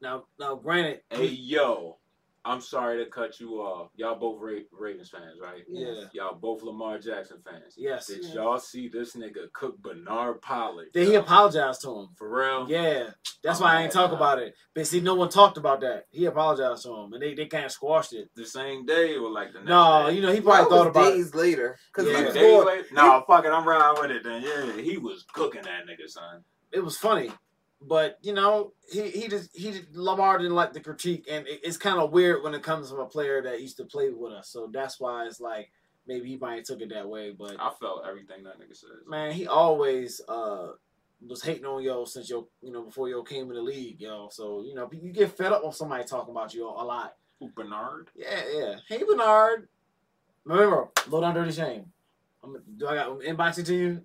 D: now now granted
B: Hey, yo. I'm sorry to cut you off. Y'all both Ra- Ravens fans, right?
D: yeah
B: Y'all both Lamar Jackson fans.
D: yes
B: Did
C: Yeah.
B: y'all see this nigga cook Bernard Pollard?
D: then he
B: yo?
D: apologized to him.
B: For real?
D: Yeah, that's why I ain't talk about it. But see, no one talked about that. He apologized to him, and they, they kind of squashed it.
B: The same day or like the next
D: No,
B: day?
D: you know he
C: Well,
D: probably
C: that
D: thought
C: was
D: about it.
C: days later. Because
D: Yeah.
C: he was
D: Days
C: going,
B: No, fuck it. I'm riding with it then. Yeah, he was cooking that nigga, son.
D: it was funny, but you know, he he just he did- Lamar didn't like the critique, and it, it's kind of weird when it comes from a player that used to play with us. So that's why it's like maybe he might have took it that way, but
B: I felt everything that nigga said.
D: man, he always uh was hating on yo since yo you know before yo came in the league, yo. So you know you get fed up on somebody talking about you a lot.
B: Who, Bernard?
D: Yeah, yeah. Hey Bernard, remember low down dirty shame. I'm, do I got inbox it to you?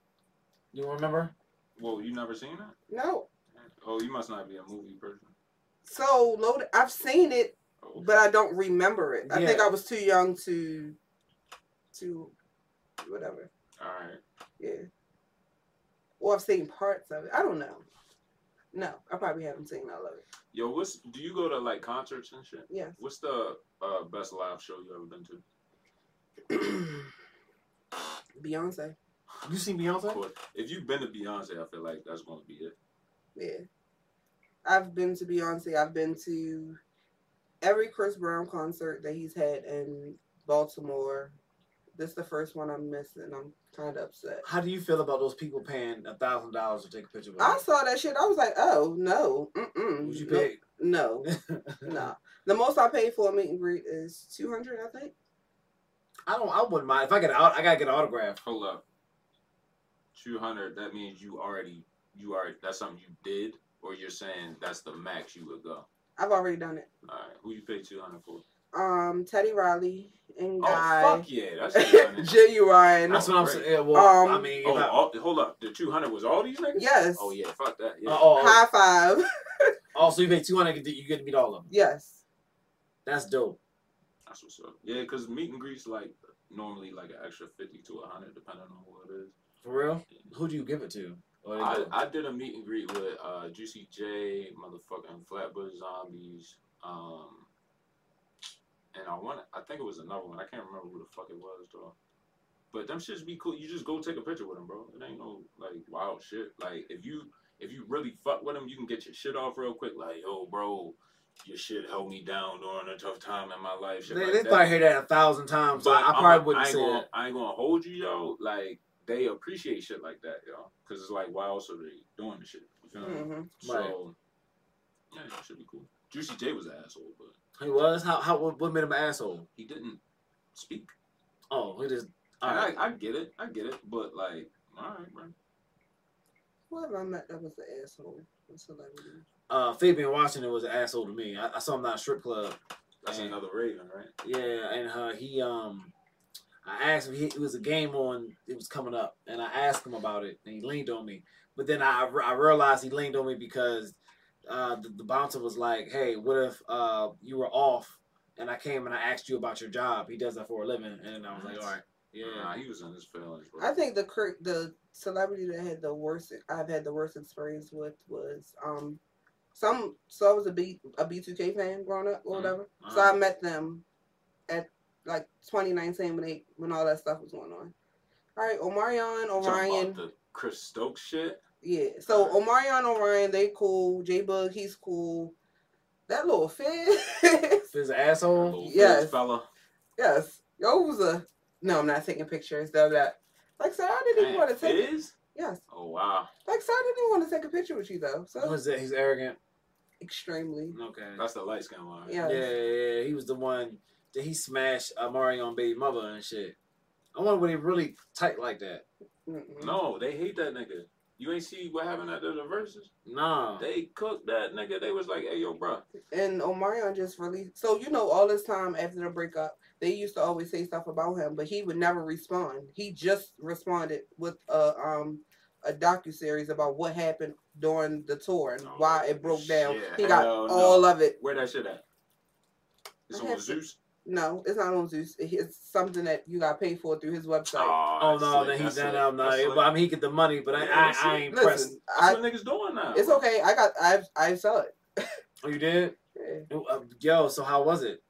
D: You remember?
B: Well, you never seen it?
C: no.
B: Oh, you must not be a movie person.
C: So, loaded. I've seen it,
B: Oh,
C: but I don't remember it. I
D: Yeah.
C: think I was too young to, to, whatever.
B: all right.
C: Yeah. Or I've seen parts of it. I don't know. No, I probably haven't seen all of it.
B: Yo, what's do you go to like concerts and shit?
C: Yes.
B: What's the uh, best live show you ever been to?
C: Beyonce.
D: You seen Beyonce?
B: Of course, if you've been to Beyonce, I feel like that's gonna be it.
C: Yeah. I've been to Beyonce. I've been to every Chris Brown concert that he's had in Baltimore. This is the first one I'm missing. I'm kind of upset.
D: How do you feel about those people paying a thousand dollars to take a picture with
C: I
D: us?
C: saw that shit. I was like, oh, no. Mm-mm.
D: Would you
C: No-
D: pay?
C: No. No. The most I paid for a meet and greet is 200 I think.
D: I don't. I wouldn't mind if I get. Out, I gotta get an autograph.
B: Hold up. Two hundred. That means you already you already that's something you did, or you're saying that's the max you would go.
C: I've already done it.
B: All right. Who you pay two hundred for?
C: Um, Teddy Riley and
B: Oh
C: Guy.
B: fuck yeah, that's two hundred.
C: Genuine.
D: That's what I'm
B: great.
D: saying. Yeah, well, I
C: Um,
D: mean,
B: Oh,
D: if I- uh,
B: all, hold up. The two hundred was all these niggas.
C: Yes. Uh,
B: Oh yeah, fuck that. Yeah.
D: oh, oh,
C: High five.
D: oh, so you pay two hundred, you get to meet all of them.
C: yes.
D: That's dope.
B: That's what's up. Yeah, because meet and greets like normally like an extra fifty to hundred, depending on who it is.
D: For real. Who do you give it to? Or they
B: I,
D: go-
B: I did a meet and greet with uh, Juicy J, motherfucking Flatbush Zombies, um, and I want I think it was another one. I can't remember who the fuck it was though. But them shits be cool. You just go take a picture with them, bro. It ain't no like wild shit. Like if you if you really fuck with them, you can get your shit off real quick. Like yo, bro, your shit held me down during a tough time in my life. Shit
D: they,
B: like
D: they
B: that.
D: probably hear that a thousand times. so I, I
B: I'm-
D: probably wouldn't
B: I ain't
D: say
B: gonna,
D: that.
B: I ain't gonna hold you, yo. Like they appreciate shit like that, yo. Because it's like, why else are they doing this shit? You feel me?
C: hmm
B: So yeah, it should be cool. Juicy J was an asshole, but
D: He was how how what what made him an asshole?
B: he didn't speak.
D: Oh, he just. All
B: And
D: right.
B: I, I get it, I get it, but like, all right, bro.
C: Who have I met that was an asshole? A celebrity.
D: Uh, Fabian Washington was an asshole to me. I, I saw him at a strip club.
B: That's
D: Yeah.
B: another Raven, right?
D: Yeah, and uh, he um, I asked him. He, it was a game on. It was coming up, and I asked him about it, and he leaned on me. But then I I realized he leaned on me because uh, the, the bouncer was like, "Hey, what if uh you were off and I came and I asked you about your job? He does that for a living." And I was like, "All right, yeah."
B: Nah, he was in his feelings, bro.
C: I think the cur- the celebrity that had the worst I've had the worst experience with was um some so I was a B a B2K fan growing up or
B: Mm-hmm.
C: whatever.
D: Uh-huh.
C: So
B: Uh-huh.
C: I met them at like 2019 when they when all that stuff was going on. All right, Omarion,
B: Talking about
C: Orion,
B: the Chris Stokes shit.
C: yeah. So Omarion, Orion, they cool. J Bug, he's cool. That little fizz,
D: If it's an asshole,
B: Little bitch
C: Oh, yes.
B: fella.
C: yes, yo was a. No, I'm not taking pictures. Though that, like, sir, I didn't even
B: Man,
C: want to take.
B: Fizz?
C: Yes,
B: Oh wow,
C: like, sir, I didn't even want to take a picture with you though. So
D: was that he's arrogant?
C: extremely.
D: Okay.
B: that's the light skin one.
C: Yeah.
D: Yeah, yeah, yeah, he was the one that he smashed uh, Mario on baby mother and shit. I wonder what he really tight like that.
C: Mm-mm.
B: No, they hate that nigga. You ain't see what happened at the verses?
D: Nah.
B: They cooked that nigga. They was like, "Hey, yo, bro."
C: and Omarion just released. So you know, all this time after the breakup, they used to always say stuff about him, but he would never respond. He just responded with a um a docu series about what happened during the tour and
B: Oh,
C: why it broke down.
B: shit.
C: He got
B: Hell no.
C: all of it.
B: Where that shit at? It's
C: I
B: on
C: have to-
B: Zeus.
C: No, it's not on Zeus. It's something that you got paid for through his website.
D: Oh no,
B: that
D: then he's done out now. But I mean, he get the money, but I,
B: Yeah,
D: I,
B: that's
D: I
B: it.
D: ain't pressed.
C: Listen,
B: That's
C: I,
B: what niggas doing now.
C: it's okay. I got I I saw it.
D: Oh, you did?
C: Yeah.
D: Uh, Yo, so how was it?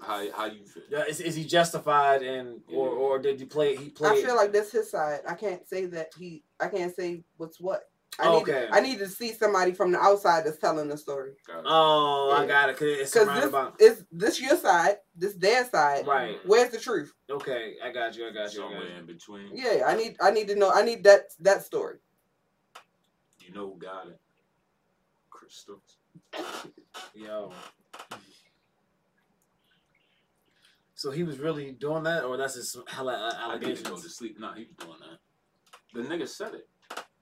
B: How how you feel?
D: Yeah, Is, is he justified and or
B: Yeah.
D: or did he play? He
C: I
D: played.
C: feel like that's his side. I can't say that he. I can't say what's what. I need
D: okay.
C: I need to see somebody from the outside that's telling the story.
B: Got it.
D: oh, I
C: Yeah.
D: got it. Cause it's
C: Because
D: surrounded
C: this
D: about.
C: is this your side, this their side.
D: Right.
C: Where's the truth?
D: Okay. I got you. I got you. I got
B: Somewhere
D: you.
B: in between.
C: Yeah, I need I need to know. I need that that story.
B: You know who got it? Crystals.
D: Yo. So he was really doing that, or that's his hella uh,
B: I need to go
D: allegations.
B: to sleep. Nah, he was doing that. The nigga said it.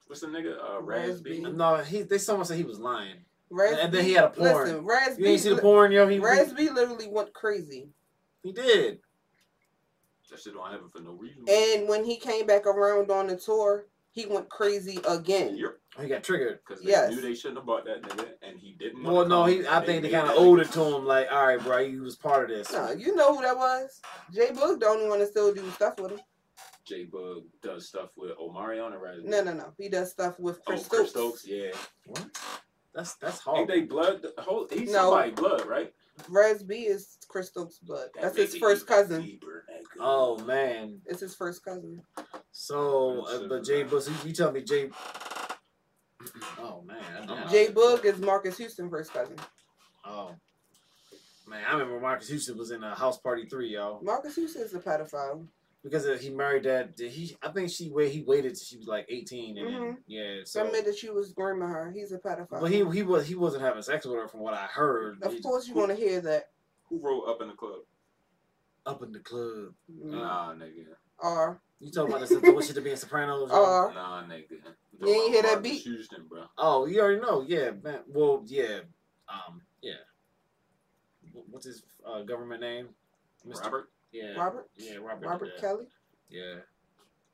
B: What's the nigga? Uh, Raspy.
C: Raspy.
D: No, he. They someone said he was lying.
C: Raz
D: And then
C: B-
D: he had a porn.
C: Listen, Raz
D: You
C: B-
D: ain't see the porn, yo. He
C: Raz B literally went crazy.
D: he did.
B: That shit don't happen for no reason.
C: And when he came back around on the tour, he went crazy again.
B: Yep.
D: Oh, He got triggered.
B: Because they
C: Yes.
B: knew they shouldn't have bought that nigga, and he didn't. wanna
D: Well, no,
B: come,
D: he. I
B: and
D: think they
B: made
D: kind of
B: that
D: owed
B: nigga-
D: it to him. Like, all right, bro, you was part of this.
C: No, you know who that was. J Boog don't want to still do stuff with him.
B: J Bug does stuff with Omarion and Raspy.
C: No, no, no. He does stuff with
B: Oh,
C: Chris
B: Chris
C: Stokes.
B: Stokes. Yeah.
D: That's that's
B: Ain't
D: hard.
B: they blood? Whole, he's
C: No.
B: somebody blood, right?
C: Raz B is Chris Stokes' blood.
B: That
C: That's his
B: nigga is
C: first cousin.
B: deeper, nigga.
D: Oh man.
C: It's his first cousin.
D: So, uh, but Jay Bush, you, you tell me Jay. Oh man. I did.
B: Uh-huh.
C: J Boog is Marcus Houston's first cousin.
D: Oh man, I remember Marcus Houston was in a house party three, y'all,
C: Marcus Houston is a pedophile.
D: because uh, he married that. Did he? I think she wait. He waited. till She was like eighteen, and then- yeah. So,
C: Some Mm-hmm. that she was grooming her. He's a pedophile.
D: but he he was he wasn't having sex with her from what I heard.
C: of course, you want to hear that.
B: Who rolled up in the club?
D: Up in the club.
C: Mm.
B: Nah, nigga.
C: Or
D: You talking about this? the one shit to be in Sopranos? y'all?
C: or
B: Nah, nigga.
C: You ain't hear that
B: Marcus
C: beat?
B: Houston, bro.
D: Oh, you already know. Yeah, man. Well, yeah. Um, yeah. Wh- What's his uh, government name? Mr.
B: Robert,
D: Yeah.
C: Robert
D: Yeah, Robert.
C: Robert
D: yeah.
C: Kelly.
D: Yeah.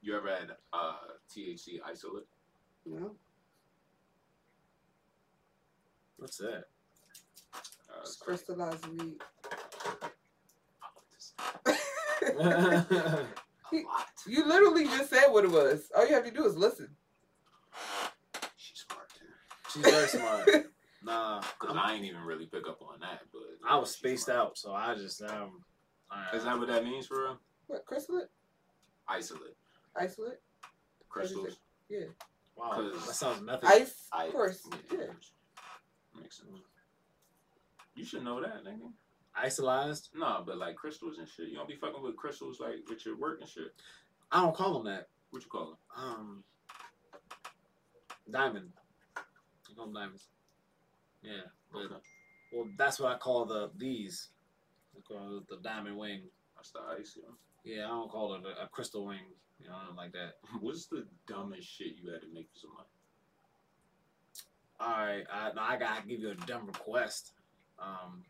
B: you ever had uh, THC isolate?
C: No.
D: What's that?
B: Uh,
C: It's crystallized weed.
B: a lot.
C: You literally just said what it was. All you have to do is listen.
B: She's smart too.
D: She's very smart. Nah,
B: Cause
D: I'm-
B: I ain't even really pick up on that, but
D: I was spaced
B: She's smart.
D: out, so I just um. I-
B: Is that what that means for real?
C: What crystalline?
B: Isolate
C: Isolate?
B: crystals.
D: Wow, that sounds nothing.
C: Ice?
B: I-
C: Of course.
B: yeah.
C: Yeah.
B: Makes sense. You should know that, nigga.
D: Isolized.
B: Nah, but like crystals and shit. You don't be fucking with crystals like with your work and shit.
D: I don't call them that.
B: What you call them?
D: Um, diamond. I call them diamonds. Yeah, but
B: Okay.
D: well, that's what I call the these. I call it the diamond wing.
B: That's the ice. yo.
D: Yeah, I don't call it a, a crystal wing, you know, nothing like that.
B: What's the dumbest shit you had to make for somebody?
D: All right, I, now I gotta give you a dumb request. Um,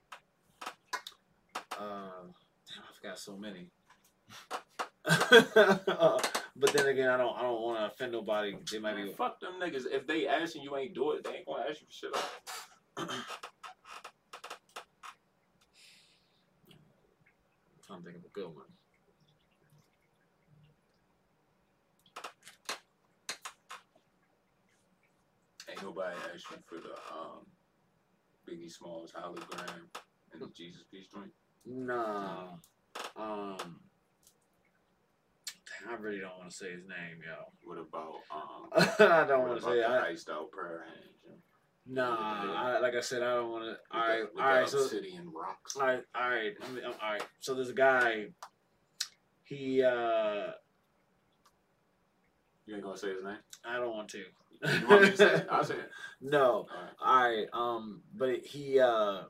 D: Uh, damn, I forgot so many. but then again, I don't I don't want to offend nobody. They might
B: Man,
D: be
B: fuck them niggas. If they asking you ain't do it, they ain't gonna ask you for shit. else.
D: trying to think of a good one.
B: Ain't nobody asking for the um, Biggie Smalls hologram and the Jesus Peace joint.
D: Nah. Um. dang, I really don't want to say his name, yo.
B: What about um?
D: I don't
B: what
D: want to
B: about
D: say.
B: the
D: I,
B: iced out prayer hands?
D: nah. I, like I said, I don't want to. All right.
B: with the
D: All right. So
B: obsidian rocks.
D: All right, all right, I mean, all right. So this guy, he, uh,
B: You ain't gonna say his name.
D: I don't want to.
B: You want me to say it? I'll say it.
D: No,
B: All right.
D: all right, um, but he, uh,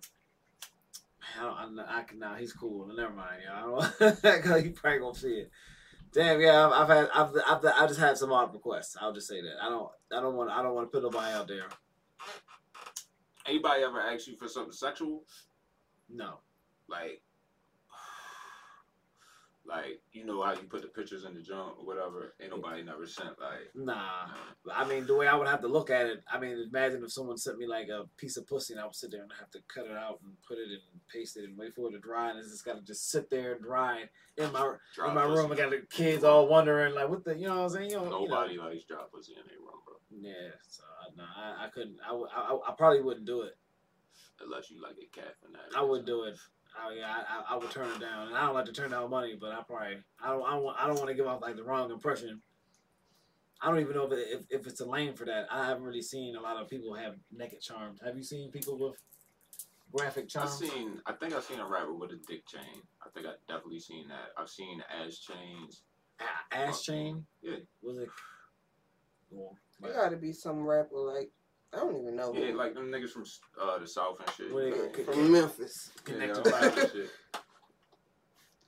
D: I, don't, I, I can now. He's cool. Never mind, y'all. I don't, 'cause he probably gonna see it. Damn, yeah. I've, I've had, I've, I've, I just had some odd requests. I'll just say that. I don't, I don't want, I don't want to put nobody out there.
B: Anybody ever ask you for something sexual?
D: No.
B: Like, like you know how you put the pictures in the junk or whatever. Ain't nobody never sent like.
D: Nah,
B: nah.
D: I mean the way I would have to look at it. I mean, imagine if someone sent me like a piece of pussy and I would sit there and have to cut it out and put it and paste it and wait for it to dry and it's just gotta just sit there drying in my
B: Dry
D: in my
B: pussy.
D: room. I got the kids all wondering like what the you know what I'm saying? You know, you know.
B: Nobody likes dry pussy in their room, bro.
D: Yeah, so I- nah, I, I couldn't. I, would- I I- I probably wouldn't do it.
B: Unless you like a cat for that.
D: I would do it. I, yeah, I, I- I would turn it down, and I don't like to turn down money, but I probably I don't I don't, want- I don't want to give off like the wrong impression. I don't even know if, it, if if it's a lane for that. I haven't really seen a lot of people have naked charms. Have you seen people with graphic
B: I
D: charms?
B: seen. I think I seen a rapper with a dick chain. I think I definitely seen that. I've seen ass chains.
D: A- ass chain.
B: Yeah.
D: Was it? Well,
C: There
D: but-
C: got to be some rapper like I don't even know.
B: Yeah, like them niggas from uh, the south and shit.
D: Wait,
B: Yeah,
D: could-
C: from Memphis.
D: Connected
B: yeah, all
C: by-
B: that shit.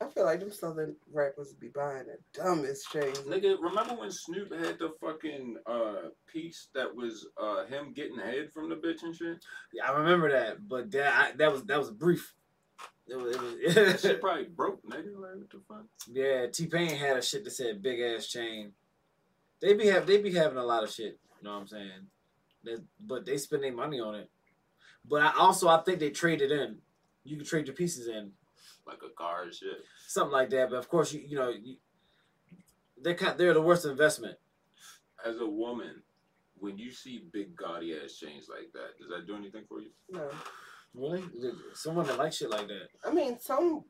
C: I feel like them southern rappers be buying the dumbest chains.
B: Nigga, remember when Snoop had the fucking uh piece that was uh him getting head from the bitch and shit?
D: yeah, I remember that, but that I, that was that was brief. It was, it
B: That
D: was,
B: shit probably broke, nigga. Like what the fuck?
D: Yeah, T Pain had a shit that said big ass chain. They be have they be having a lot of shit. You know what I'm saying? That, but they spend their money on it. But I also I think they trade it in. You can trade your pieces in
B: Like a car and shit.
D: something like that. But of course you you know you, they're kind they're the worst investment.
B: As a woman, when you see big gaudy ass chains like that, does that do anything for you?
C: No,
D: Really? Someone that likes shit like that.
C: I mean some.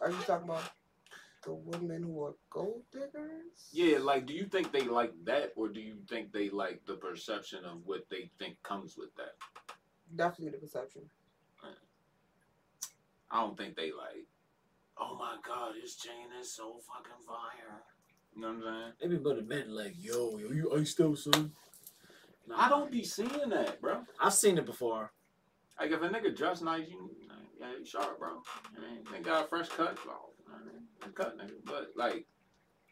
C: Are you talking about the women who are gold diggers?
B: Yeah, like do you think they like that or do you think they like the perception of what they think comes with that?
C: definitely the perception.
B: I don't think they like, oh my god, this chain is so fucking fire. You know what I'm saying?
D: They be putting men like, yo, yo, you iced out, son. Nah,
B: I don't be seeing that, bro.
D: I've seen it before.
B: Like if a nigga dress nice, you, you know, yeah, you sharp, bro. I mean, they got a fresh cut, bro. I mean, they cut, nigga. But like,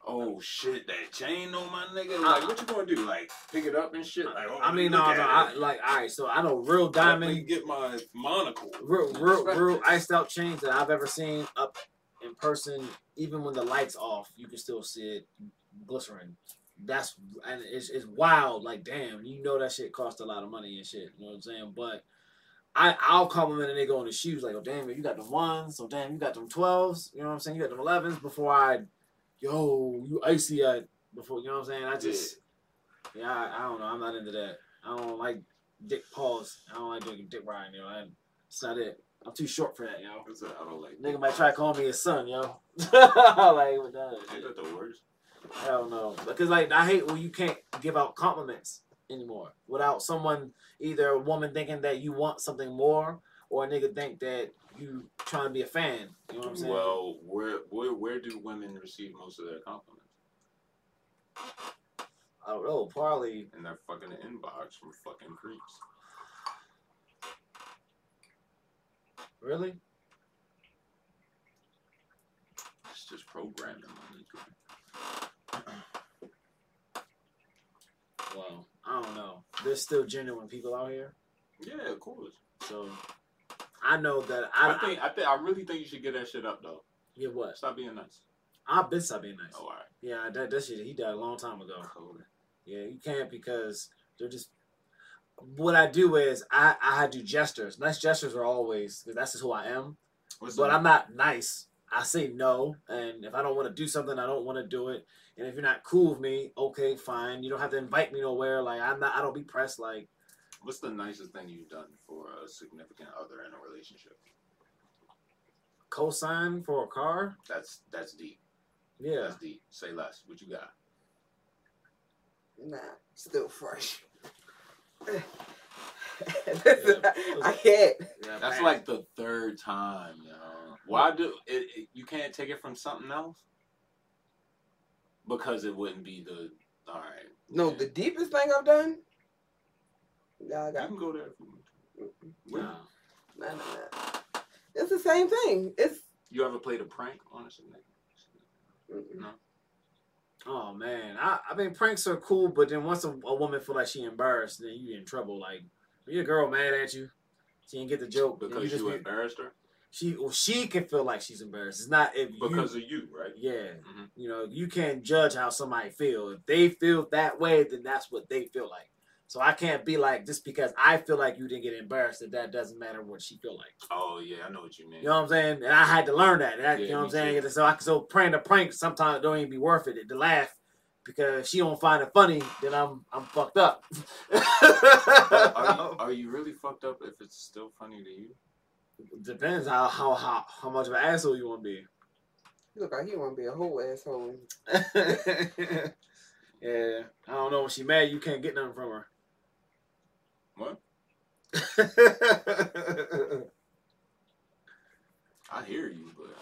B: oh shit, that chain on my nigga. Like, what you gonna do? Like, pick it up and shit. Like, oh,
D: I mean, no,
B: look
D: no,
B: at
D: I,
B: it.
D: like, all right, so I know real
B: Let me
D: diamond.
B: get my monocle.
D: real, real,
B: Respect
D: real
B: it.
D: iced out chains that I've ever seen up in person. Even when the lights off, you can still see it glycerin. That's and it's, it's wild. Like damn, you know that shit cost a lot of money and shit. You know what I'm saying? But I I'll compliment a nigga on his shoes. Like oh damn, you got them ones. Oh damn, you got them twelves. You know what I'm saying? You got them elevens. Before I, yo, you icy at before. You know what I'm saying? I just yeah, I, I don't know. I'm not into that. I don't like dick paws. I don't like doing dick riding. You know. I, that's not it. I'm too short for that, yo.
B: What's that? I don't like.
D: Nigga might try to call me his son, yo. like, what the
B: Ain't that the worst?
D: Hell no. Because, like, I hate when you can't give out compliments anymore without someone, either a woman thinking that you want something more or a nigga think that you trying to be a fan. You know what I'm saying?
B: Well, where where where do women receive most of their compliments?
D: I don't know. Oh, Parley.
B: In their fucking inbox from fucking creeps.
D: Really?
B: It's just programming. my nigga.
D: Well, I don't know. There's still genuine people out here.
B: Yeah, of course.
D: So, I know that I,
B: I think I think I really think you should get that shit up though.
D: yeah what
B: Stop being nice.
D: I've been stopped being nice.
B: Oh, all right. Oh,
D: Yeah, that that shit he died a long time ago.
B: Cool.
D: Yeah, you can't because they're just. What I do is I I do gestures. Nice gestures are always because that's just who I am.
B: What's
D: But
B: the-
D: I'm not nice. I say no, and if I don't want to do something, I don't want to do it. And if you're not cool with me, okay, fine. You don't have to invite me nowhere. Like I'm not. I don't be pressed. Like
B: What's the nicest thing you've done for a significant other in a relationship?
D: cosign for a car.
B: That's that's deep.
D: Yeah.
B: That's deep. Say less. What you got?
C: Nah, still fresh. I
D: Yeah.
C: can't.
D: yeah
B: That's
D: man.
B: like the third time, yo. Why do it, it? You can't take it from something else because it wouldn't be the all right.
C: No,
B: yeah.
C: the deepest thing I've done. Nah, I
B: you
C: got
B: can go there. if you want to.
D: Nah.
C: nah, nah, nah. It's the same thing. It's
B: You ever played a prank on a significant?
C: mm-mm.
D: Oh man, I, I mean pranks are cool, but then once a, a woman feel like she embarrassed, then you in trouble. Like when your girl mad at you, she didn't get the joke then
B: Because
D: you
B: you,
D: just be-
B: embarrassed her
D: she well, she can feel like she's embarrassed. It's not if you-
B: because of you, right?
D: yeah,
B: Mhm.
D: you know you can't judge how somebody feel. If they feel that way, then that's what they feel like. So I can't be like just because I feel like you didn't get embarrassed that that doesn't matter what she feel like.
B: Oh yeah, I know what you mean.
D: You know what I'm saying? And I had to learn that. that
B: Yeah,
D: you know what
B: me
D: I'm saying?
B: too.
D: So I so praying to prank sometimes it don't even be worth it to laugh because if she don't find it funny, then I'm I'm fucked up.
B: But are, you, are you really fucked up if it's still funny to you?
D: Depends how how how, how much of an asshole you want to be.
C: You look like you want to be a whole asshole.
D: yeah, I don't know when she mad, you can't get nothing from her.
B: What? I hear you, but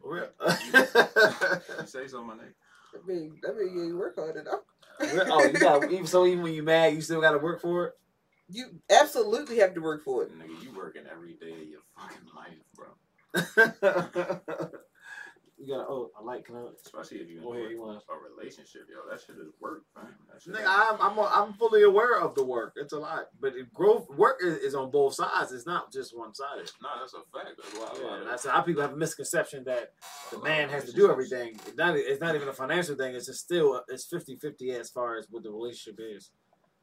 D: Real-
B: you say something, my nigga.
C: That mean, that mean you ain't work hard enough.
D: oh, you got even so even when you mad, you still got to work for it.
C: You absolutely have to work for it.
B: Nigga, you working every day of your fucking life, bro.
D: you got to oh, I like can I
B: Especially if you
D: Go ahead, you
B: in
D: wanna-
B: a relationship, yo. That shit is work, man. That shit
D: Nigga,
B: ain't-
D: I'm I'm I'm fully aware of the work. It's a lot, but it, growth work is, is on both sides. It's not just one sided.
B: no, that's a fact. That's why a
D: Yeah,
B: lot
D: and
B: of-
D: that's how people have a misconception that
B: a
D: the
B: lot
D: man
B: of
D: has to
B: relationships-
D: do everything. It's not it's not even a financial thing. It's just still it's 50-50 as far as what the relationship is.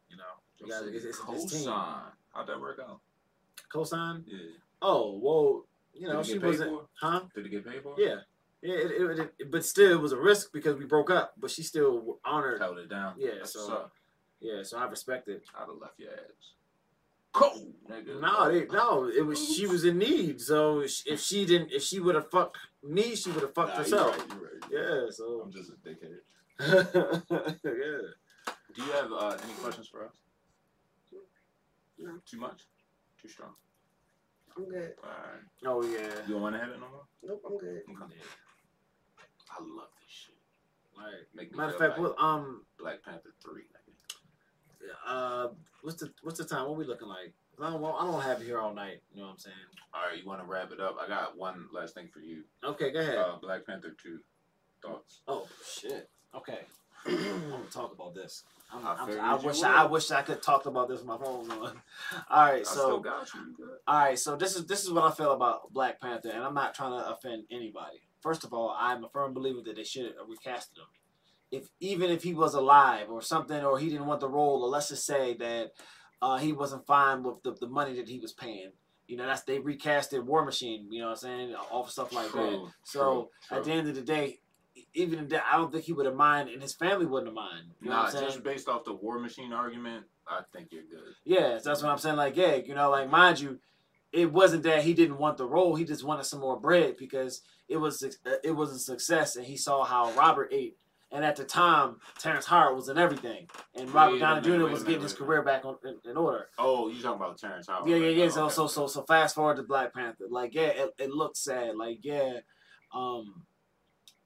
D: You know, you
B: Yo,
D: gotta,
B: shit,
D: it's, it's, it's team
B: cosign. How'd that work out?
D: cosign.
B: Yeah.
D: Oh well, you
B: Did
D: know
B: it get
D: she
B: paid
D: wasn't,
B: for?
D: huh?
B: Did it get paid for?
D: Yeah, yeah. It, it, it, it- but still, it was a risk because we broke up. But she still honored.
B: Held it down.
D: Yeah,
B: That's
D: so-
B: what's up.
D: Yeah, so I respect it.
B: I'd have left your ass. Cold, nigga.
D: No, they, no, it was she was in need. So if she didn't, if she would have fucked me, she would have fucked
B: Nah, you
D: herself.
B: right, you right.
D: Yeah.
B: I'm
D: So
B: just a dickhead.
D: yeah.
B: Do you have uh, any questions for us?
C: No.
B: Too much? Too strong?
C: I'm good.
B: All right.
D: Oh yeah.
B: You don't want to have it no more?
C: Nope, I'm good.
B: Okay. I love this shit.
D: Like
B: Make me
D: matter of
B: feel
D: fact,
B: like
D: what um
B: Black Panther three. Nigga.
D: uh what's the what's the time? What we looking like? 'Cause I don't want, I don't have you here all night. You know what I'm saying?
B: All right, you want to wrap it up? I got one last thing for you.
D: Okay, go ahead.
B: Uh, Black Panther two thoughts.
D: oh shit. Okay. I'm gonna talk about this. I'm,
B: I
D: I'm,
B: figured
D: I
B: you
D: wish I
B: would.
D: wish I could talk about this. with My phone on. All right,
B: I
D: so
B: still got you. you good.
D: All right, so this is this is what I feel about Black Panther, and I'm not trying to offend anybody. First of all, I'm a firm believer that they should have recasted him. If even if he was alive or something, or he didn't want the role, or let's just say that uh, he wasn't fine with the, the money that he was paying. You know, that's they recasted War Machine. You know what I'm saying? All the stuff like that.
B: True,
D: So
B: true,
D: at the
B: true.
D: end of the day, e- even if that, I don't think he would have mind, and his family wouldn't have mind. You know
B: nah,
D: what I'm saying?
B: just based off the War Machine argument, I think you're good.
D: Yeah, so that's what I'm saying. Like, yeah, you know, like mind you, it wasn't that he didn't want the role; he just wanted some more bread because it was it was a success, and he saw how Robert ate. And at the time, Terrence Howard was in everything, and Robert
B: Wait a
D: Downey
B: minute,
D: Jr.
B: wait
D: was
B: a minute,
D: getting his
B: wait a
D: career back on, in, in order.
B: Oh, you talking about Terrence Howard?
D: Yeah, yeah,
B: right
D: yeah.
B: now.
D: So,
B: Okay.
D: so, so, so fast forward to Black Panther. Like, yeah, it, it looks sad. Like, yeah, um,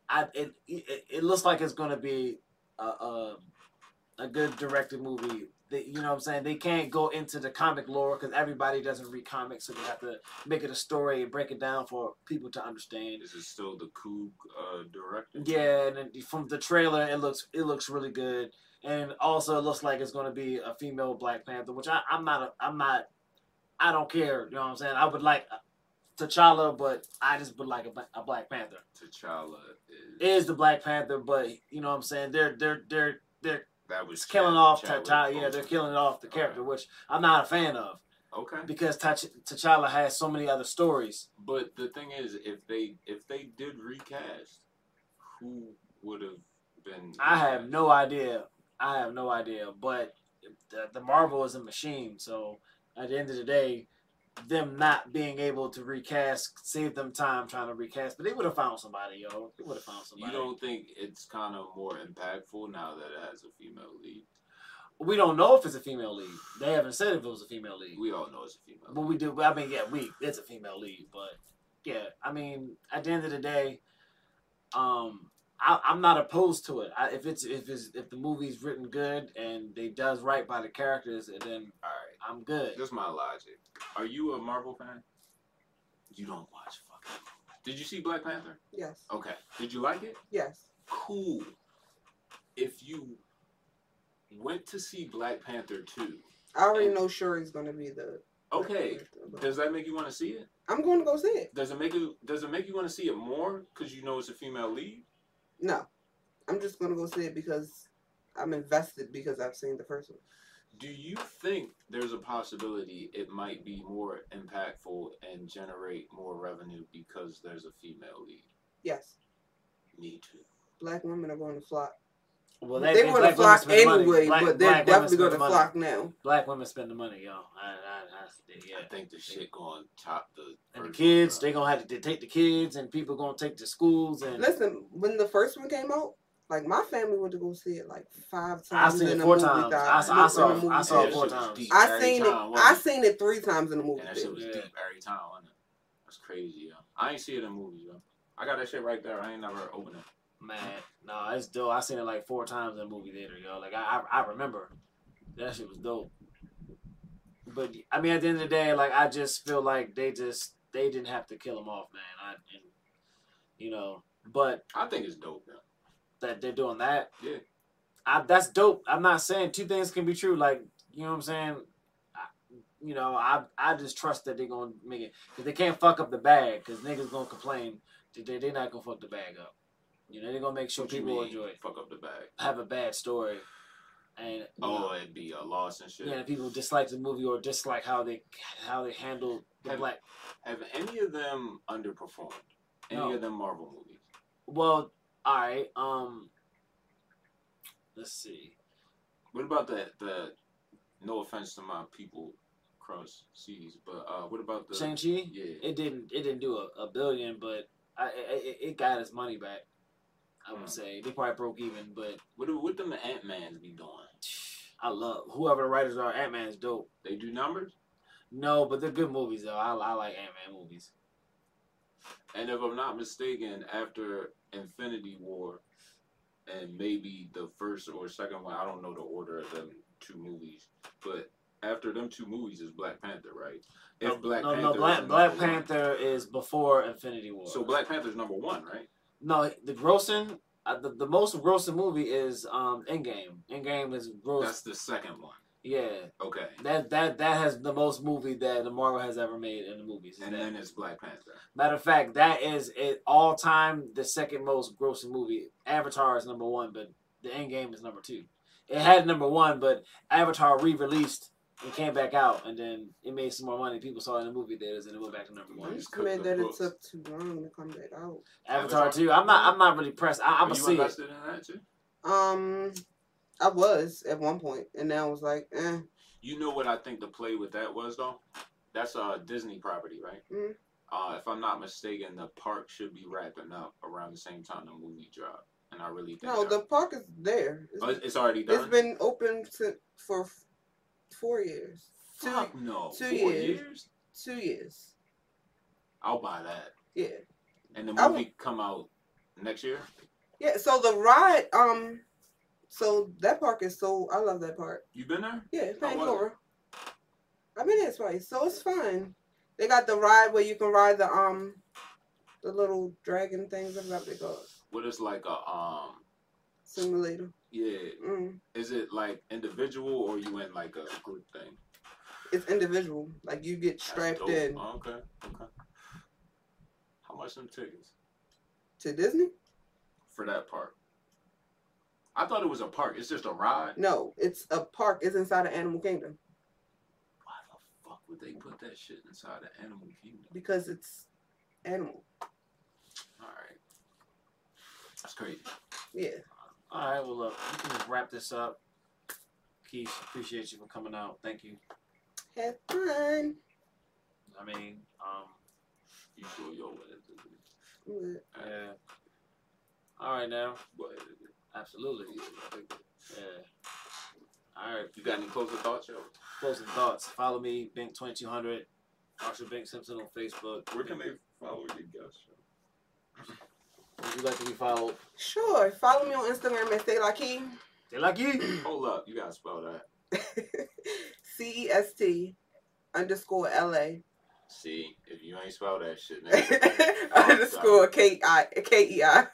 D: I it it, it looks like it's gonna be a, a a good directed movie. They, you know what I'm saying? They can't go into the comic lore because everybody doesn't read comics, so they have to make it a story and break it down for people to understand.
B: Is it still the Coog uh, director?
D: Yeah, and then from the trailer, it looks it looks really good, and also it looks like it's going to be a female Black Panther, which I, I'm not a, I'm not I don't care. You know what I'm saying? I would like uh, T'Challa, but I just would like a, Bla- a Black Panther.
B: T'Challa is,
D: Is the Black Panther, but you know what I'm saying? They're they're they're they're
B: that was
D: killing
B: Chad-
D: off
B: Chadwick
D: T'Challa. Yeah,
B: Boseman.
D: they're killing off the
B: Okay.
D: character, which I'm not a fan of
B: Okay,
D: because T'Ch- T'Challa has so many other stories.
B: but the thing is, if they if they did recast, who would have been?
D: I have no idea. I have no idea. But the, the Marvel is a machine. So at the end of the day, them not being able to recast saved them time trying to recast. But they would have found somebody, yo. They would have found somebody.
B: You don't think it's kind of more impactful now that it has a female lead?
D: we don't know if it's a female lead. They haven't said if it was a female lead.
B: We all know it's a female.
D: But we do. I mean, yeah, we it's a female lead, but yeah, I mean, at the end of the day, um, I, I'm not opposed to it. I, if it's if it's if the movie's written good and they does right by the characters, and then
B: All right,
D: I'm good.
B: this is my logic. Are you a Marvel fan? You don't watch fucking. Did you see Black Panther?
C: Yes.
B: Okay. Did you like it?
C: Yes.
B: cool if you went to see Black Panther 2.
C: I already know Shuri's gonna be the.
B: Okay. Does that make you want to see it?
C: I'm going to go see it.
B: Does it make you does it make you want to see it more because you know it's a female lead?
C: No, I'm just gonna go see it because I'm invested because I've seen the first one.
B: Do you think there's a possibility it might be more impactful and generate more revenue because there's a female lead?
C: Yes.
B: Me too.
C: Black women are going to flock.
D: Well,
C: they want to flock anyway, but they're definitely going to
D: money.
C: flock now.
D: Black women spend the money, y'all. I, I, I, yeah.
B: I think the shit going to top the
D: And the
B: first
D: kids,
B: one
D: they gonna have to take the kids, and people gonna take the schools, and
C: Listen, when the first one came out, like my family went to go see it like five times.
D: I seen
C: in
D: it
C: the
D: four
C: movie
D: times.
C: theater.
D: I, saw- I
C: In the
D: saw,
C: movie
D: I saw it
C: theater.
D: four
B: Yeah, it's
D: times.
B: deep.
C: I
B: Every
C: seen it.
B: time, wasn't
C: I
B: it?
C: seen it three times in the movie
B: And that shit
C: theater.
B: was
D: Yeah.
B: deep every time, wasn't it? That's crazy, yo. I ain't see it in movies, yo. I got that shit right there. I ain't never opened it.
D: Man, no, it's dope. I seen it like four times in the movie theater, yo. Like I, I, I remember that shit was dope. But I mean, at the end of the day, like I just feel like they just they didn't have to kill him off, man. I, and, you know, but
B: I think it's dope, yo.
D: that they're doing that,
B: Yeah.
D: I, that's dope. I'm not saying two things can be true. Like you know what I'm saying. I, you know, I I just trust that they're gonna make it because they can't fuck up the bag because niggas gonna complain that they they not gonna fuck the bag up. You know, they're gonna make sure
B: What you
D: people
B: mean,
D: enjoy it
B: Fuck up the bag.
D: have a bad story, and
B: Oh, it'd be a loss and shit.
D: yeah, people dislike the movie or dislike how they how they handle the
B: Have-
D: black.
B: Have any of them underperformed? Any
D: No.
B: of them Marvel movies?
D: Well, all right. Um, let's see.
B: What about the the? No offense to my people across seas, but uh, what about the?
D: Shang Chi.
B: Yeah.
D: It didn't. It didn't do a, a billion, but I, I, it- it got its money back. I would
B: Mm.
D: say they probably broke even, but
B: What do what them Ant Man's be doing?
D: I love whoever the writers are. Ant Man's dope.
B: They do numbers,
D: No, but they're good movies though. I, I like Ant Man movies.
B: and if I'm not mistaken, after Infinity War, and maybe the first or second one, I don't know the order of them two movies, but after them two movies is Black Panther, right?
D: No,
B: If Black
D: no,
B: Panther
D: no,
B: is
D: Black,
B: number
D: Black
B: one.
D: Panther is before Infinity War.
B: So Black Panther's number one, right?
D: No, the grossing, uh, the, the most grossing movie is um Endgame. Endgame is gross.
B: That's the second one.
D: yeah,
B: Okay.
D: that that that has the most movie that the Marvel has ever made in the movies. is
B: And
D: that.
B: then it's Black Panther.
D: Matter of fact, that is it all time the second most grossing movie. Avatar is number one, but the Endgame is number two. It had number one, but Avatar re-released and came back out, and then it made some more money. People saw it in the movie theaters, and it went back to number
C: I
D: one.
C: just
B: Cook
C: mad
B: the
C: that it
B: books.
C: took too long to come back out.
D: Avatar
B: Avatar?
D: two. I'm not. I'm not really pressed. I, I'm
B: Were
D: gonna
B: you
D: see it.
B: invested in that too?
C: Um, I was at one point, and now I was like, eh.
B: You know what I think the play with that was though? That's a Disney property, right?
C: Mhm.
B: Uh, if I'm not mistaken, the park should be wrapping up around the same time the movie dropped. And I really think
C: No,
B: that-
C: the park is there. It's,
B: Oh, it's already done.
C: it's been open to, for f- four years, two
B: Fuck no.
C: two
B: Four
C: years.
B: years?
C: two years.
B: I'll buy that.
C: Yeah,
B: And the
C: I
B: movie come out next year?
C: yeah. So the ride, um, so that park is so I love that park.
B: You been there?
C: Yeah, it's
B: How was it?
C: Vancouver. I've been there twice, so it's fun. They got the ride where you can ride the um, the little dragon things. I forgot what they call it.
B: What is like a um
C: Simulator.
B: yeah.
C: Mm.
B: Is it like individual or you in like a group thing?
C: it's individual. Like you get strapped
B: dope. Oh,
C: in
B: Okay, okay. How much them tickets
C: to Disney.
B: for that park? I thought it was a park. It's just a ride.
C: No, it's a park. It's inside of Animal Kingdom
B: Why the fuck would they put that shit inside the Animal Kingdom?
C: because it's animal.
B: All right, that's crazy.
C: Yeah.
D: All right, well, look, we can just wrap this up. Keith, appreciate you for coming out. Thank you.
C: Have fun.
D: I mean, um,
B: You sure you're with it?
D: yeah. All right, now.
B: Go ahead.
D: Absolutely. Yeah. All right.
B: You got any closing thoughts, yo?
D: Closing thoughts. Follow me, Bink2200, Marshall Bink Simpson on Facebook.
B: Where can they follow you guys? yo?
D: Would you like to be followed?
C: Sure. Follow me on Instagram at Stay Like Key.
D: They like you.
B: Hold up, you gotta spell that.
C: C E S T underscore L A
B: See, if you ain't spell that shit, nigga.
C: underscore K I K E I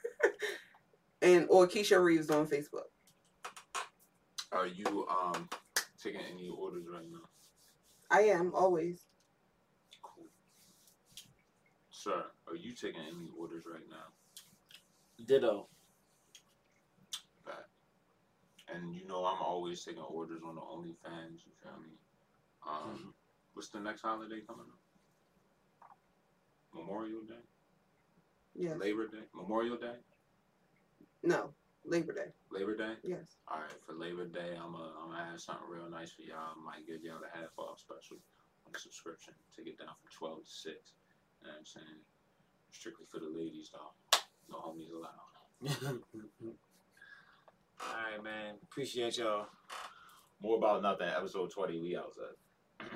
C: and or Keisha Reeves on Facebook.
B: Are you um taking any orders right now?
C: I am always.
B: Cool. Sir, are you taking any orders right now?
D: Ditto.
B: Back. And you know I'm always taking orders on the OnlyFans, you feel me? Um, what's the next holiday coming up? Memorial Day?
C: Yeah.
B: Labor Day? Memorial Day?
C: No. Labor Day.
B: Labor Day?
C: Yes.
B: All right, for Labor Day, I'm gonna I'm gonna have something real nice for y'all. I might give y'all the half off special on the subscription. Take it down from 12 to 6. You know what I'm saying? Strictly for the ladies, though. No homies allowed.
D: All right, man. Appreciate y'all.
B: More about nothing, episode 20. We outside.